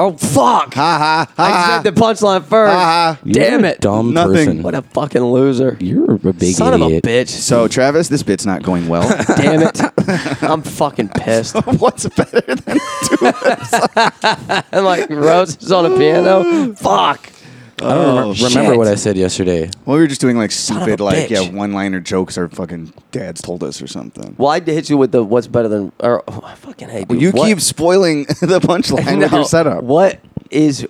Speaker 6: Oh fuck!
Speaker 4: Ha ha!
Speaker 6: I said the punchline first. Damn
Speaker 3: You're a
Speaker 6: it!
Speaker 3: dumb Nothing. person.
Speaker 6: What a fucking loser!
Speaker 3: You're a big
Speaker 6: son
Speaker 3: idiot.
Speaker 6: of a bitch.
Speaker 4: So Travis, this bit's not going well.
Speaker 6: Damn it! I'm fucking pissed.
Speaker 4: What's better than
Speaker 6: tulips? and like roses on a piano. Fuck.
Speaker 3: I don't remem- remember what I said yesterday.
Speaker 4: Well, we were just doing like
Speaker 6: of a
Speaker 4: stupid, like yeah,
Speaker 6: bitch.
Speaker 4: one-liner jokes our fucking dads told us or something.
Speaker 6: Well, I hit you with the what's better than or oh, I fucking hate.
Speaker 4: Well,
Speaker 6: dude.
Speaker 4: you
Speaker 6: What-
Speaker 4: keep spoiling the punchline with
Speaker 6: No.
Speaker 4: your setup.
Speaker 6: What is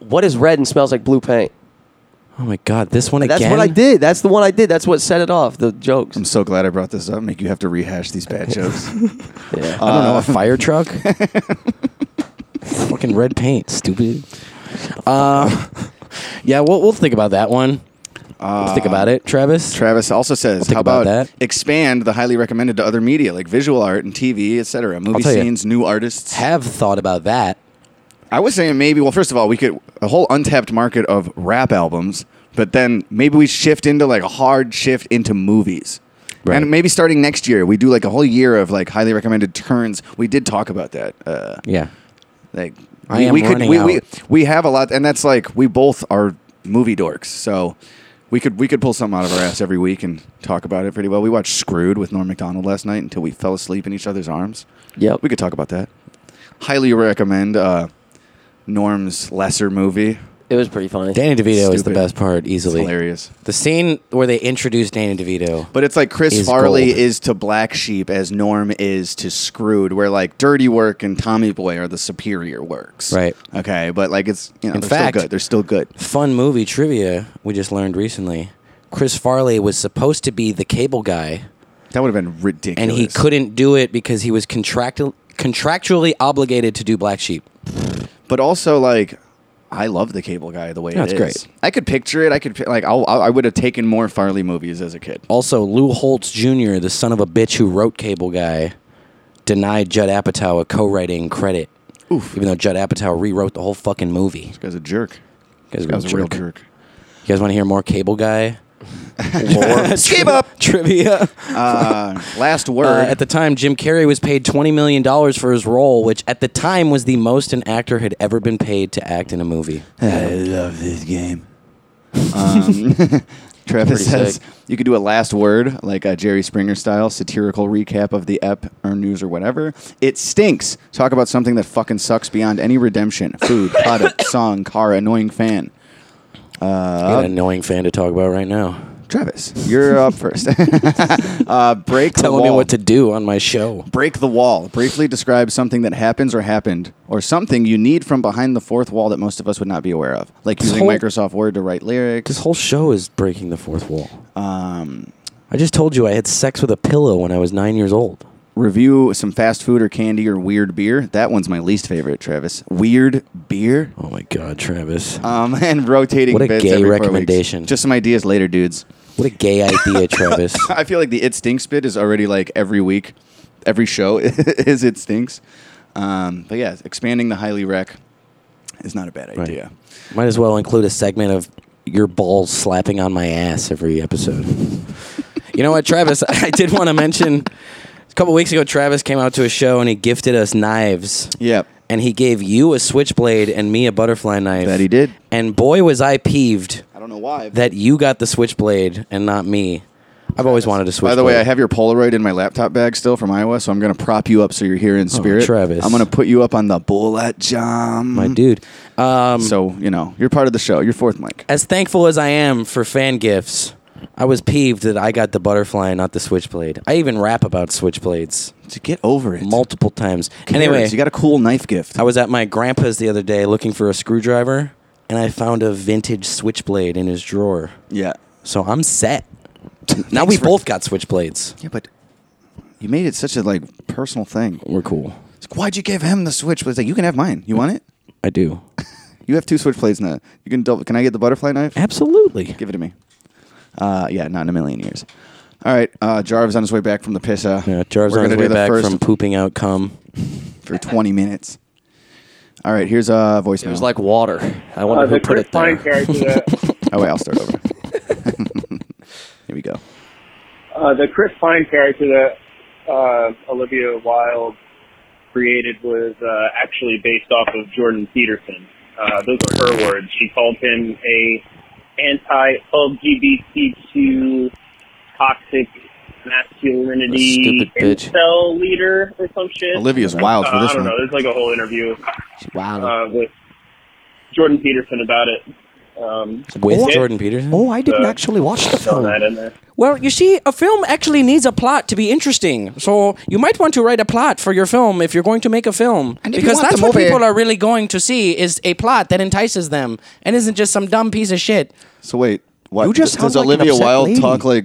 Speaker 6: what is red and smells like blue paint?
Speaker 3: Oh my god, this one
Speaker 6: That's
Speaker 3: again.
Speaker 6: what I did. That's the one I did. That's what set it off. The jokes.
Speaker 4: I'm so glad I brought this up. Make you have to rehash these bad jokes.
Speaker 6: yeah.
Speaker 3: I don't know, a fire truck? Fucking red paint, stupid. Uh, yeah, we'll, we'll think about that one. Let's
Speaker 6: Uh,
Speaker 3: think about it, Travis.
Speaker 4: Travis also says,
Speaker 3: think
Speaker 4: "How
Speaker 3: about
Speaker 4: about,
Speaker 3: that.
Speaker 4: expand the highly recommended to other media like visual art and TV, etc. Movie
Speaker 3: tell you,
Speaker 4: scenes, new artists."
Speaker 3: Have thought about that.
Speaker 4: I was saying maybe. Well, first of all, we could a whole untapped market of rap albums, but then maybe we shift into like a hard shift into movies. And maybe starting next year, we do like a whole year of like highly recommended turns. We did talk about that. Uh,
Speaker 3: Yeah.
Speaker 4: like
Speaker 3: I
Speaker 4: we,
Speaker 3: am
Speaker 4: we could
Speaker 3: running
Speaker 4: we,
Speaker 3: out.
Speaker 4: we we have a lot and that's like we both are movie dorks so we could we could pull something out of our ass every week and talk about it pretty well we watched screwed with norm mcdonald last night until we fell asleep in each other's arms
Speaker 6: Yep.
Speaker 4: we could talk about that highly recommend uh norm's lesser movie
Speaker 6: It was pretty funny.
Speaker 3: Danny DeVito is the
Speaker 4: Stupid.
Speaker 3: best part, easily.
Speaker 4: hilarious.
Speaker 3: The scene where they introduce Danny DeVito.
Speaker 4: But it's like Chris
Speaker 3: is
Speaker 4: Farley
Speaker 3: gold.
Speaker 4: is to Black Sheep as Norm is to Screwed, where like Dirty Work and Tommy Boy are the superior works.
Speaker 3: Right.
Speaker 4: Okay, but like it's you know
Speaker 3: In
Speaker 4: they're
Speaker 3: fact-
Speaker 4: still good. They're still good.
Speaker 3: Fun movie trivia we just learned recently. Chris Farley was supposed to be the cable guy,
Speaker 4: That would have been ridiculous.
Speaker 3: and he couldn't do it because he was contractual contractually obligated to do Black Sheep.
Speaker 4: But also like I love the cable guy the way
Speaker 3: No,
Speaker 4: it
Speaker 3: it's
Speaker 4: is.
Speaker 3: great.
Speaker 4: I could picture it. I could pi- like I'll, I'll- I would have taken more Farley movies as a kid.
Speaker 3: Also, Lou Holtz Jr., the son of a bitch who wrote Cable Guy, denied Judd Apatow a co-writing credit, even though Judd Apatow rewrote the whole fucking movie. This
Speaker 4: guy's a jerk.
Speaker 3: This
Speaker 4: That was a real jerk.
Speaker 3: You guys want to hear more Cable Guy?
Speaker 4: Escape up
Speaker 3: trivia.
Speaker 4: Uh, last word.
Speaker 3: Uh, at the time, Jim Carrey was paid $20 million for his role, which at the time was the most an actor had ever been paid to act in a movie.
Speaker 4: I love this game. Um,
Speaker 3: Pretty
Speaker 4: Travis says
Speaker 3: sick.
Speaker 4: you could do a last word, like a Jerry Springer style satirical recap of the ep or news or whatever. It stinks. Talk about something that fucking sucks beyond any redemption. Food, product, song, car, annoying fan.
Speaker 3: I got
Speaker 4: Uh,
Speaker 3: an annoying fan to talk about right now.
Speaker 4: Travis, you're up first. uh, break the
Speaker 3: Telling me
Speaker 4: wall.
Speaker 3: what to do on my show.
Speaker 4: Break the wall. Briefly describe something that happens or happened, or something you need from behind the fourth wall that most of us would not be aware of, like
Speaker 3: This
Speaker 4: using
Speaker 3: whole-
Speaker 4: Microsoft Word to write lyrics.
Speaker 3: This whole show is breaking the fourth wall.
Speaker 4: Um,
Speaker 3: I just told you I had sex with a pillow when I was nine years old.
Speaker 4: review some fast food or candy or weird beer. That one's my least favorite, Travis. Weird beer.
Speaker 3: Oh my god, Travis.
Speaker 4: Um, and rotating.
Speaker 3: What a
Speaker 4: bits
Speaker 3: gay
Speaker 4: every four weeks.
Speaker 3: recommendation.
Speaker 4: Just some ideas later, dudes.
Speaker 3: What a gay idea, Travis.
Speaker 4: I feel like the it stinks bit is already like every week, every show is it stinks. Um, but yeah, expanding the highly rec is not a bad
Speaker 3: Right.
Speaker 4: idea.
Speaker 3: Might as well include a segment of your balls slapping on my ass every episode. you know what, Travis? I did want to mention a couple weeks ago, Travis came out to a show and he gifted us knives.
Speaker 4: Yep.
Speaker 3: And he gave you a switchblade and me a butterfly knife. That he
Speaker 4: did.
Speaker 3: And boy, was I peeved
Speaker 4: I don't know why.
Speaker 3: that you got the switchblade and not me. I've always wanted a switchblade.
Speaker 4: By the way, I have your Polaroid in my laptop bag still from Iowa, so I'm going to prop you up so you're here in spirit.
Speaker 3: Oh, Travis.
Speaker 4: I'm going to put you up on the bullet jump.
Speaker 3: my dude. Um,
Speaker 4: So, you know, you're part of the show. You're fourth mic.
Speaker 3: as thankful as I am for fan gifts, I was peeved that I got the butterfly and not the switchblade. I even rap about switchblades.
Speaker 4: To get over it.
Speaker 3: Multiple times.
Speaker 4: Cares?
Speaker 3: Anyway,
Speaker 4: you got a cool knife gift.
Speaker 3: I was at my grandpa's the other day looking for a screwdriver, and I found a vintage switchblade in his drawer.
Speaker 4: Yeah.
Speaker 3: So I'm set. now we both got switchblades.
Speaker 4: Yeah, but you made it such a like personal thing.
Speaker 3: We're cool.
Speaker 4: It's like, why'd you give him the switch? But it's like, you can have mine. You want it?
Speaker 3: I do.
Speaker 4: You have two switchblades now. You can double. Can I get the butterfly knife?
Speaker 3: Absolutely.
Speaker 4: Give it to me. Uh, yeah, not in a million years. All right, uh, Jarv's on his way back from the pissa.
Speaker 3: Uh, Yeah, Jarv's
Speaker 4: We're
Speaker 3: on his
Speaker 4: gonna
Speaker 3: way
Speaker 4: do the
Speaker 3: back
Speaker 4: first
Speaker 3: from pooping out cum.
Speaker 4: for 20 minutes. All right, here's a voicemail. It
Speaker 6: was like water. I wonder
Speaker 15: Uh,
Speaker 6: who
Speaker 15: the
Speaker 6: put it there.
Speaker 15: Chris Pine character.
Speaker 4: oh wait, I'll start over. Here we go.
Speaker 15: Uh, the Chris Pine character that uh, Olivia Wilde created was uh, actually based off of Jordan Peterson. Uh, those are her words. She called him a anti-LGBTQ toxic masculinity
Speaker 4: A stupid bitch.
Speaker 15: incel leader or some shit.
Speaker 4: Olivia's wild for
Speaker 15: Uh,
Speaker 4: this
Speaker 15: I don't
Speaker 4: one.
Speaker 15: know. There's like a whole interview
Speaker 4: Wow.
Speaker 15: uh, with Jordan Peterson about it. Um, it-
Speaker 16: Oh, I didn't
Speaker 15: Uh,
Speaker 16: actually watch the
Speaker 15: throw
Speaker 16: film.
Speaker 15: that in there.
Speaker 17: Well, you see, a film actually needs a plot to be interesting. So you might want to write a plot for your film if you're going to make a film,
Speaker 5: And if you
Speaker 17: because
Speaker 5: want
Speaker 17: that's
Speaker 5: the
Speaker 17: what
Speaker 5: movie-
Speaker 17: people are really going to see is a plot that entices them and isn't just some dumb piece of shit.
Speaker 4: So wait, what?
Speaker 17: You just
Speaker 4: does
Speaker 17: sound like an
Speaker 4: Olivia
Speaker 17: upset
Speaker 4: Wilde
Speaker 17: lady.
Speaker 4: talk like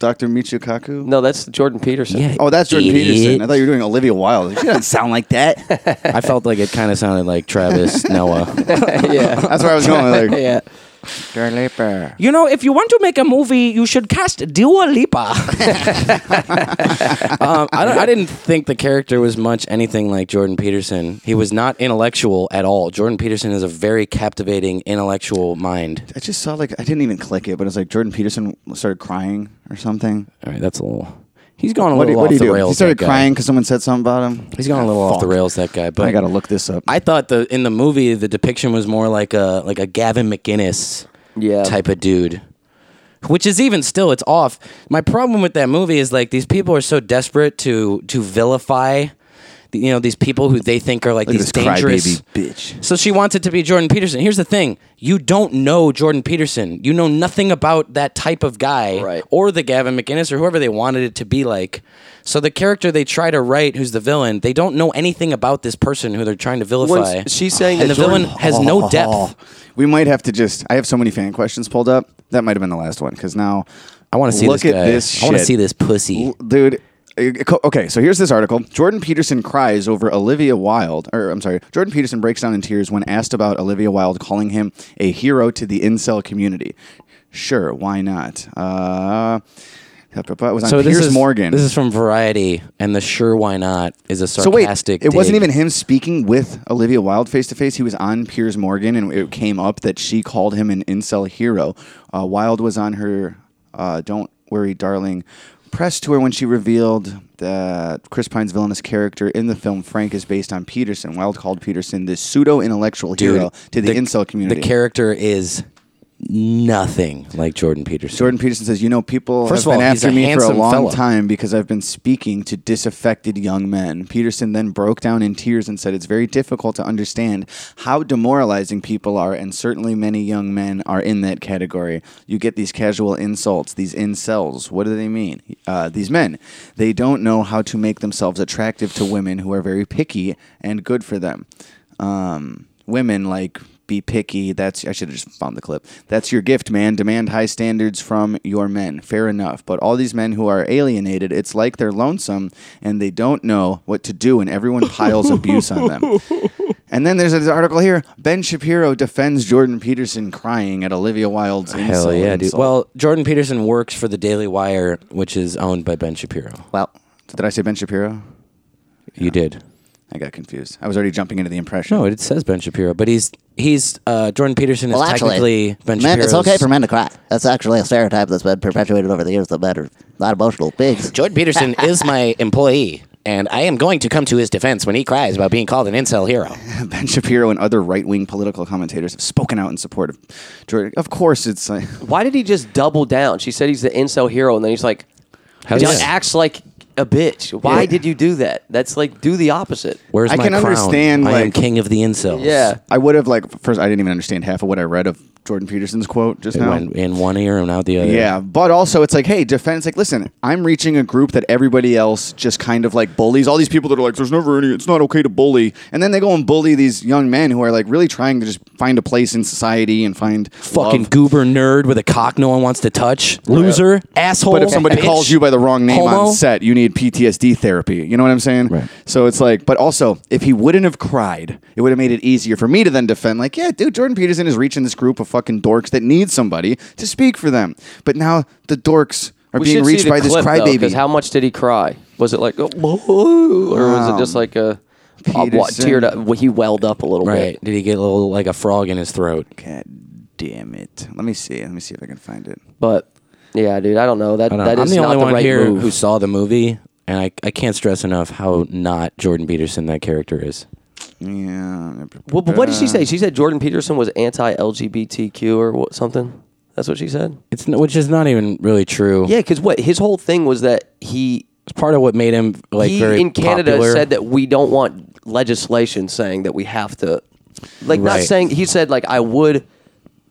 Speaker 4: Dr. Michio Kaku?
Speaker 6: No, that's Jordan Peterson.
Speaker 4: oh, that's Jordan
Speaker 3: idiot.
Speaker 4: Peterson. I thought you were doing Olivia Wilde. She doesn't sound like that.
Speaker 3: I felt like it kind of sounded like Travis Noah.
Speaker 4: yeah, that's where I was going. Like,
Speaker 6: yeah.
Speaker 4: Dua Lipa.
Speaker 17: You know, if you want to make a movie, you should cast Dua Lipa.
Speaker 3: um, I, don't, I didn't think the character was much anything like Jordan Peterson. He was not intellectual at all. Jordan Peterson is a very captivating intellectual mind.
Speaker 4: I just saw like I didn't even click it, but it was like Jordan Peterson started crying or something.
Speaker 3: All right, that's a little. He's gone a
Speaker 4: What
Speaker 3: little
Speaker 4: did- what
Speaker 3: off
Speaker 4: did he
Speaker 3: the
Speaker 4: do?
Speaker 3: rails.
Speaker 4: He started
Speaker 3: that guy.
Speaker 4: crying because someone said something about him.
Speaker 3: He's gone a little off the
Speaker 4: Fuck.
Speaker 3: rails. That guy. But
Speaker 4: I gotta look this up.
Speaker 3: I thought the in the movie the depiction was more like a like a Gavin McInnes
Speaker 6: yeah.
Speaker 3: type of dude. Which is even still it's off. My problem with that movie is like these people are so desperate to to vilify the- you know these people who they think are like
Speaker 4: Look at
Speaker 3: these
Speaker 4: this
Speaker 3: dangerous
Speaker 4: crybaby bitch.
Speaker 3: So she wants it to be Jordan Peterson. Here's the thing: you don't know Jordan Peterson. You know nothing about that type of guy, or the Gavin McInnes, or whoever they wanted it to be like. So the character they try to write, who's the villain, they don't know anything about this person who they're trying to vilify.
Speaker 6: When she's saying
Speaker 3: and
Speaker 6: that
Speaker 3: the villain
Speaker 6: Jordan-
Speaker 3: has no depth.
Speaker 4: Oh, We might have to just. I have so many fan questions pulled up. That might have been the last one because now
Speaker 3: I want to see
Speaker 4: Look
Speaker 3: this
Speaker 4: at
Speaker 3: guy.
Speaker 4: this.
Speaker 3: I want to
Speaker 4: shit.
Speaker 3: see this pussy.
Speaker 4: L- dude. uh, co- Okay, so here's this article. Jordan Peterson cries over Olivia Wilde, or I'm sorry, Jordan Peterson breaks down in tears when asked about Olivia Wilde calling him a hero to the incel community. Sure, why not? Uh, it was on
Speaker 3: so
Speaker 4: Piers
Speaker 3: this is
Speaker 4: Morgan.
Speaker 3: This is from Variety, and the sure why not is a
Speaker 4: so wait,
Speaker 3: sarcastic.
Speaker 4: it wasn't
Speaker 3: dig.
Speaker 4: even him speaking with Olivia Wilde face to face. He was on Piers Morgan, and it came up that she called him an incel hero. Uh, Wilde was on her uh, "Don't Worry, Darling" press tour when she revealed that Chris Pine's villainous character in the film Frank is based on Peterson. Wilde called Peterson the pseudo-intellectual
Speaker 3: Dude,
Speaker 4: hero to the, incel community.
Speaker 3: The character is nothing like Jordan Peterson.
Speaker 4: Jordan Peterson says, "You know, people
Speaker 3: First
Speaker 4: have
Speaker 3: of
Speaker 4: been
Speaker 3: all, he's
Speaker 4: after
Speaker 3: a
Speaker 4: me for a
Speaker 3: handsome
Speaker 4: long
Speaker 3: fella.
Speaker 4: time because I've been speaking to disaffected young men." Peterson then broke down in tears and said, "It's very difficult to understand how demoralizing people are, and certainly many young men are in that category. You get these casual insults, these incels. What do they mean? Uh, these men, they don't know how to make themselves attractive to women who are very picky and good for them." um, women like be picky. That's I should have just found the clip. That's your gift, man. Demand high standards from your men. Fair enough. But all these men who are alienated, it's like they're lonesome and they don't know what to do, and everyone piles abuse on them. And then there's this article here. Ben Shapiro defends Jordan Peterson crying at Olivia Wilde's
Speaker 3: Hell
Speaker 4: insult-
Speaker 3: yeah, dude.
Speaker 4: insult.
Speaker 3: Well, Jordan Peterson works for the Daily Wire, which is owned by Ben Shapiro.
Speaker 4: Well, did I say Ben Shapiro?
Speaker 3: You did.
Speaker 4: I got confused. I was already jumping into the impression.
Speaker 3: No, it says Ben Shapiro, but he's he's uh, Jordan Peterson is
Speaker 18: Well,
Speaker 3: technically
Speaker 18: actually,
Speaker 3: Ben
Speaker 18: men,
Speaker 3: Shapiro.
Speaker 18: it's okay for men to cry. That's actually a stereotype that's been perpetuated over the years that men are not emotional pigs.
Speaker 3: Jordan Peterson is my employee, and I am going to come to his defense when he cries about being called an incel hero.
Speaker 4: Ben Shapiro and other right-wing political commentators have spoken out in support of Jordan. Of course, it's like
Speaker 6: Why did he just double down? She said he's the incel hero, and then he's like,
Speaker 4: Hell
Speaker 6: he
Speaker 4: yeah.
Speaker 6: just acts like a bitch. Why
Speaker 4: Yeah.
Speaker 6: did you do that? That's like do the opposite.
Speaker 3: Where's
Speaker 4: I
Speaker 3: my
Speaker 4: can
Speaker 3: crown?
Speaker 4: understand.
Speaker 3: I
Speaker 4: like,
Speaker 3: am king of the incels.
Speaker 4: I would have like first. I didn't even understand half of what I read of Jordan Peterson's quote just
Speaker 3: It
Speaker 4: now.
Speaker 3: went in one ear and out the other.
Speaker 4: Yeah, but also it's like, hey, defense. Like, listen, I'm reaching a group that everybody else just kind of like bullies. All these people that are like, there's never any. It's not okay to bully, and then they go and bully these young men who are like really trying to just find a place in society and find
Speaker 3: Fucking
Speaker 4: love.
Speaker 3: goober nerd with a cock no one wants to touch. Loser. Asshole.
Speaker 4: But if somebody
Speaker 3: bitch,
Speaker 4: calls you by the wrong name
Speaker 3: homo.
Speaker 4: on set, you need PTSD therapy. You know what I'm saying? Right. So it's like, but also, if he wouldn't have cried, it would have made it easier for me to then defend, like, yeah, dude, Jordan Peterson is reaching this group of fucking dorks that need somebody to speak for them. But now the dorks are
Speaker 6: We
Speaker 4: being
Speaker 6: should see
Speaker 4: reached
Speaker 6: the
Speaker 4: by this
Speaker 6: clip, though, 'cause
Speaker 4: crybaby.
Speaker 6: how much did he cry? Was it like, oh, or was it
Speaker 4: Um,
Speaker 6: just like a? uh, wa- teared up. well, He welled up a little
Speaker 3: Right.
Speaker 6: bit.
Speaker 3: Did he get a little like a frog in his throat?
Speaker 4: God damn it. Let me see. Let me see if I can find it.
Speaker 6: But yeah, dude, I don't know. That
Speaker 3: I don't know.
Speaker 6: that
Speaker 3: uh, I'm
Speaker 6: is
Speaker 3: the
Speaker 6: not
Speaker 3: only
Speaker 6: the
Speaker 3: one
Speaker 6: right
Speaker 3: here
Speaker 6: move.
Speaker 3: who saw the movie, and I, I can't stress enough how not Jordan Peterson that character is.
Speaker 4: Yeah.
Speaker 6: Well, but what did she say? She said Jordan Peterson was anti-LGBTQ or what, something. That's what she said.
Speaker 3: It's n- which is not even really true.
Speaker 6: Yeah, because what his whole thing was that he
Speaker 3: it's part of what made him like
Speaker 6: he
Speaker 3: very
Speaker 6: in Canada
Speaker 3: popular.
Speaker 6: said that we don't want legislation saying that we have to, like, not
Speaker 3: Right.
Speaker 6: saying he said like I would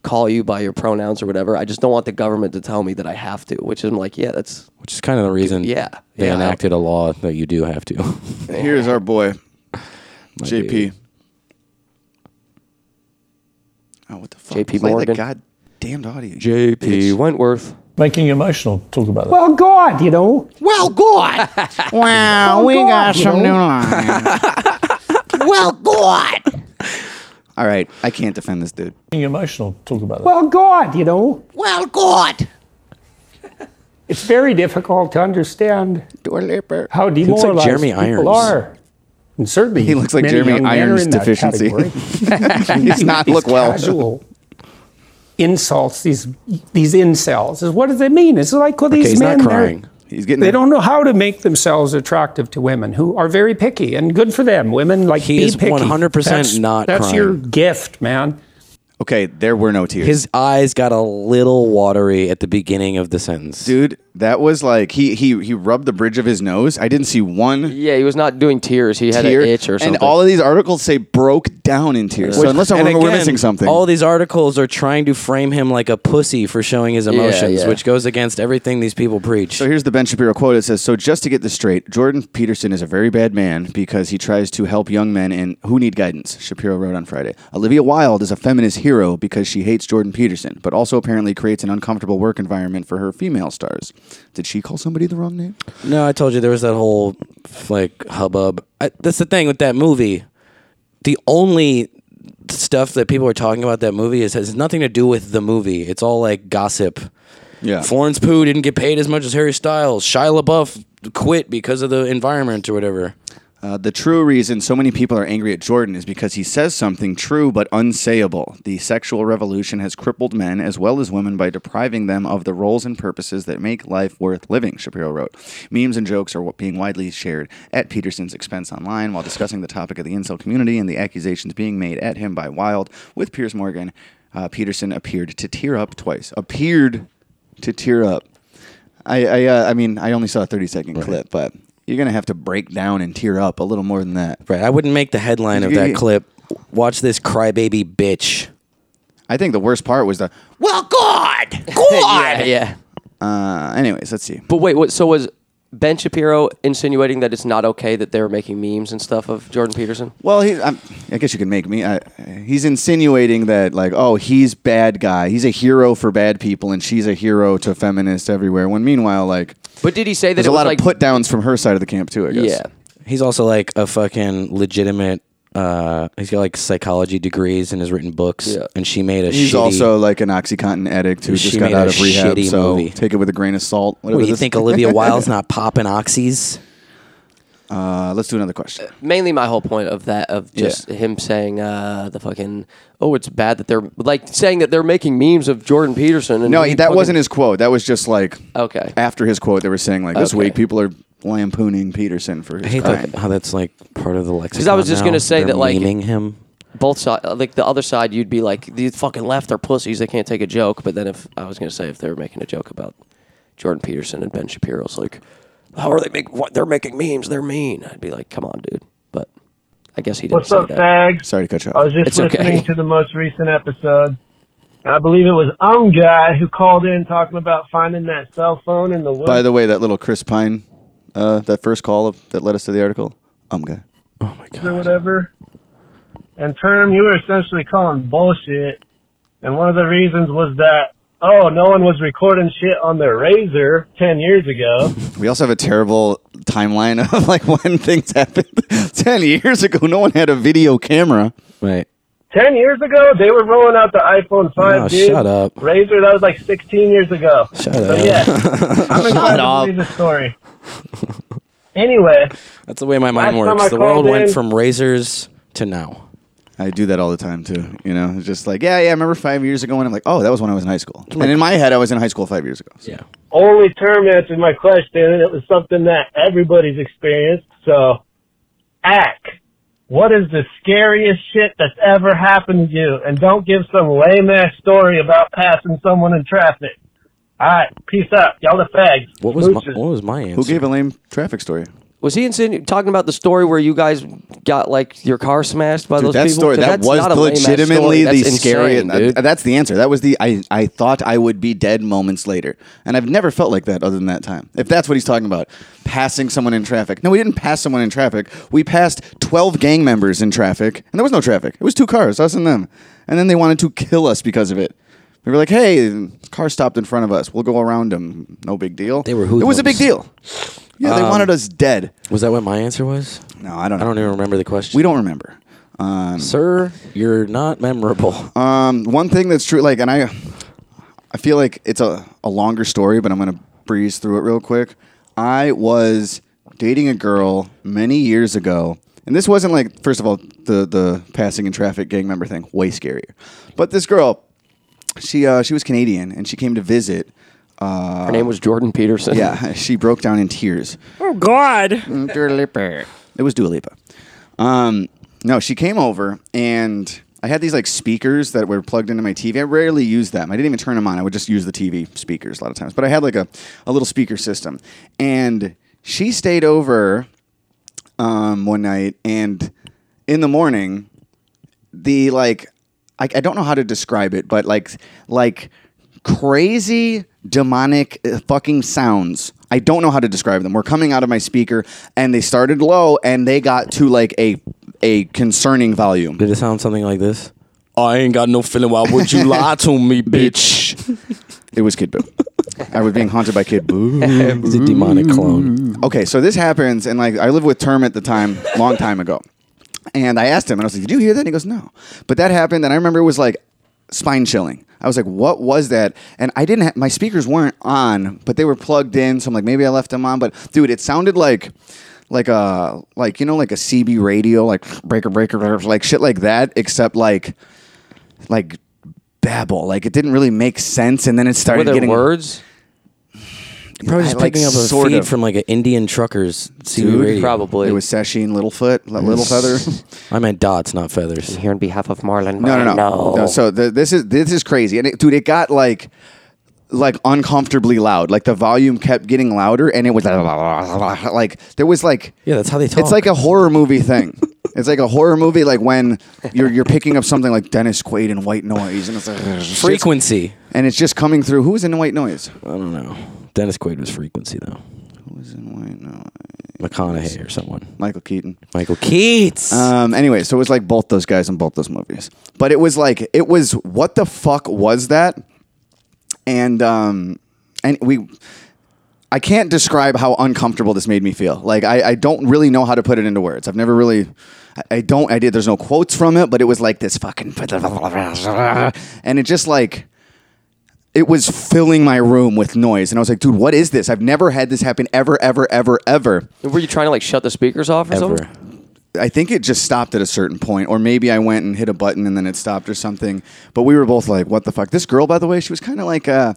Speaker 6: call you by your pronouns or whatever. I just don't want the government to tell me that I have to, which is I'm like, yeah, that's
Speaker 3: which is kind of the reason.
Speaker 6: Yeah,
Speaker 3: they
Speaker 6: yeah.
Speaker 3: enacted a law that you do have to.
Speaker 4: Here's our boy, JP.
Speaker 3: dude.
Speaker 4: Oh, what the fuck?
Speaker 6: JP
Speaker 4: Play
Speaker 6: Morgan.
Speaker 4: the goddamn audio.
Speaker 6: J.P. Wentworth.
Speaker 19: Making emotional. Talk about
Speaker 12: Well, God, you know.
Speaker 18: Well, God. wow,
Speaker 12: Well,
Speaker 18: we
Speaker 12: God,
Speaker 18: got
Speaker 12: you
Speaker 18: some new
Speaker 12: know.
Speaker 18: lines. well, God.
Speaker 4: All right, I can't defend this dude.
Speaker 19: Being emotional. Talk about that.
Speaker 12: Well, God, you know.
Speaker 18: Well, God.
Speaker 12: It's very difficult to understand
Speaker 19: He
Speaker 12: how
Speaker 19: looks
Speaker 12: demoralized
Speaker 19: like Jeremy Irons.
Speaker 12: people are. And certainly,
Speaker 4: He looks like
Speaker 12: many
Speaker 4: Jeremy
Speaker 12: young men are
Speaker 4: Irons
Speaker 12: in that
Speaker 4: deficiency.
Speaker 12: category.
Speaker 4: He does not
Speaker 12: These
Speaker 4: look well.
Speaker 12: Casual insults. These these incels. Is what does it mean? It's like well,
Speaker 4: Okay,
Speaker 12: these
Speaker 4: he's not
Speaker 12: men. they're-
Speaker 4: crying. He's getting
Speaker 12: They
Speaker 4: it.
Speaker 12: don't know how to make themselves attractive to women who are very picky and good for them. Women like
Speaker 3: He
Speaker 12: be
Speaker 3: is
Speaker 12: picky.
Speaker 3: 100%
Speaker 12: That's-
Speaker 3: not
Speaker 12: That's
Speaker 3: crying.
Speaker 12: your gift, man.
Speaker 4: Okay, there were no tears.
Speaker 3: His eyes got a little watery at the beginning of the sentence.
Speaker 4: dude, that was like he he he rubbed the bridge of his nose. I didn't see one
Speaker 6: Yeah, he was not doing tears. He had
Speaker 4: tear.
Speaker 6: an itch or something.
Speaker 4: And all of these articles say broke down in tears. So
Speaker 3: Which-
Speaker 4: unless I'm
Speaker 3: and
Speaker 4: wrong, we're
Speaker 3: again,
Speaker 4: missing something.
Speaker 3: All these articles are trying to frame him like a pussy for showing his
Speaker 4: Yeah,
Speaker 3: emotions,
Speaker 4: yeah.
Speaker 3: which goes against everything these people preach.
Speaker 4: So here's the Ben Shapiro quote. It says, "So just to get this straight, Jordan Peterson is a very bad man because he tries to help young men and who need guidance." Shapiro wrote on Friday. Olivia Wilde is a feminist hero because she hates Jordan Peterson, but also apparently creates an uncomfortable work environment for her female stars. Did she call somebody the wrong name?
Speaker 3: No, I told you there was that whole like hubbub. I, that's the thing with that movie. The only stuff that people are talking about that movie is has nothing to do with the movie. It's all like gossip.
Speaker 4: Yeah.
Speaker 3: Florence Pugh didn't get paid as much as Harry Styles. Shia LaBeouf quit because of the environment or whatever.
Speaker 4: Uh, the true reason so many people are angry at Jordan is because he says something true but unsayable. The sexual revolution has crippled men as well as women by depriving them of the roles and purposes that make life worth living, Shapiro wrote. Memes and jokes are wa- being widely shared at Peterson's expense online while discussing the topic of the incel community and the accusations being made at him by Wilde. With Piers Morgan, uh, Peterson appeared to tear up twice. Appeared to tear up. I I, uh, I mean I only saw a thirty second clip, but you're gonna have to break down and tear up a little more than that.
Speaker 3: Right. I wouldn't make the headline of that clip. Watch this crybaby bitch.
Speaker 4: I think the worst part was the
Speaker 18: Well, God.
Speaker 6: yeah,
Speaker 18: God.
Speaker 6: yeah.
Speaker 4: Uh, anyways, let's see.
Speaker 6: But wait, what? So was Ben Shapiro insinuating that it's not okay that they were making memes and stuff of Jordan Peterson?
Speaker 4: Well, he, i I guess you can make me. I, he's insinuating that like, oh, he's bad guy. He's a hero for bad people, and she's a hero to feminists everywhere. When meanwhile, like,
Speaker 6: But did he say that
Speaker 4: there's
Speaker 6: it
Speaker 4: a
Speaker 6: was
Speaker 4: lot
Speaker 6: like
Speaker 4: of put downs from her side of the camp too. I guess.
Speaker 6: Yeah.
Speaker 3: He's also like a fucking legitimate. Uh, he's got like psychology degrees and has written books.
Speaker 4: Yeah.
Speaker 3: And she made a.
Speaker 4: He's
Speaker 3: shitty,
Speaker 4: also like an OxyContin addict who
Speaker 3: She
Speaker 4: just got
Speaker 3: made
Speaker 4: out
Speaker 3: a
Speaker 4: of rehab.
Speaker 3: shitty
Speaker 4: So
Speaker 3: movie.
Speaker 4: take it with a grain of salt.
Speaker 3: What do you
Speaker 4: this-
Speaker 3: think? Olivia Wilde's not popping oxys.
Speaker 4: Uh, let's do another question.
Speaker 6: mainly my whole point of that of
Speaker 4: Yeah.
Speaker 6: just him saying uh, the fucking oh it's bad that they're like saying that they're making memes of Jordan Peterson. And
Speaker 4: No,
Speaker 6: he
Speaker 4: that
Speaker 6: fucking-
Speaker 4: wasn't his quote. That was just like
Speaker 6: okay.
Speaker 4: After his quote, they were saying like this
Speaker 6: Okay.
Speaker 4: week people are lampooning Peterson for his
Speaker 3: I hate
Speaker 4: crime.
Speaker 3: that, how that's like part of the lexicon.
Speaker 6: Because I was just
Speaker 3: now.
Speaker 6: gonna say
Speaker 3: They're
Speaker 6: that, like-
Speaker 3: memeing him.
Speaker 6: Both side, like the other side, you'd be like, "The fucking left are pussies; they can't take a joke." But then, if I was gonna say if they were making a joke about Jordan Peterson and Ben Shapiro's, like, how are they make? What they're making memes? They're mean. I'd be like, "Come on, dude!" But I guess he didn't.
Speaker 20: What's
Speaker 6: say
Speaker 20: up,
Speaker 6: that.
Speaker 20: Fag?
Speaker 4: Sorry to cut you
Speaker 20: I was just
Speaker 6: it's
Speaker 20: listening
Speaker 6: okay.
Speaker 20: to the most recent episode. I believe it was um guy who called in talking about finding that cell phone in the woods.
Speaker 4: By the way, that little Chris Pine, uh, that first call of, that led us to the article. Um, guy.
Speaker 20: or whatever. And term, you were essentially calling bullshit. And one of the reasons was that oh, no one was recording shit on their razor ten years ago.
Speaker 4: We also have a terrible timeline of like when things happened. Ten years ago, no one had a video camera.
Speaker 3: Right.
Speaker 20: ten years ago, they were rolling out the iPhone five.
Speaker 4: No,
Speaker 20: dude.
Speaker 4: shut up.
Speaker 20: Razor, that was like sixteen years ago. Shut so,
Speaker 4: up.
Speaker 20: Yeah, I'm excited to believe this story. Anyway,
Speaker 3: That's the way my mind
Speaker 20: Last time I
Speaker 3: works. The world
Speaker 20: called
Speaker 3: went
Speaker 20: in-
Speaker 3: from razors to now.
Speaker 4: I do that all the time too. You know, it's just like, yeah, yeah. I remember five years ago, and I'm like, oh, that was when I was in high school. And in my head, I was in high school five years ago. Yeah.
Speaker 20: only term answered my question, and it was something that everybody's experienced. So, act. What is the scariest shit that's ever happened to you? And don't give some lame ass story about passing someone in traffic. All right, peace out, y'all. The fags.
Speaker 3: What
Speaker 6: was my-
Speaker 3: What was my oh answer?
Speaker 4: Who gave a lame traffic story?
Speaker 6: Was he insinu- talking about the story where you guys got like your car smashed by
Speaker 4: Dude,
Speaker 6: those
Speaker 4: that
Speaker 6: people?
Speaker 4: story
Speaker 6: 'Cause
Speaker 4: that
Speaker 6: that's
Speaker 4: was
Speaker 6: not a lame-ass story.
Speaker 4: legitimately the
Speaker 6: That's
Speaker 4: scariest.
Speaker 6: insane, dude.
Speaker 4: that's the answer. That was the I. I thought I would be dead moments later, and I've never felt like that other than that time. If that's what he's talking about, passing someone in traffic. No, we didn't pass someone in traffic. We passed twelve gang members in traffic, and there was no traffic. It was two cars, us and them, and then they wanted to kill us because of it. We were like, "Hey, car stopped in front of us. We'll go around them. No big deal." They were who? It was a big deal. Yeah, they
Speaker 3: Um,
Speaker 4: wanted us dead.
Speaker 3: Was that what my answer was?
Speaker 4: No, I don't.
Speaker 3: I don't even remember the question.
Speaker 4: We don't remember. Um,
Speaker 3: Sir, you're not memorable.
Speaker 4: Um, one thing that's true, like, and I, I feel like it's a, a longer story, but I'm gonna breeze through it real quick. I was dating a girl many years ago, and this wasn't like, first of all, the the passing in traffic gang member thing, way scarier. But this girl, she uh, she was Canadian, and she came to visit. Uh, Her
Speaker 6: name was Jordan Peterson.
Speaker 4: Yeah, she broke down in tears.
Speaker 17: Oh God.
Speaker 4: It was Dua Lipa. Um, no, she came over and I had these like speakers that were plugged into my TV. I rarely used them. I didn't even turn them on. I would just use the TV speakers a lot of times. But I had like a, a little speaker system. And she stayed over um, one night and in the morning, the like I, I don't know how to describe it, but like like crazy demonic uh, fucking sounds. I don't know how to describe them. Were coming out of my speaker, and they started low, and they got to like a a concerning volume.
Speaker 3: Did it sound something like this? I ain't got no feeling. Why would you lie to me, bitch?
Speaker 4: It was Kid Boo. I was being haunted by Kid Boo.
Speaker 3: It's a demonic clone.
Speaker 4: Okay, so this happens, and like I lived with Term at the time, long time ago, and I asked him, and I was like, "Did you hear that?" And he goes, "No," but that happened, and I remember it was like spine chilling. I was like, "What was that?" And I didn't. Ha- my speakers weren't on, but they were plugged in, so I'm like, maybe I left them on. But dude, it sounded like. Like a like you know like a CB radio like breaker breaker breaker, like shit like that except like like babble like it didn't really make sense and then it started
Speaker 3: Were there
Speaker 4: getting
Speaker 6: words
Speaker 3: Probably just
Speaker 4: I, like,
Speaker 3: picking up a
Speaker 4: sort
Speaker 3: feed
Speaker 4: of.
Speaker 3: from like an Indian trucker's CB
Speaker 4: Dude,
Speaker 3: radio.
Speaker 4: It was Sasheen Littlefoot, li- Little Feather.
Speaker 3: I meant dots, not feathers.
Speaker 6: here on behalf of Marlon.
Speaker 4: No, no, no. no so th- this is this is crazy, and it, dude, it got like like uncomfortably loud. Like the volume kept getting louder, and it was like there was like
Speaker 3: yeah, that's how they talk.
Speaker 4: It's like a horror movie thing. It's like a horror movie, like when you're you're picking up something like Dennis Quaid and White Noise, and it's like
Speaker 3: frequency.
Speaker 4: and it's just coming through. Who was in White Noise?
Speaker 3: I don't know. Dennis Quaid was frequency though. Who
Speaker 4: was in White Noise?
Speaker 3: McConaughey or someone.
Speaker 4: Michael Keaton.
Speaker 3: Michael Keats.
Speaker 4: Um, anyway, so it was like both those guys in both those movies, but it was like it was what the fuck was that? And um, and we, I can't describe how uncomfortable this made me feel. Like I, I don't really know how to put it into words. I've never really, I, I don't. I did. There's no quotes from it, but it was like this fucking, and it just like it was filling my room with noise, and I was like, dude, what is this? I've never had this happen ever, ever, ever, ever.
Speaker 6: Were you trying to like shut the speakers off or something?
Speaker 4: I think it just stopped at a certain point, or maybe I went and hit a button and then it stopped or something. But we were both like, "What the fuck?" This girl, by the way, she was kind of like, uh,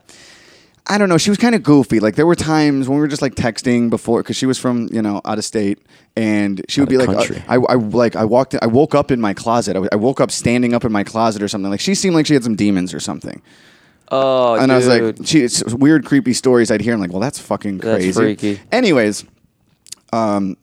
Speaker 4: I don't know, she was kind of goofy. Like there were times when we were just like texting before, because she was from you know out of state, and she would be like, uh,
Speaker 3: country.
Speaker 4: I, I like I walked, I woke up in my closet. I, w- I woke up standing up in my closet or something. Like she seemed like she had some demons or something.
Speaker 6: Oh,
Speaker 4: and I was
Speaker 6: dude.
Speaker 4: like, she, it's weird, creepy stories I'd hear. I'm like, well, that's fucking
Speaker 6: That's
Speaker 4: crazy.
Speaker 6: freaky.
Speaker 4: Anyways, um,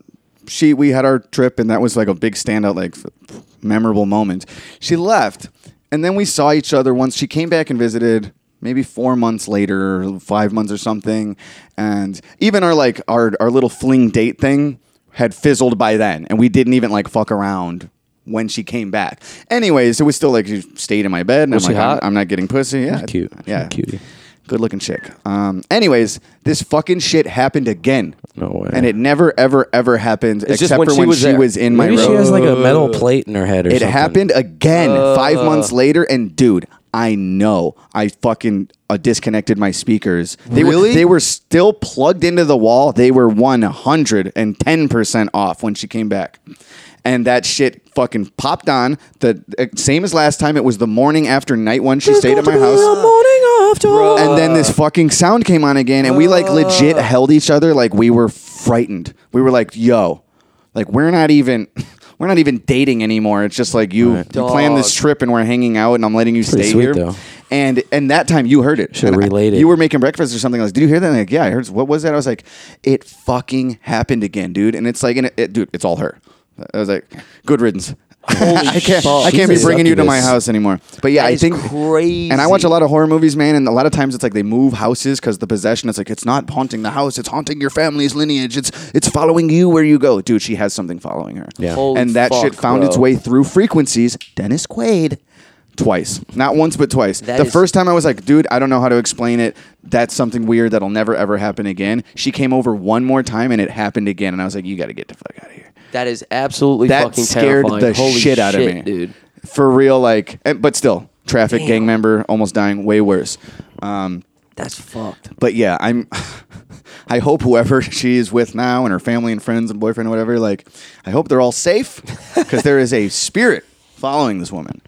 Speaker 4: she we had our trip, and that was like a big standout, like f- memorable moment. She left, and then we saw each other once. She came back and visited maybe four months later, five months or something, and even our like our our little fling date thing had fizzled by then, and we didn't even like fuck around. When she came back, anyways, it was still like she stayed in my bed, and
Speaker 3: Was
Speaker 4: I'm
Speaker 3: she
Speaker 4: like, I'm-
Speaker 3: hot?
Speaker 4: I'm not getting pussy. Yeah,
Speaker 3: cute.
Speaker 4: Uh, Yeah,
Speaker 3: cutie.
Speaker 4: Good looking chick. Um, anyways, this fucking shit happened again.
Speaker 3: No way.
Speaker 4: And it never, ever, ever happened
Speaker 3: It's just
Speaker 4: except
Speaker 3: when
Speaker 4: for
Speaker 3: she
Speaker 4: when
Speaker 3: was
Speaker 4: she
Speaker 3: there.
Speaker 4: was in my
Speaker 3: Maybe
Speaker 4: room.
Speaker 3: she has, like, a metal plate in her head or
Speaker 4: it
Speaker 3: something.
Speaker 4: happened again
Speaker 3: Uh.
Speaker 4: five months later, and dude, I know. I fucking uh, disconnected my speakers. They
Speaker 21: Really?
Speaker 4: Were, they were still plugged into the wall. They were 110% off when she came back. And that shit fucking popped on. The uh, same as last time. It was the morning after night one. She stayed at my house. And then this fucking sound came on again, and we like legit held each other like we were frightened. We were like, "Yo, like we're not even." We're not even dating anymore. It's just like you, you planned this
Speaker 21: Dog.
Speaker 4: trip and we're hanging out and I'm letting you
Speaker 3: Pretty
Speaker 4: stay
Speaker 3: sweet,
Speaker 4: here.
Speaker 3: though.
Speaker 4: And and that time you heard it.
Speaker 3: Should've
Speaker 4: And I-
Speaker 3: relayed it.
Speaker 4: You were making breakfast or something. I was, did you hear that? And like, yeah, I heard. What was that? I was like, it fucking happened again, dude. And it's like, and it, it- dude, it's all her. I was like, good riddance. I can't, I can't be
Speaker 21: She's
Speaker 4: bringing you to
Speaker 21: up to
Speaker 4: my
Speaker 21: this.
Speaker 4: house anymore. But yeah,
Speaker 21: That
Speaker 4: I
Speaker 21: is
Speaker 4: think
Speaker 21: crazy.
Speaker 4: And I watch a lot of horror movies, man. And a lot of times it's like they move houses because the possession. It's like it's not haunting the house; it's haunting your family's lineage. It's it's following you where you go, dude. She has something following her.
Speaker 21: Yeah. Holy
Speaker 4: and that shit
Speaker 21: fuck,
Speaker 4: found its
Speaker 21: bro.
Speaker 4: way through frequencies. Dennis Quaid. Twice, not once, but twice.
Speaker 21: That
Speaker 4: the
Speaker 21: is-
Speaker 4: first time I was like, "Dude, I don't know how to explain it. That's something weird that'll never ever happen again." She came over one more time, and it happened again. And I was like, "You got to get the fuck out of here."
Speaker 6: That is absolutely
Speaker 4: that
Speaker 6: fucking
Speaker 4: scared
Speaker 6: terrifying.
Speaker 4: the
Speaker 6: Holy
Speaker 4: shit out of me,
Speaker 6: dude.
Speaker 4: For real, like, and- but still, traffic
Speaker 6: Damn.
Speaker 4: gang member almost dying, way worse. Um,
Speaker 6: That's fucked.
Speaker 4: But yeah, I'm. I hope whoever she is with now and her family and friends and boyfriend and whatever, like, I hope they're all safe because there is a spirit following this woman,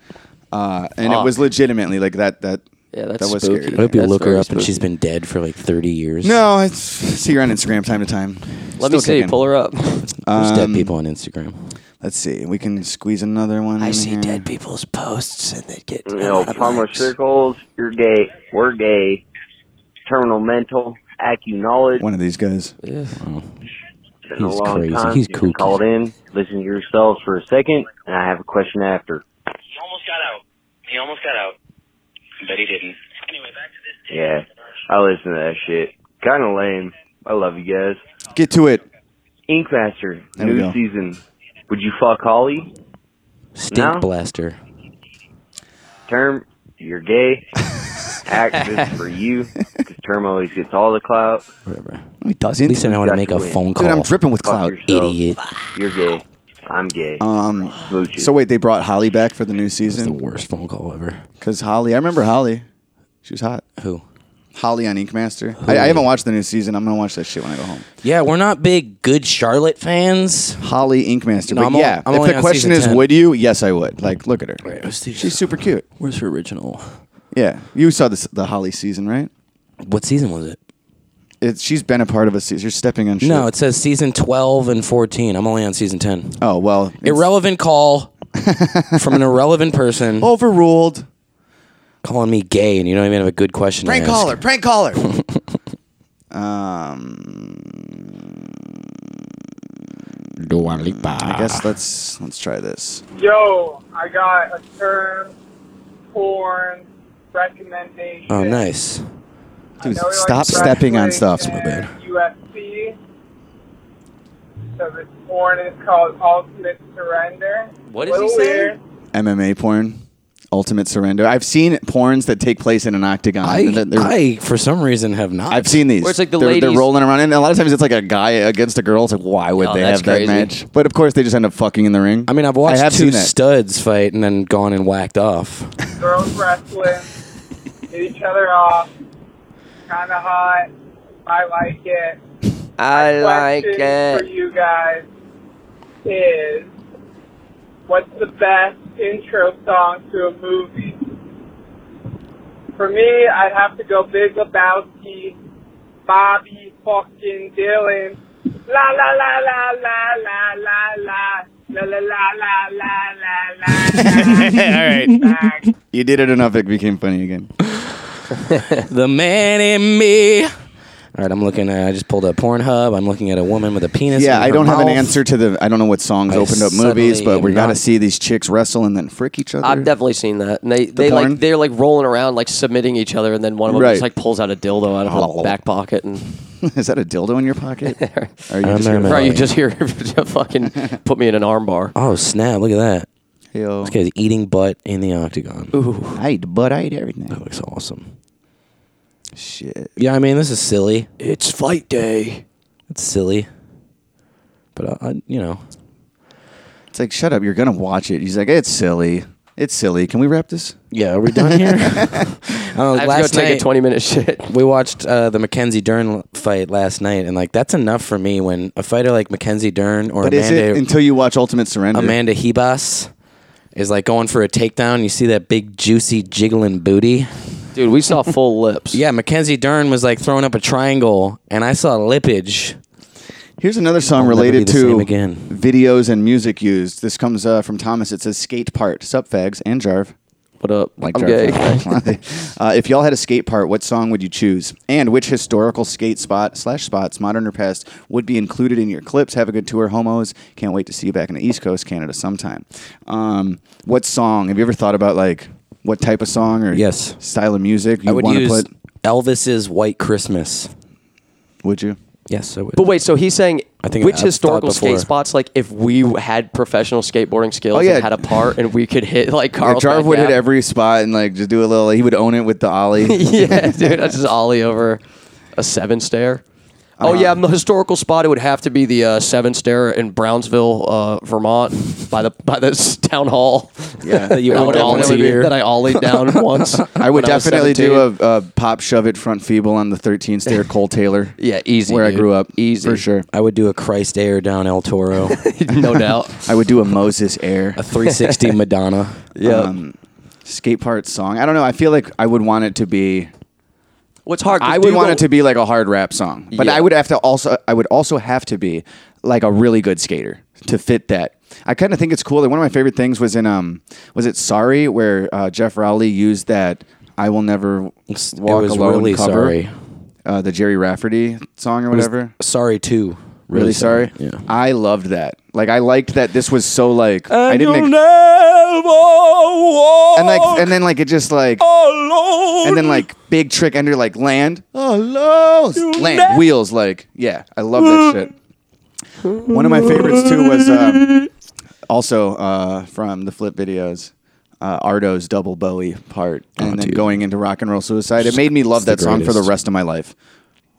Speaker 4: uh, and it was
Speaker 3: Fuck.
Speaker 4: legitimately like that. That yeah, that was scary.
Speaker 3: I hope you look her up and she's been dead for like 30 years.
Speaker 4: No, I s- see her on Instagram time to time.
Speaker 3: Let me see, pull her
Speaker 6: up.
Speaker 3: There's
Speaker 4: Um,
Speaker 3: dead people on Instagram.
Speaker 4: Let's see. We can squeeze another one.
Speaker 3: I
Speaker 4: in
Speaker 3: see
Speaker 4: here.
Speaker 3: dead people's posts and they get.
Speaker 22: You know, pharmaceuticals, you're gay, we're gay, terminal mental, AccuKnowledge.
Speaker 4: One of these guys.
Speaker 3: Oh,
Speaker 22: It's been a
Speaker 4: He's
Speaker 22: long
Speaker 4: crazy.
Speaker 22: time
Speaker 4: He's
Speaker 22: since you
Speaker 4: kooky.
Speaker 22: called in. Listen to yourselves for a second, and I have a question after.
Speaker 23: He almost got out. He almost got out. But he didn't. Anyway, back to this.
Speaker 22: Yeah, I listen to that shit. Kind of lame. I love you guys.
Speaker 4: Get to it.
Speaker 22: Inkmaster,
Speaker 4: There we
Speaker 22: new
Speaker 4: go.
Speaker 22: season. Would you fuck Holly?
Speaker 3: Stink
Speaker 22: No?
Speaker 3: blaster.
Speaker 22: Term, you're gay. Act this is for you. 'cause Term always gets all the clout.
Speaker 3: Whatever.
Speaker 4: He doesn't.
Speaker 3: At least I know how to make a phone call.
Speaker 4: Dude, I'm dripping with clout,
Speaker 3: idiot.
Speaker 22: You're gay. I'm gay.
Speaker 4: Um,
Speaker 22: Smooches.
Speaker 4: so wait, they brought Holly back for the new season.
Speaker 3: the worst phone call ever.
Speaker 4: Because Holly, I remember Holly. She was hot.
Speaker 3: Who?
Speaker 4: Holly on Ink Master. I, I haven't watched the new season. I'm gonna watch that shit when I go home.
Speaker 3: Yeah, we're not big good Charlotte fans.
Speaker 4: Holly Ink Master.
Speaker 3: No,
Speaker 4: but
Speaker 3: I'm
Speaker 4: yeah,
Speaker 3: on- I'm
Speaker 4: if
Speaker 3: only
Speaker 4: the
Speaker 3: on
Speaker 4: question
Speaker 3: season
Speaker 4: is,
Speaker 3: 10.
Speaker 4: would you? Yes, I would. Like, look at her.
Speaker 3: She's
Speaker 4: super cute.
Speaker 3: Where's her original?
Speaker 4: Yeah, you saw this the Holly season, right?
Speaker 3: What season was it?
Speaker 4: It, she's been a part of a season. You're stepping on shit.
Speaker 3: No, it says season 12 and 14. I'm only on season 10.
Speaker 4: Oh, well.
Speaker 3: Irrelevant call from an irrelevant person.
Speaker 4: Oh. Overruled.
Speaker 3: Calling me gay and you don't even have a good question
Speaker 4: Prank
Speaker 3: to ask.
Speaker 4: caller, prank caller. um,
Speaker 3: Dua Lipa.
Speaker 4: I guess let's let's try this.
Speaker 1: Yo, I got a term porn recommendation.
Speaker 4: Oh, nice. Dude,
Speaker 1: I know you're
Speaker 4: stop
Speaker 1: like
Speaker 4: stepping on
Speaker 1: wrestling
Speaker 4: stuff.
Speaker 1: and UFC. So this porn is called Ultimate Surrender.
Speaker 3: What
Speaker 1: is he saying?
Speaker 4: MMA porn, ultimate surrender. I've seen porns that take place in an octagon.
Speaker 3: I-
Speaker 4: and that they're-
Speaker 3: I, for some reason, have not.
Speaker 4: I've seen these.
Speaker 3: Where it's like the
Speaker 4: they're, they're
Speaker 3: ladies-
Speaker 4: rolling around, and a lot of times it's like a guy against a girl. It's like, why would
Speaker 3: Oh,
Speaker 4: they
Speaker 3: that's
Speaker 4: have
Speaker 3: crazy.
Speaker 4: that match? But of course, they just end up fucking in the ring. I mean, I've
Speaker 3: Watched
Speaker 4: I have
Speaker 3: two
Speaker 4: seen that.
Speaker 3: studs fight and then gone and whacked off.
Speaker 1: Girls wrestling, hit each other off. Kind of hot. I like it.
Speaker 6: I like
Speaker 1: question for
Speaker 6: it.
Speaker 1: you guys is what's the best intro song to a movie? For me, I'd have to go Big Lebowski, Bobby fucking Dylan. La la la la la la la la la la la la la la
Speaker 4: All right, you did it enough. It became funny again.
Speaker 3: the man in me. All right, I'm looking at. I just pulled up Pornhub. I'm looking at a woman with a penis.
Speaker 4: yeah,
Speaker 3: in
Speaker 4: I
Speaker 3: her
Speaker 4: don't have an
Speaker 3: mouth.
Speaker 4: answer to the. I don't know what songs
Speaker 3: I
Speaker 4: opened up movies,
Speaker 3: suddenly
Speaker 4: but we
Speaker 3: am
Speaker 4: got to
Speaker 3: not-
Speaker 4: see these chicks wrestle and then frick each other.
Speaker 6: I've definitely seen that. And they, they like
Speaker 4: porn?
Speaker 6: they're like rolling around like submitting each other and then one of them just
Speaker 4: Right.
Speaker 6: like pulls out a dildo out of her back pocket and
Speaker 4: Is that a dildo in your pocket? Or are you
Speaker 6: Or
Speaker 4: just gonna-
Speaker 6: you just here to fucking put me in an armbar.
Speaker 3: Oh snap! Look at that.
Speaker 4: Yo.
Speaker 3: This guy's eating butt in the octagon.
Speaker 6: Ooh.
Speaker 4: I eat butt. I eat everything. That
Speaker 3: looks awesome.
Speaker 4: Shit.
Speaker 3: Yeah, I mean this is silly.
Speaker 6: It's fight day.
Speaker 3: It's silly. But uh, I, I you know,
Speaker 4: It's like, shut up. You're gonna watch it. He's like, it's silly. It's silly. Can we wrap this?
Speaker 3: Yeah, are we done here? I
Speaker 6: I have to go take a 20-minute shit.
Speaker 3: Uh, We watched uh, the Mackenzie Dern fight last night, and like that's enough for me. When a fighter like Mackenzie Dern or
Speaker 4: but is
Speaker 3: Amanda
Speaker 4: it until you watch Ultimate Surrender?
Speaker 3: Amanda Hebus is like going for a takedown. You see that big juicy jiggling booty.
Speaker 6: Dude, we saw full lips.
Speaker 3: Yeah, Mackenzie Dern was like throwing up a triangle, and I saw lippage.
Speaker 4: Here's another song
Speaker 3: I'll never
Speaker 4: related
Speaker 3: be the
Speaker 4: to
Speaker 3: same again.
Speaker 4: videos and music used. This comes uh, from Thomas. It says skate part. Sup, fags and Jarv.
Speaker 6: What up?
Speaker 4: Like
Speaker 6: I'm
Speaker 4: Jarv. uh, if y'all had a skate part, what song would you choose? And which historical skate spot slash spots, modern or past, would be included in your clips? Have a good tour, homos. Can't wait to see you back in the East Coast, Canada, sometime. Um, what song? Have you ever thought about like what type of song or
Speaker 3: yes
Speaker 4: style of music
Speaker 3: I
Speaker 4: you
Speaker 3: would
Speaker 4: want to
Speaker 3: use
Speaker 4: put?
Speaker 3: Elvis's White Christmas.
Speaker 4: Would you?
Speaker 3: Yes, I would.
Speaker 6: But wait, so he's saying
Speaker 3: I think I've
Speaker 6: which
Speaker 3: thought
Speaker 6: historical skate
Speaker 3: before.
Speaker 6: spots? Like, if we had professional skateboarding skills
Speaker 4: Oh, yeah.
Speaker 6: and had a part, and we could hit like
Speaker 4: Yeah,
Speaker 6: Carl.
Speaker 4: Jarv would hit every spot and like just do a little. He would own it with the ollie.
Speaker 6: yeah, dude, I just ollie over a seven stair.
Speaker 3: Uh-huh.
Speaker 6: Oh yeah, the historical spot. It would have to be the uh, seven stair in Brownsville, uh, Vermont, by the by the s- town hall.
Speaker 4: Yeah.
Speaker 6: that you
Speaker 4: I would
Speaker 6: would ollie-
Speaker 4: definitely be-
Speaker 6: that I ollied down once.
Speaker 4: I would
Speaker 6: when was 17.
Speaker 4: definitely do a, a pop shove it front feeble on the 13 stair Cole Taylor.
Speaker 6: Yeah, easy,
Speaker 4: Where I
Speaker 6: dude.
Speaker 4: grew up,
Speaker 3: Easy.
Speaker 4: for sure.
Speaker 3: I would do a Christ air down El Toro,
Speaker 6: no doubt.
Speaker 4: I would do a Moses air,
Speaker 3: a 360 Madonna.
Speaker 4: um, skate part song. I don't know. I feel like I would want it to be.
Speaker 6: What's hard? 'cause
Speaker 4: I would
Speaker 6: do
Speaker 4: want
Speaker 6: the-
Speaker 4: it to be like a hard rap song, but
Speaker 6: Yeah.
Speaker 4: I would have to also. I would also have to be like a really good skater to fit that. I kind of think it's cool that one of my favorite things was in um was it Sorry where uh, Jeff Rowley used that I will never walk
Speaker 3: was
Speaker 4: alone
Speaker 3: really
Speaker 4: cover.
Speaker 3: Sorry.
Speaker 4: Uh, the Jerry Rafferty song or
Speaker 3: It was
Speaker 4: whatever.
Speaker 3: Sorry too.
Speaker 4: Really, sorry. Yeah. I loved that. Like I liked that this was so like I didn't ex- and like and then like it just like and then like big trick under like land oh no land wheels like yeah I love that shit. One of my favorites too was um, also uh, from the flip videos. Uh, Ardo's double Bowie part, and then going into rock and roll suicide, it made me love
Speaker 3: It's Oh, the
Speaker 4: that song for the
Speaker 3: greatest.
Speaker 4: rest of my life.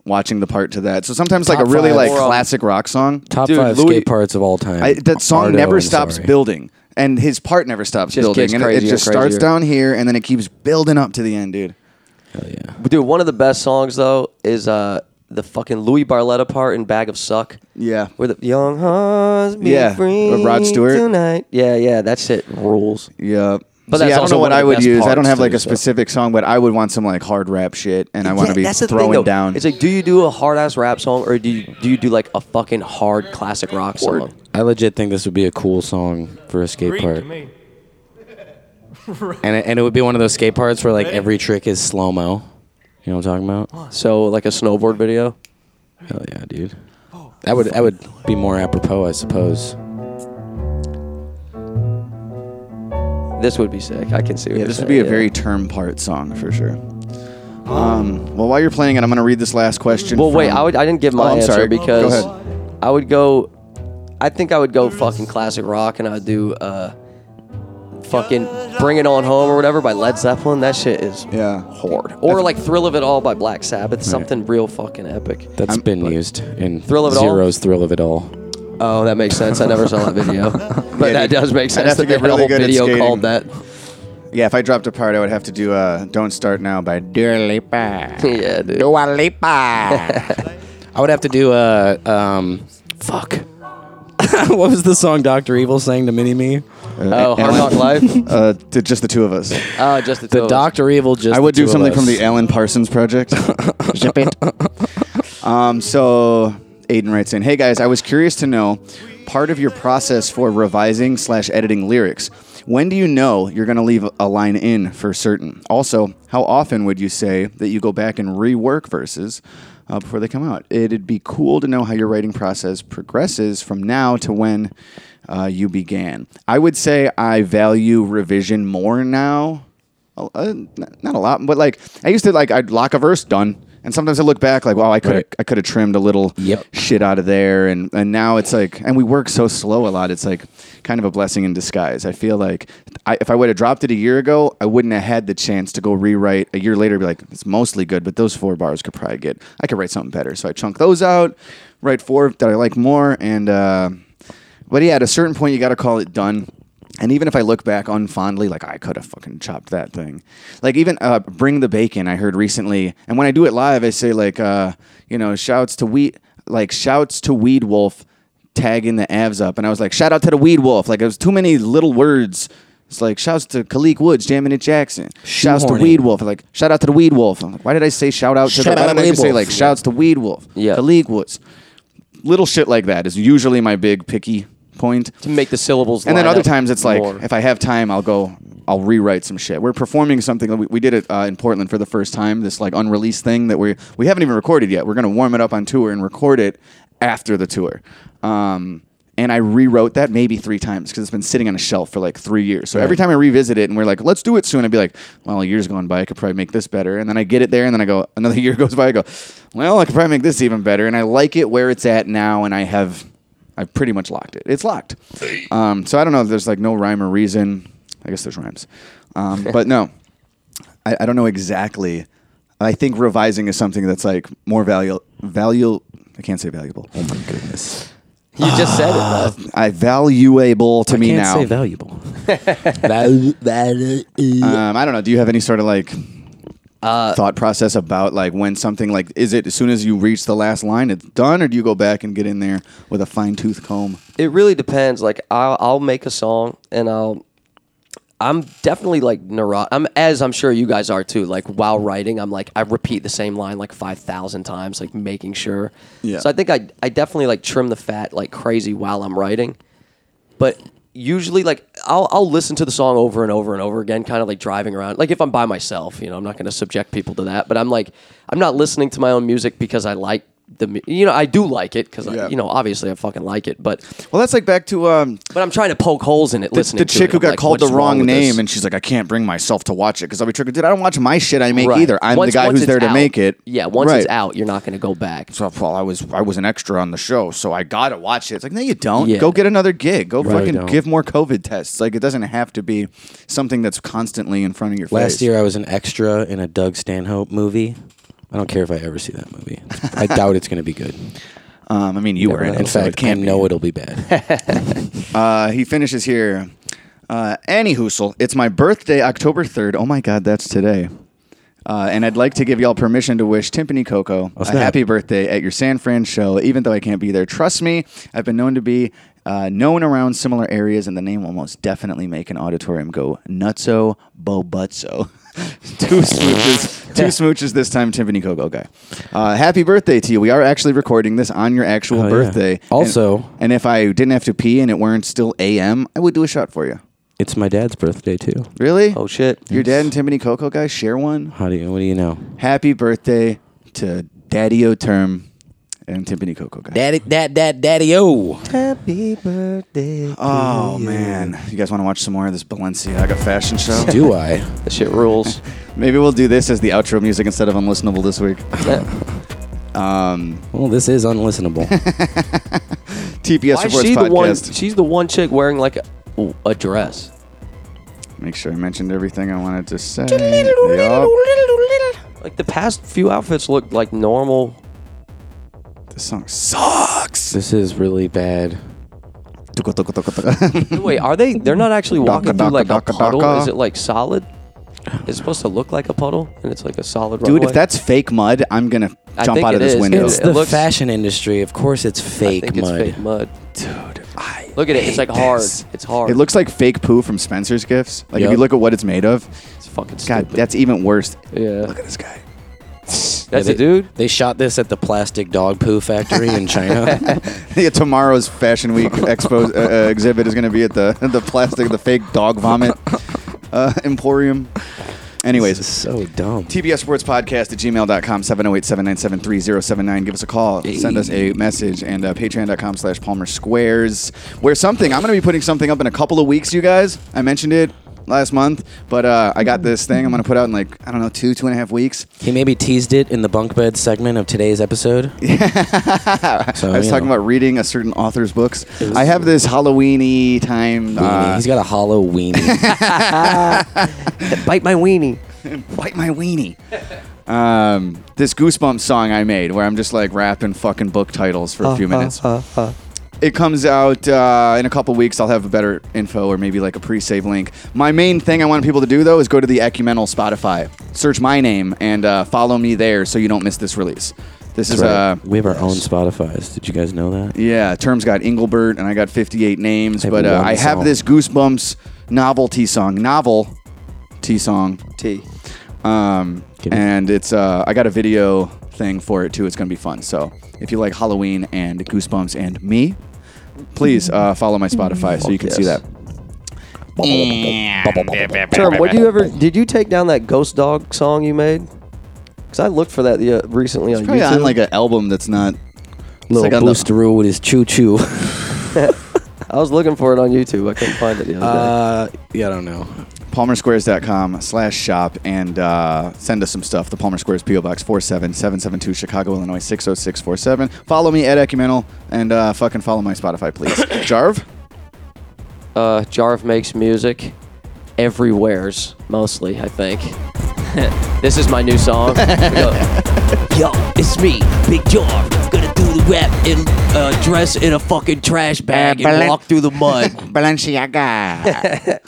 Speaker 4: Watching the part to that, so sometimes like
Speaker 3: Top
Speaker 4: a really
Speaker 3: five.
Speaker 4: like
Speaker 3: Or, um,
Speaker 4: classic rock song,
Speaker 3: Top
Speaker 4: Dude,
Speaker 3: five
Speaker 4: Louis-
Speaker 3: skate parts of all time.
Speaker 4: I, that song
Speaker 3: Ardo
Speaker 4: never
Speaker 3: and
Speaker 4: stops
Speaker 3: Sorry.
Speaker 4: building, and his part never stops
Speaker 6: Just
Speaker 4: building,
Speaker 6: gets
Speaker 4: and it- it
Speaker 6: crazier
Speaker 4: just
Speaker 6: and
Speaker 4: starts
Speaker 6: crazier.
Speaker 4: down here, and then it keeps building up to the end, dude.
Speaker 6: Dude, one of the best songs though is uh the fucking Louis Barletta part in "Bag of Suck."
Speaker 4: Yeah,
Speaker 6: where the young hearts be
Speaker 4: Yeah,
Speaker 6: free
Speaker 4: with Rod Stewart.
Speaker 6: tonight. Yeah, yeah, that shit rules.
Speaker 4: Yeah,
Speaker 6: But
Speaker 4: See,
Speaker 6: that's
Speaker 4: I don't
Speaker 6: also
Speaker 4: know
Speaker 6: one
Speaker 4: what
Speaker 6: of
Speaker 4: I
Speaker 6: the
Speaker 4: would
Speaker 6: best
Speaker 4: use. I don't
Speaker 6: parts,
Speaker 4: have like
Speaker 6: too,
Speaker 4: a
Speaker 6: so.
Speaker 4: specific song, but I would want some like hard rap shit, and I want to
Speaker 6: Yeah,
Speaker 4: be
Speaker 6: that's the thing,
Speaker 4: throwing
Speaker 6: though.
Speaker 4: down.
Speaker 6: It's like, do you do a hard ass rap song or do you do you do like a fucking hard classic rock song?
Speaker 3: I legit think this would be a cool song for a skate part, and it, and it would be one of those skate parts where like every trick is slow mo. You know what I'm talking about?
Speaker 6: So like a snowboard video.
Speaker 3: Hell yeah, dude. That would that would be more apropos, I suppose.
Speaker 6: This would be sick. I can see. What
Speaker 4: Yeah,
Speaker 6: you're
Speaker 4: this
Speaker 6: saying,
Speaker 4: would be a
Speaker 6: yeah.
Speaker 4: very term part song for sure. Um, well, while you're playing it, I'm gonna read this last question.
Speaker 6: Well, wait,
Speaker 4: from-
Speaker 6: I would. I didn't give
Speaker 4: Oh,
Speaker 6: my
Speaker 4: I'm
Speaker 6: answer
Speaker 4: sorry. Go
Speaker 6: because
Speaker 4: ahead.
Speaker 6: I would go. I think I would go fucking classic rock, and I'd do uh, fucking "Bring It On Home" or whatever by Led Zeppelin. That shit is
Speaker 4: yeah
Speaker 6: hard. Or like "Thrill of It All" by Black Sabbath. Something real fucking epic.
Speaker 3: That's been used in
Speaker 6: Thrill of It All?
Speaker 3: Zero's Thrill of It All.
Speaker 6: Oh, that makes sense. I never saw that video, but
Speaker 4: Yeah,
Speaker 6: that
Speaker 4: dude.
Speaker 6: does make
Speaker 4: I'd
Speaker 6: sense.
Speaker 4: have to
Speaker 6: that they
Speaker 4: get
Speaker 6: had a
Speaker 4: really
Speaker 6: whole
Speaker 4: good at
Speaker 6: video
Speaker 4: skating.
Speaker 6: called that.
Speaker 4: Yeah, if I dropped a part, I would have to do uh, "Don't Start Now" by Dua Lipa.
Speaker 6: yeah, dude.
Speaker 4: Dua Lipa.
Speaker 3: I would have to do a um, fuck. what was the song Doctor Evil sang to Mini Me?
Speaker 6: Oh, Hard Knock Life?
Speaker 4: uh, to just the two of us.
Speaker 6: Oh, just the, two
Speaker 3: The
Speaker 6: of us.
Speaker 3: Doctor Evil just.
Speaker 4: I would
Speaker 3: the
Speaker 4: do
Speaker 3: two of
Speaker 4: something from
Speaker 3: us.
Speaker 4: the Alan Parsons project. Zip it. Um, so Aiden writes in, "Hey guys, I was curious to know part of your process for revising slash editing lyrics. When do you know you're going to leave a line in for certain? Also, how often would you say that you go back and rework verses?" Uh, before they come out, it'd be cool to know how your writing process progresses from now to when uh, you began. I would say I value revision more now a- uh, n- not a lot, but like I used to like I'd lock a verse done, and sometimes I look back like, wow, I could have I could have trimmed a little shit out of there, and and now it's like, and we work so slow a lot, it's like kind of a blessing in disguise. I feel like I, if I would have dropped it a year ago, I wouldn't have had the chance to go rewrite a year later, and be like, it's mostly good, but those four bars could probably get I could write something better, so I chunk those out, write four that I like more, and. uh but yeah, at a certain point, you got to call it done. And even if I look back on fondly, like I could have fucking chopped that thing. Like even uh, bring the bacon. I heard recently, and when I do it live, I say like, uh, you know, shouts to weed, like shouts to Weed Wolf, tagging the Avs up, and I was like, shout out to the Weed Wolf. Like it was too many little words. It's like shouts to Khalik Woods, jamming at Jackson. Shouts to
Speaker 6: Shoehorning.
Speaker 4: Weed Wolf. Like shout out to the Weed Wolf. I'm like, why did I say shout out to
Speaker 6: Shout
Speaker 4: the?
Speaker 6: out
Speaker 4: Why did I
Speaker 6: Weed
Speaker 4: just say
Speaker 6: Wolf.
Speaker 4: like shouts to Weed Wolf? Yeah, Khalik Woods. Little shit like that is usually my big picky point
Speaker 6: to make the syllables.
Speaker 4: and then
Speaker 6: line
Speaker 4: other
Speaker 6: up
Speaker 4: times it's like
Speaker 6: more.
Speaker 4: if i have time i'll go i'll rewrite some shit we're performing something we, we did it uh, in portland for the first time this like unreleased thing that we we haven't even recorded yet we're going to warm it up on tour and record it after the tour um, and i rewrote that maybe three times because it's been sitting on a shelf for like three years so every
Speaker 6: Right.
Speaker 4: time i revisit it and we're like let's do it soon i'd be like well a year's gone by i could probably make this better and then i get it there and then i go another year goes by i go well i could probably make this even better and i like it where it's at now and i have I've pretty much locked it. It's locked. Um, so I don't know. There's like no rhyme or reason. I guess there's rhymes, um, but no, I, I don't know exactly. I think revising is something that's like more valuable. Value. I can't say valuable. Oh my goodness.
Speaker 6: You just said it,
Speaker 4: I valuable to
Speaker 6: I
Speaker 4: me
Speaker 6: can't
Speaker 4: now.
Speaker 6: say
Speaker 4: valuable. um, I don't know. Do you have any sort of like thought process about like when something like is it as soon as you reach the last line it's done, or do you go back and get in there with a fine tooth comb?
Speaker 6: it really depends. Like I'll, I'll make a song and I'll. I'm definitely like neurotic. I'm as I'm sure you guys are too. Like while writing, I'm like I repeat the same line like five thousand times, like making sure.
Speaker 7: Yeah.
Speaker 6: So I think I I definitely like trim the fat like crazy while I'm writing, but usually like I'll I'll listen to the song over and over and over again, kind of like driving around. Like if I'm by myself, you know, I'm not going to subject people to that. But I'm like I'm not listening to my own music because I like the mu- you know I do like it because
Speaker 4: Yeah.
Speaker 6: you know obviously I fucking like it, but
Speaker 4: Well, that's like back to um.
Speaker 6: But I'm trying to poke holes in it.
Speaker 4: The,
Speaker 6: listening
Speaker 4: the
Speaker 6: to
Speaker 4: chick
Speaker 6: it.
Speaker 4: who
Speaker 6: I'm
Speaker 4: got
Speaker 6: like,
Speaker 4: called the
Speaker 6: "What's wrong
Speaker 4: wrong
Speaker 6: with
Speaker 4: name,
Speaker 6: this?"
Speaker 4: and she's like, I can't bring myself to watch it because I'll be triggered. Dude, I don't watch my shit I make
Speaker 6: Right.
Speaker 4: either. I'm
Speaker 6: Once-
Speaker 4: the guy
Speaker 6: once
Speaker 4: who's
Speaker 6: it's
Speaker 4: there to
Speaker 6: out-
Speaker 4: make it.
Speaker 6: yeah, once it's
Speaker 4: Right.
Speaker 6: out, you're not going to go back.
Speaker 4: So well, I was I was an extra on the show, so I gotta watch it. It's like no, you don't.
Speaker 6: Yeah.
Speaker 4: Go get another gig. Go
Speaker 6: Right.
Speaker 4: fucking
Speaker 6: Don't.
Speaker 4: give more COVID tests. Like it doesn't have to be something that's constantly in front of your
Speaker 3: Last
Speaker 4: face.
Speaker 3: year, I was an extra in a Doug Stanhope movie. I don't care if I ever see that movie. I doubt it's going to be good.
Speaker 4: Um, I mean, you were in it,
Speaker 3: In
Speaker 4: so it
Speaker 3: fact, I
Speaker 4: can't be.
Speaker 3: know it'll be bad.
Speaker 4: uh, he finishes here. Uh, Annie Hoosel, it's my birthday, October 3rd. Oh my God, that's today. Uh, and I'd like to give y'all permission to wish Timpani Coco a
Speaker 3: snap.
Speaker 4: happy birthday at your San Fran show, even though I can't be there. Trust me, I've been known to be uh, known around similar areas, and the name will most definitely make an auditorium go nutso bobutso. two smooches, two smooches this time, Timpani Coco guy. Uh, happy birthday to you. We are actually recording this on your actual
Speaker 3: Oh, yeah.
Speaker 4: birthday. And-
Speaker 3: Also-
Speaker 4: and if I didn't have to pee and it weren't still AM, I would do a shot for you.
Speaker 3: it's my dad's birthday too.
Speaker 4: Really?
Speaker 6: Oh shit!
Speaker 4: Your dad and Timothy Coco guys share one.
Speaker 3: How do you? What do you know?
Speaker 4: Happy birthday to Daddy O Term and Timpani Coco guy.
Speaker 3: Daddy, dad, dad, daddy, o.
Speaker 4: Happy birthday. Oh man, you guys want to watch some more of this Balenciaga fashion show?
Speaker 3: Do I?
Speaker 6: that shit rules.
Speaker 4: Maybe we'll do this as the outro music instead of unlistenable this week. um,
Speaker 3: well, this is unlistenable.
Speaker 4: TPS
Speaker 6: Why is
Speaker 4: reports
Speaker 6: she
Speaker 4: podcast.
Speaker 6: the one? She's the one chick wearing like a, a dress.
Speaker 4: Make sure I mentioned everything I wanted to say. Yup.
Speaker 6: Like the past few outfits look like normal.
Speaker 4: This song sucks.
Speaker 3: This is really bad.
Speaker 6: Wait, are they? They're not actually walking through
Speaker 3: Daka,
Speaker 6: like a
Speaker 3: daka,
Speaker 6: puddle.
Speaker 3: daka.
Speaker 6: Is it like solid? It's supposed to look like a puddle, and it's like a solid
Speaker 4: Dude,
Speaker 6: runway?
Speaker 4: if that's fake mud, I'm gonna
Speaker 6: I
Speaker 4: jump
Speaker 6: think
Speaker 4: out of
Speaker 6: it
Speaker 4: this
Speaker 6: is.
Speaker 4: window.
Speaker 3: It's the fashion industry. Of course, it's fake
Speaker 6: think it's
Speaker 3: mud.
Speaker 6: fake mud. Dude, I look at it. It's like hard. It's hard.
Speaker 4: It looks like fake poo from Spencer's Gifts. Like if
Speaker 6: Yep.
Speaker 4: you look at what it's made of,
Speaker 6: it's fucking.
Speaker 4: God, that's even worse.
Speaker 6: Yeah.
Speaker 4: Look at this guy.
Speaker 6: That's
Speaker 3: Yeah,
Speaker 6: a
Speaker 3: they-
Speaker 6: dude.
Speaker 3: They shot this at the plastic dog poo factory in China.
Speaker 4: yeah, tomorrow's Fashion Week expo uh, uh, exhibit is gonna be at the the plastic, the fake dog vomit uh, emporium. Anyways,
Speaker 3: so dumb.
Speaker 4: TBS Sports Podcast at gmail.com, 708 797 3079. Give us a call, send us a message, and uh, patreon.com slash Palmer Squares. Where something, I'm going to be putting something up in a couple of weeks, you guys. I mentioned it last month, but uh, I got this thing I'm going to put out in like, I don't know, two, two and a half weeks.
Speaker 3: he maybe teased it in the bunk bed segment of today's episode. so,
Speaker 4: I was
Speaker 3: you
Speaker 4: talking
Speaker 3: know,
Speaker 4: about reading a certain author's books. I have this Halloweeny time.
Speaker 3: weenie.
Speaker 4: uh,
Speaker 3: He's got a hollow weenie.
Speaker 6: Bite my weenie.
Speaker 4: Bite my weenie. um,
Speaker 6: Uh,
Speaker 9: Uh-huh.
Speaker 4: this Goosebumps song I made where I'm just like rapping fucking book titles for a few minutes. It comes out uh, in a couple weeks. I'll have better info or maybe like a pre-save link. My main thing I want people to do though is go to the Ecumenal Spotify, search my name, and uh, follow me there so you don't miss this release. This
Speaker 3: That's
Speaker 4: is
Speaker 3: right.
Speaker 4: uh,
Speaker 3: we have our own Spotify's. Did you guys know that?
Speaker 4: yeah. Terms got Engelbert and I got 58 names,
Speaker 3: I have
Speaker 4: but uh,
Speaker 3: one
Speaker 4: I have
Speaker 3: song.
Speaker 4: this Goosebumps novelty song, novel T song T, um, and it's uh, I got a video thing for it too. It's gonna be fun. So if you like Halloween and Goosebumps and me, please uh, follow my Spotify so you can see
Speaker 6: yes.
Speaker 4: that.
Speaker 6: Term, what do you ever did you take down that Ghost Dog song you made? Because I looked for that the, uh, recently on
Speaker 4: probably
Speaker 6: YouTube.
Speaker 4: on, like, an album that's not
Speaker 6: little
Speaker 4: like on the-
Speaker 6: boosteroo with his choo choo. I was looking for it on YouTube. I couldn't find it the other
Speaker 4: Uh, yeah, I don't know. PalmerSquares.com slash shop and uh, send us some stuff. The Palmer Squares PO Box 47772 Chicago, Illinois 60647. Follow me at Ecumenal and uh, fucking follow my Spotify, please. Jarv?
Speaker 6: day. Uh, Jarv makes music everywhere's mostly. I think. this is my new song. Uh, We go,
Speaker 7: Yo, it's me, Big Jar. Gonna do the rap in uh, dress in a fucking trash bag and walk through the mud.
Speaker 5: Balenciaga.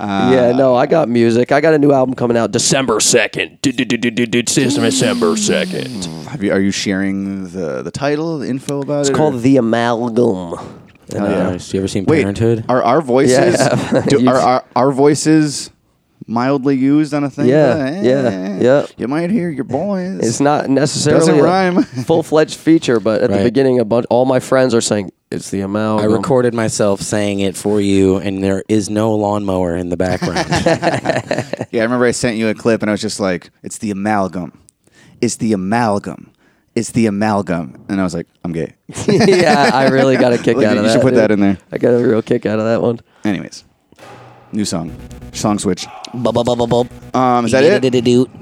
Speaker 6: yeah, no, I got music. I got a new album coming out December second.
Speaker 4: December 2nd. Have you, are you sharing the, the title, the info about it?
Speaker 6: It's called The Amalgam.
Speaker 4: Hell yeah.
Speaker 3: You ever seen
Speaker 4: Wait,
Speaker 3: Parenthood?
Speaker 4: Are our voices
Speaker 6: Yeah.
Speaker 4: do, are, are our voices mildly used on a thing? Eh,
Speaker 6: Yeah, yeah, yeah.
Speaker 4: You might hear your boys.
Speaker 6: It's not necessarily
Speaker 4: Doesn't rhyme.
Speaker 6: full fledged feature, but at
Speaker 3: Right.
Speaker 6: the beginning, a bunch all my friends are saying it's the
Speaker 3: I
Speaker 6: amalgam.
Speaker 3: recorded myself saying it for you, and there is no lawnmower in the background.
Speaker 4: Yeah, I remember I sent you a clip and I was just like, it's the amalgam. It's the amalgam. It's the amalgam. And I was like, I'm gay.
Speaker 6: yeah, I really got a kick
Speaker 4: Look,
Speaker 6: out of that.
Speaker 4: You should put that
Speaker 6: dude.
Speaker 4: in there.
Speaker 6: I got a real kick out of that one.
Speaker 4: Anyways, new song. Song switch.
Speaker 6: Um,
Speaker 4: is that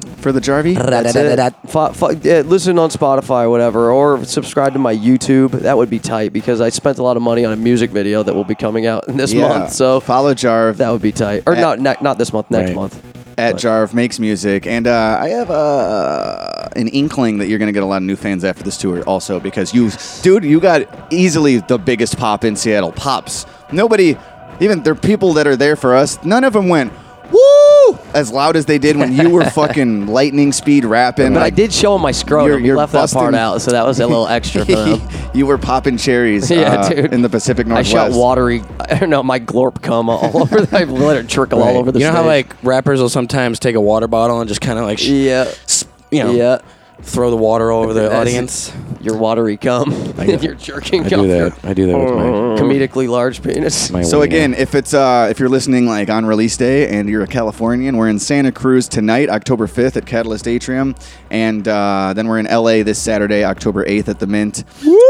Speaker 4: it? For the Jarvie?
Speaker 6: That's it. Fo- fo- yeah, listen on Spotify, whatever, or subscribe to my YouTube. That would be tight because I spent a lot of money on a music video that will be coming out this
Speaker 4: Yeah. Eh.
Speaker 6: month. So
Speaker 4: follow Jarv.
Speaker 6: That would be tight, or
Speaker 4: At-
Speaker 6: not ne- not this month, next month.
Speaker 4: At Jarv Makes Music. And uh, I have uh, an inkling that you're going to get a lot of new fans after this tour also because you, dude, you got easily the biggest pop in Seattle. Pops. Nobody, even there are people that are there for us, none of them went, woo, as loud as they did when you were fucking lightning speed rapping.
Speaker 6: But I
Speaker 4: Like,
Speaker 6: did show him my scrotum.
Speaker 4: you're-
Speaker 6: He
Speaker 4: you're
Speaker 6: left that part
Speaker 4: busting-
Speaker 6: out, so that was a little extra for them.
Speaker 4: you were popping cherries
Speaker 6: Yeah,
Speaker 4: uh,
Speaker 6: dude.
Speaker 4: in the Pacific
Speaker 6: I
Speaker 4: Northwest.
Speaker 6: shot watery. I don't know my glorp cum all over. The, I let it trickle
Speaker 3: Right.
Speaker 6: all over the.
Speaker 3: You know how
Speaker 6: stage.
Speaker 3: like rappers will sometimes take a water bottle and just kind of like sh-
Speaker 6: yeah,
Speaker 3: you know,
Speaker 6: yeah.
Speaker 3: throw the water over the
Speaker 6: That's
Speaker 3: audience.
Speaker 6: Your watery cum. and your jerking
Speaker 3: I
Speaker 6: cum.
Speaker 3: do that. I do that with my
Speaker 6: comedically large penis.
Speaker 4: so again, if it's uh, if you're listening like on release day and you're a Californian, we're in Santa Cruz tonight, October 5th at Catalyst Atrium, and uh, then we're in LA this Saturday, October 8th at the Mint, Woo!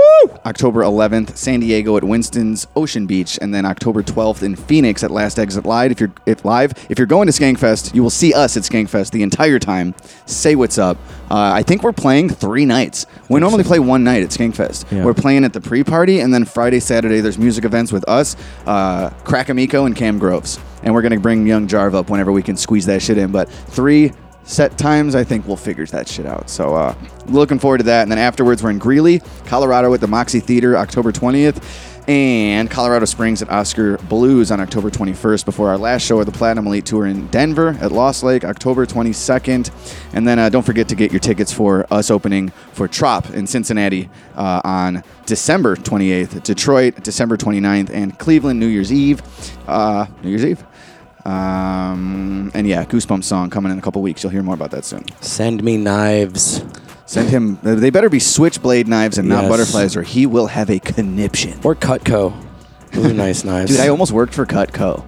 Speaker 4: October 11th San Diego at Winston's Ocean Beach, and then October 12th in Phoenix at Last Exit Live. If you're if live, if you're going to Skankfest, you will see us at Skankfest the entire time. Say what's up. Uh, I think we're playing three nights. We normally play one night at Skankfest. We're playing at the pre-party, and then Friday, Saturday, there's music events with us, uh, Krakamiko and Cam Groves, and we're gonna bring Young Jarv up whenever we can squeeze that shit in. But three set times, I think we'll figure that shit out. So uh, looking forward to that. And then afterwards, we're in Greeley, Colorado, at the Moxie Theater, October 20th. And Colorado Springs at Oscar Blues on October 21st before our last show of the Platinum Elite Tour in Denver at Lost Lake, October 22nd. And then uh, don't forget to get your tickets for us opening for Trop in Cincinnati uh, on December 28th, Detroit, December 29th, and Cleveland, New Year's Eve. Uh, New Year's Eve. Um, and yeah, Goosebumps song coming in a couple weeks. You'll hear more about that soon.
Speaker 3: Send me knives.
Speaker 4: Send him. uh, They better be switchblade knives and not
Speaker 3: Yes.
Speaker 4: butterflies, or he will have a conniption.
Speaker 3: Or Cutco. Those are nice knives.
Speaker 4: Dude, I almost worked for Cutco.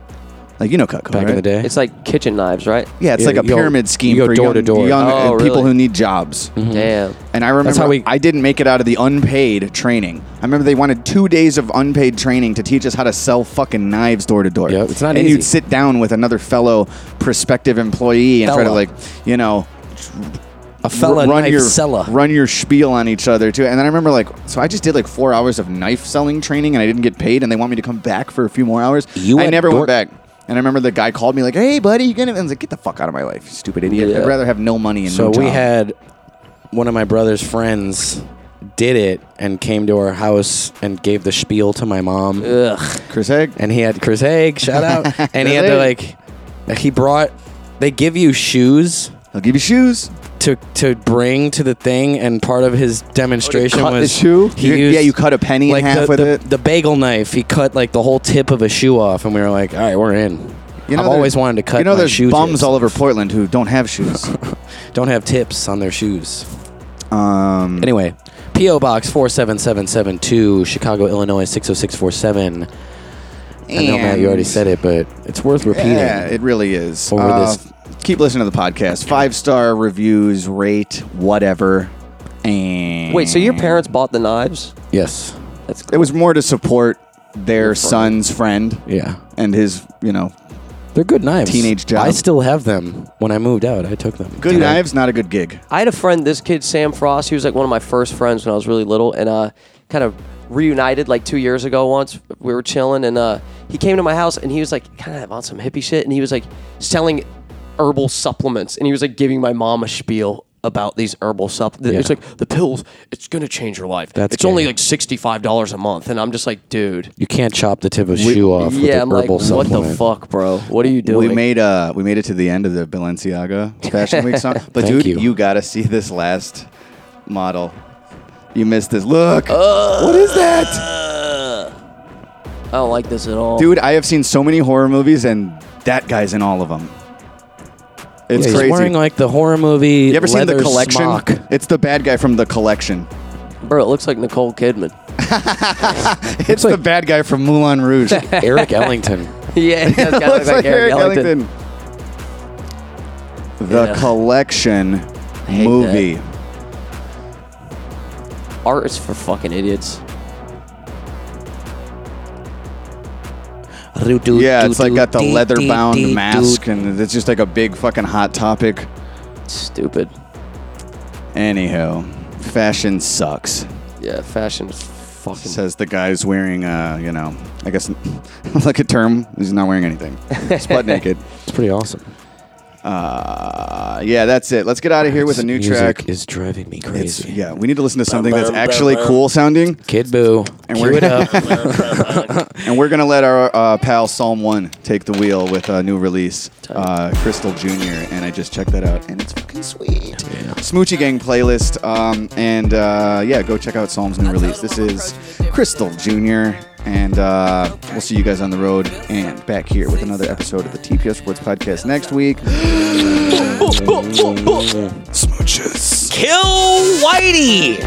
Speaker 4: Like you know Cutco,
Speaker 3: Back in
Speaker 4: right?
Speaker 3: the day.
Speaker 6: It's like kitchen knives, right?
Speaker 4: Yeah, it's like a
Speaker 3: you go-
Speaker 4: pyramid scheme
Speaker 3: you go
Speaker 4: for
Speaker 3: door
Speaker 4: young,
Speaker 3: to door. Mm-hmm.
Speaker 4: young
Speaker 6: Oh,
Speaker 4: uh, people
Speaker 6: really?
Speaker 4: who need jobs.
Speaker 6: Damn.
Speaker 4: And I remember
Speaker 3: That's how we-
Speaker 4: I didn't make it out of the unpaid training. I remember they wanted two days of unpaid training to teach us how to sell fucking knives door to door. Yeah,
Speaker 3: it's not
Speaker 4: And
Speaker 3: easy.
Speaker 4: you'd sit down with another fellow prospective employee and try to
Speaker 3: Fella.
Speaker 4: like, you know,
Speaker 3: A fella
Speaker 4: r- run
Speaker 3: knife
Speaker 4: your
Speaker 3: seller.
Speaker 4: run your spiel on each other too. And then I remember like, so I just did like four hours of knife selling training, and I didn't get paid, and they want me to come back for a few more hours.
Speaker 3: You
Speaker 4: I
Speaker 3: went
Speaker 4: never
Speaker 3: door-
Speaker 4: went back. And I remember the guy called me like, "Hey, buddy, you gonna?" And I was like, "Get the fuck out of my life, you stupid idiot!
Speaker 3: Yeah.
Speaker 4: I'd rather have no money and no
Speaker 3: So we
Speaker 4: job."
Speaker 3: had one of my brother's friends did it and came to our house and gave the spiel to my mom.
Speaker 6: Ugh.
Speaker 4: Chris Haig.
Speaker 3: And he had Chris Haig, shout out. and he had
Speaker 4: Chris
Speaker 3: to
Speaker 4: Haig.
Speaker 3: like he brought they give you shoes.
Speaker 4: I'll give you shoes.
Speaker 3: To, to bring to the thing and part of his demonstration
Speaker 4: Oh, cut the
Speaker 3: was
Speaker 4: shoe?
Speaker 3: he
Speaker 4: You-
Speaker 3: used,
Speaker 4: yeah, you cut a penny in
Speaker 3: like
Speaker 4: half
Speaker 3: the,
Speaker 4: with
Speaker 3: the-
Speaker 4: it.
Speaker 3: the bagel knife he cut like the whole tip of a shoe off and we were like all right we're in
Speaker 4: You know
Speaker 3: I've
Speaker 4: there-
Speaker 3: always wanted to cut
Speaker 4: You know,
Speaker 3: my
Speaker 4: there's
Speaker 3: shoe
Speaker 4: bums
Speaker 3: tips.
Speaker 4: all over Portland who don't have shoes.
Speaker 3: don't have tips on their shoes.
Speaker 4: Um.
Speaker 3: Anyway, PO Box four seven seven seven two, Chicago, Illinois six zero six four seven. I know, Matt, you already
Speaker 4: And-
Speaker 3: said it, but it's worth repeating.
Speaker 4: Yeah, it really is.
Speaker 3: Over
Speaker 4: Uh,
Speaker 3: this,
Speaker 4: Keep listening to the podcast. Five star reviews, rate whatever. And
Speaker 6: Wait, so your parents bought the knives?
Speaker 3: yes,
Speaker 6: that's
Speaker 4: it was more to support their son's friend.
Speaker 3: Yeah,
Speaker 4: and his you know,
Speaker 3: they're good knives.
Speaker 4: Teenage job.
Speaker 3: I still have them. When I moved out, I took them.
Speaker 4: Good knives, not a good gig.
Speaker 6: I had a friend, this kid, Sam Frost. He was like one of my first friends when I was really little, and uh, kind of reunited like two years ago. Once we were chilling, and uh, he came to my house, and he was like kind of on some hippie shit, and he was like selling herbal supplements, and he was like giving my mom a spiel about these herbal supplements. It's
Speaker 3: Yeah.
Speaker 6: like the pills. It's gonna change your life.
Speaker 3: That's
Speaker 6: it's only
Speaker 3: gay.
Speaker 6: like sixty five dollars a month, and I'm just like, dude.
Speaker 3: You can't chop the tip of a shoe off with
Speaker 6: yeah,
Speaker 3: an
Speaker 6: I'm
Speaker 3: herbal
Speaker 6: like, what the
Speaker 3: supplement.
Speaker 6: fuck, bro? What are you doing?
Speaker 4: We made uh we made it to the end of the Balenciaga Fashion Week song. But
Speaker 3: Thank
Speaker 4: dude,
Speaker 3: you.
Speaker 4: you. gotta see this last model. You missed this. Look.
Speaker 3: Uh,
Speaker 6: what is that? I don't like this at all,
Speaker 4: Dude, I have seen so many horror movies and that guy's in all of them. It's
Speaker 3: Yeah,
Speaker 4: crazy.
Speaker 3: He's wearing like the horror movie.
Speaker 4: you ever seen the
Speaker 3: leather
Speaker 4: collection?
Speaker 3: smock.
Speaker 4: It's the bad guy from the collection.
Speaker 6: bro. It looks like Nicole Kidman.
Speaker 4: It's, the bad guy from Moulin Rouge.
Speaker 3: Eric Ellington.
Speaker 6: Yeah, it does
Speaker 4: It
Speaker 6: kinda look
Speaker 4: looks like Eric Ellington. The
Speaker 6: Yeah.
Speaker 4: collection
Speaker 6: hate
Speaker 4: movie.
Speaker 6: Art is for fucking idiots.
Speaker 4: Yeah, it's like got the leather bound mask, and it's just like a big fucking hot topic.
Speaker 6: Stupid.
Speaker 4: Anyhow, fashion sucks.
Speaker 6: Yeah, fashion is fucking.
Speaker 4: Says the guy's wearing, uh, you know, I guess like a term. He's not wearing anything. He's butt naked.
Speaker 3: It's pretty awesome.
Speaker 4: Uh, yeah, that's it. Let's get out of here with a
Speaker 3: This
Speaker 4: new
Speaker 3: music
Speaker 4: track.
Speaker 3: is driving me
Speaker 4: It's-
Speaker 3: crazy.
Speaker 4: yeah, we need to listen to something
Speaker 3: bum,
Speaker 4: that's
Speaker 3: bum,
Speaker 4: actually
Speaker 3: bum.
Speaker 4: cool sounding.
Speaker 3: Kid Boo,
Speaker 4: And
Speaker 3: cue
Speaker 4: we're,
Speaker 3: it up.
Speaker 4: and we're gonna let our uh, pal Psalm One take the wheel with a new release, uh, Crystal Junior. And I just checked that out, and it's fucking sweet. Smoochie Gang playlist. Um, and uh, yeah, go check out Psalm's new release. This is Crystal Junior. And uh, we'll see you guys on the road and back here with another episode of the TPS Sports Podcast next week. Smooches.
Speaker 24: Kill Whitey.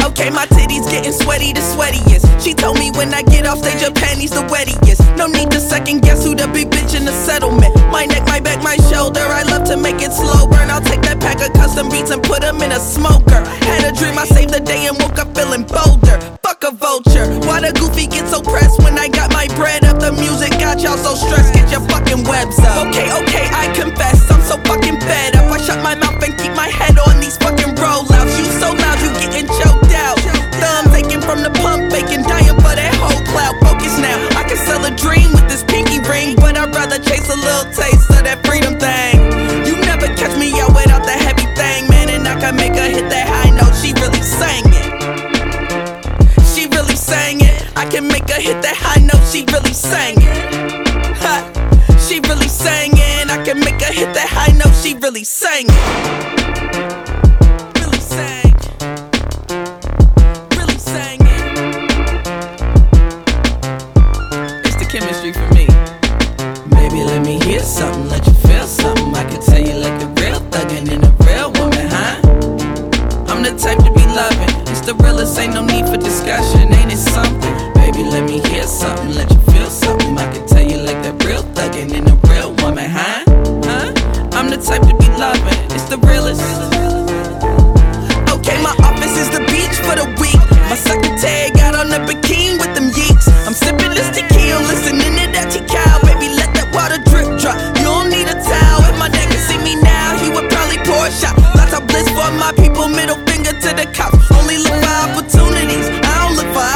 Speaker 24: Okay, my titties getting sweaty, the sweatiest. She told me when I get off stage, her panties the wettiest. No need to second guess who the big bitch in the settlement. My neck, my back, my shoulder. I love to make it slow burn. I'll take that pack of custom beats and put 'em in a smoker. Had a dream, I saved the day and woke up feeling bolder. Fuck a vulture. Why the goofy get so pressed when I got my bread up? The music got y'all so stressed. Get your fucking webs up. Okay, okay, I confess. I'm so fucking fed up. I shut my mouth and keep my head on these fucking rollouts. You so loud, you getting choked out. Thumb taken from the pump, faking, dying for that whole cloud. Focus now. I can sell a dream with this pinky ring, but I'd rather chase a little taste of that freedom thing. You never catch me out without the heavy thing, man, and I can make her hit that high note. She really sang it. She really sang it. I can make her hit that high note. She really sang it. Ha. She really sang it. I can make her hit that high note. She really sang it. Really sang. Really sang it. It's the chemistry for me. Baby, let me hear something. Let you feel something. I can tell you like a real thuggin' and a real woman, huh? I'm the type to be loving. It's the realest, ain't no need for discussion. Ain't it something? Baby, let me hear something, let you feel something. I can tell you like that real thuggin' and a real woman, huh? Huh? I'm the type to be loving. It's the realest. Okay, my office is the beach for the week. My secretary got on a bikini with them yeeks. I'm sipping this tequila, listening to that tequila. Baby, let that water drip drop. You don't need a towel. If my nigga see me now, he would probably pour a shot. Lots of bliss for my people, middle finger to the cops. Only look for opportunities. I don't look for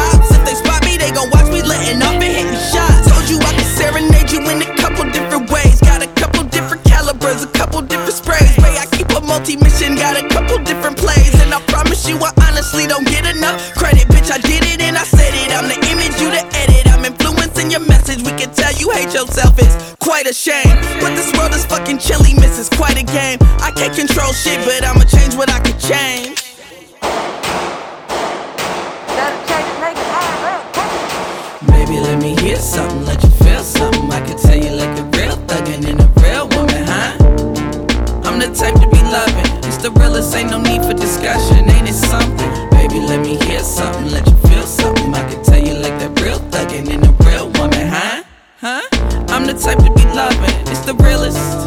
Speaker 24: myself is quite a shame. But this world is fucking chilly, miss is quite a game. I can't control shit, but I'ma change what I can change. Baby, let me hear something, let you feel something. I can tell you like a real thuggin' and a real woman, huh? I'm the type to be loving. It's the realest, ain't no need for discussion. Ain't it something? Baby, let me hear something, let you feel something. I can tell you like that real thuggin' and a real woman, huh? Huh? I'm the type to be loving. It's the realest.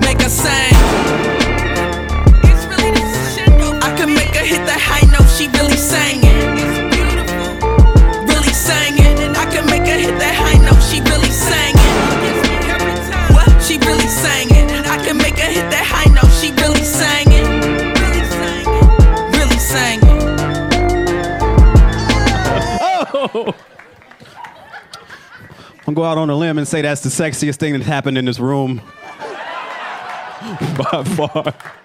Speaker 24: Make her sing. It's really this shit. I can make her hit that high note. She really sang it. It's beautiful. Really sang it. I can make her hit that high note. She really sang it. What? She really sang it. I can make her hit that high note. She really sang it. Really sang it. Really sang it.
Speaker 8: I'm gonna go out on a limb and say that's the sexiest thing that happened in this room. By far.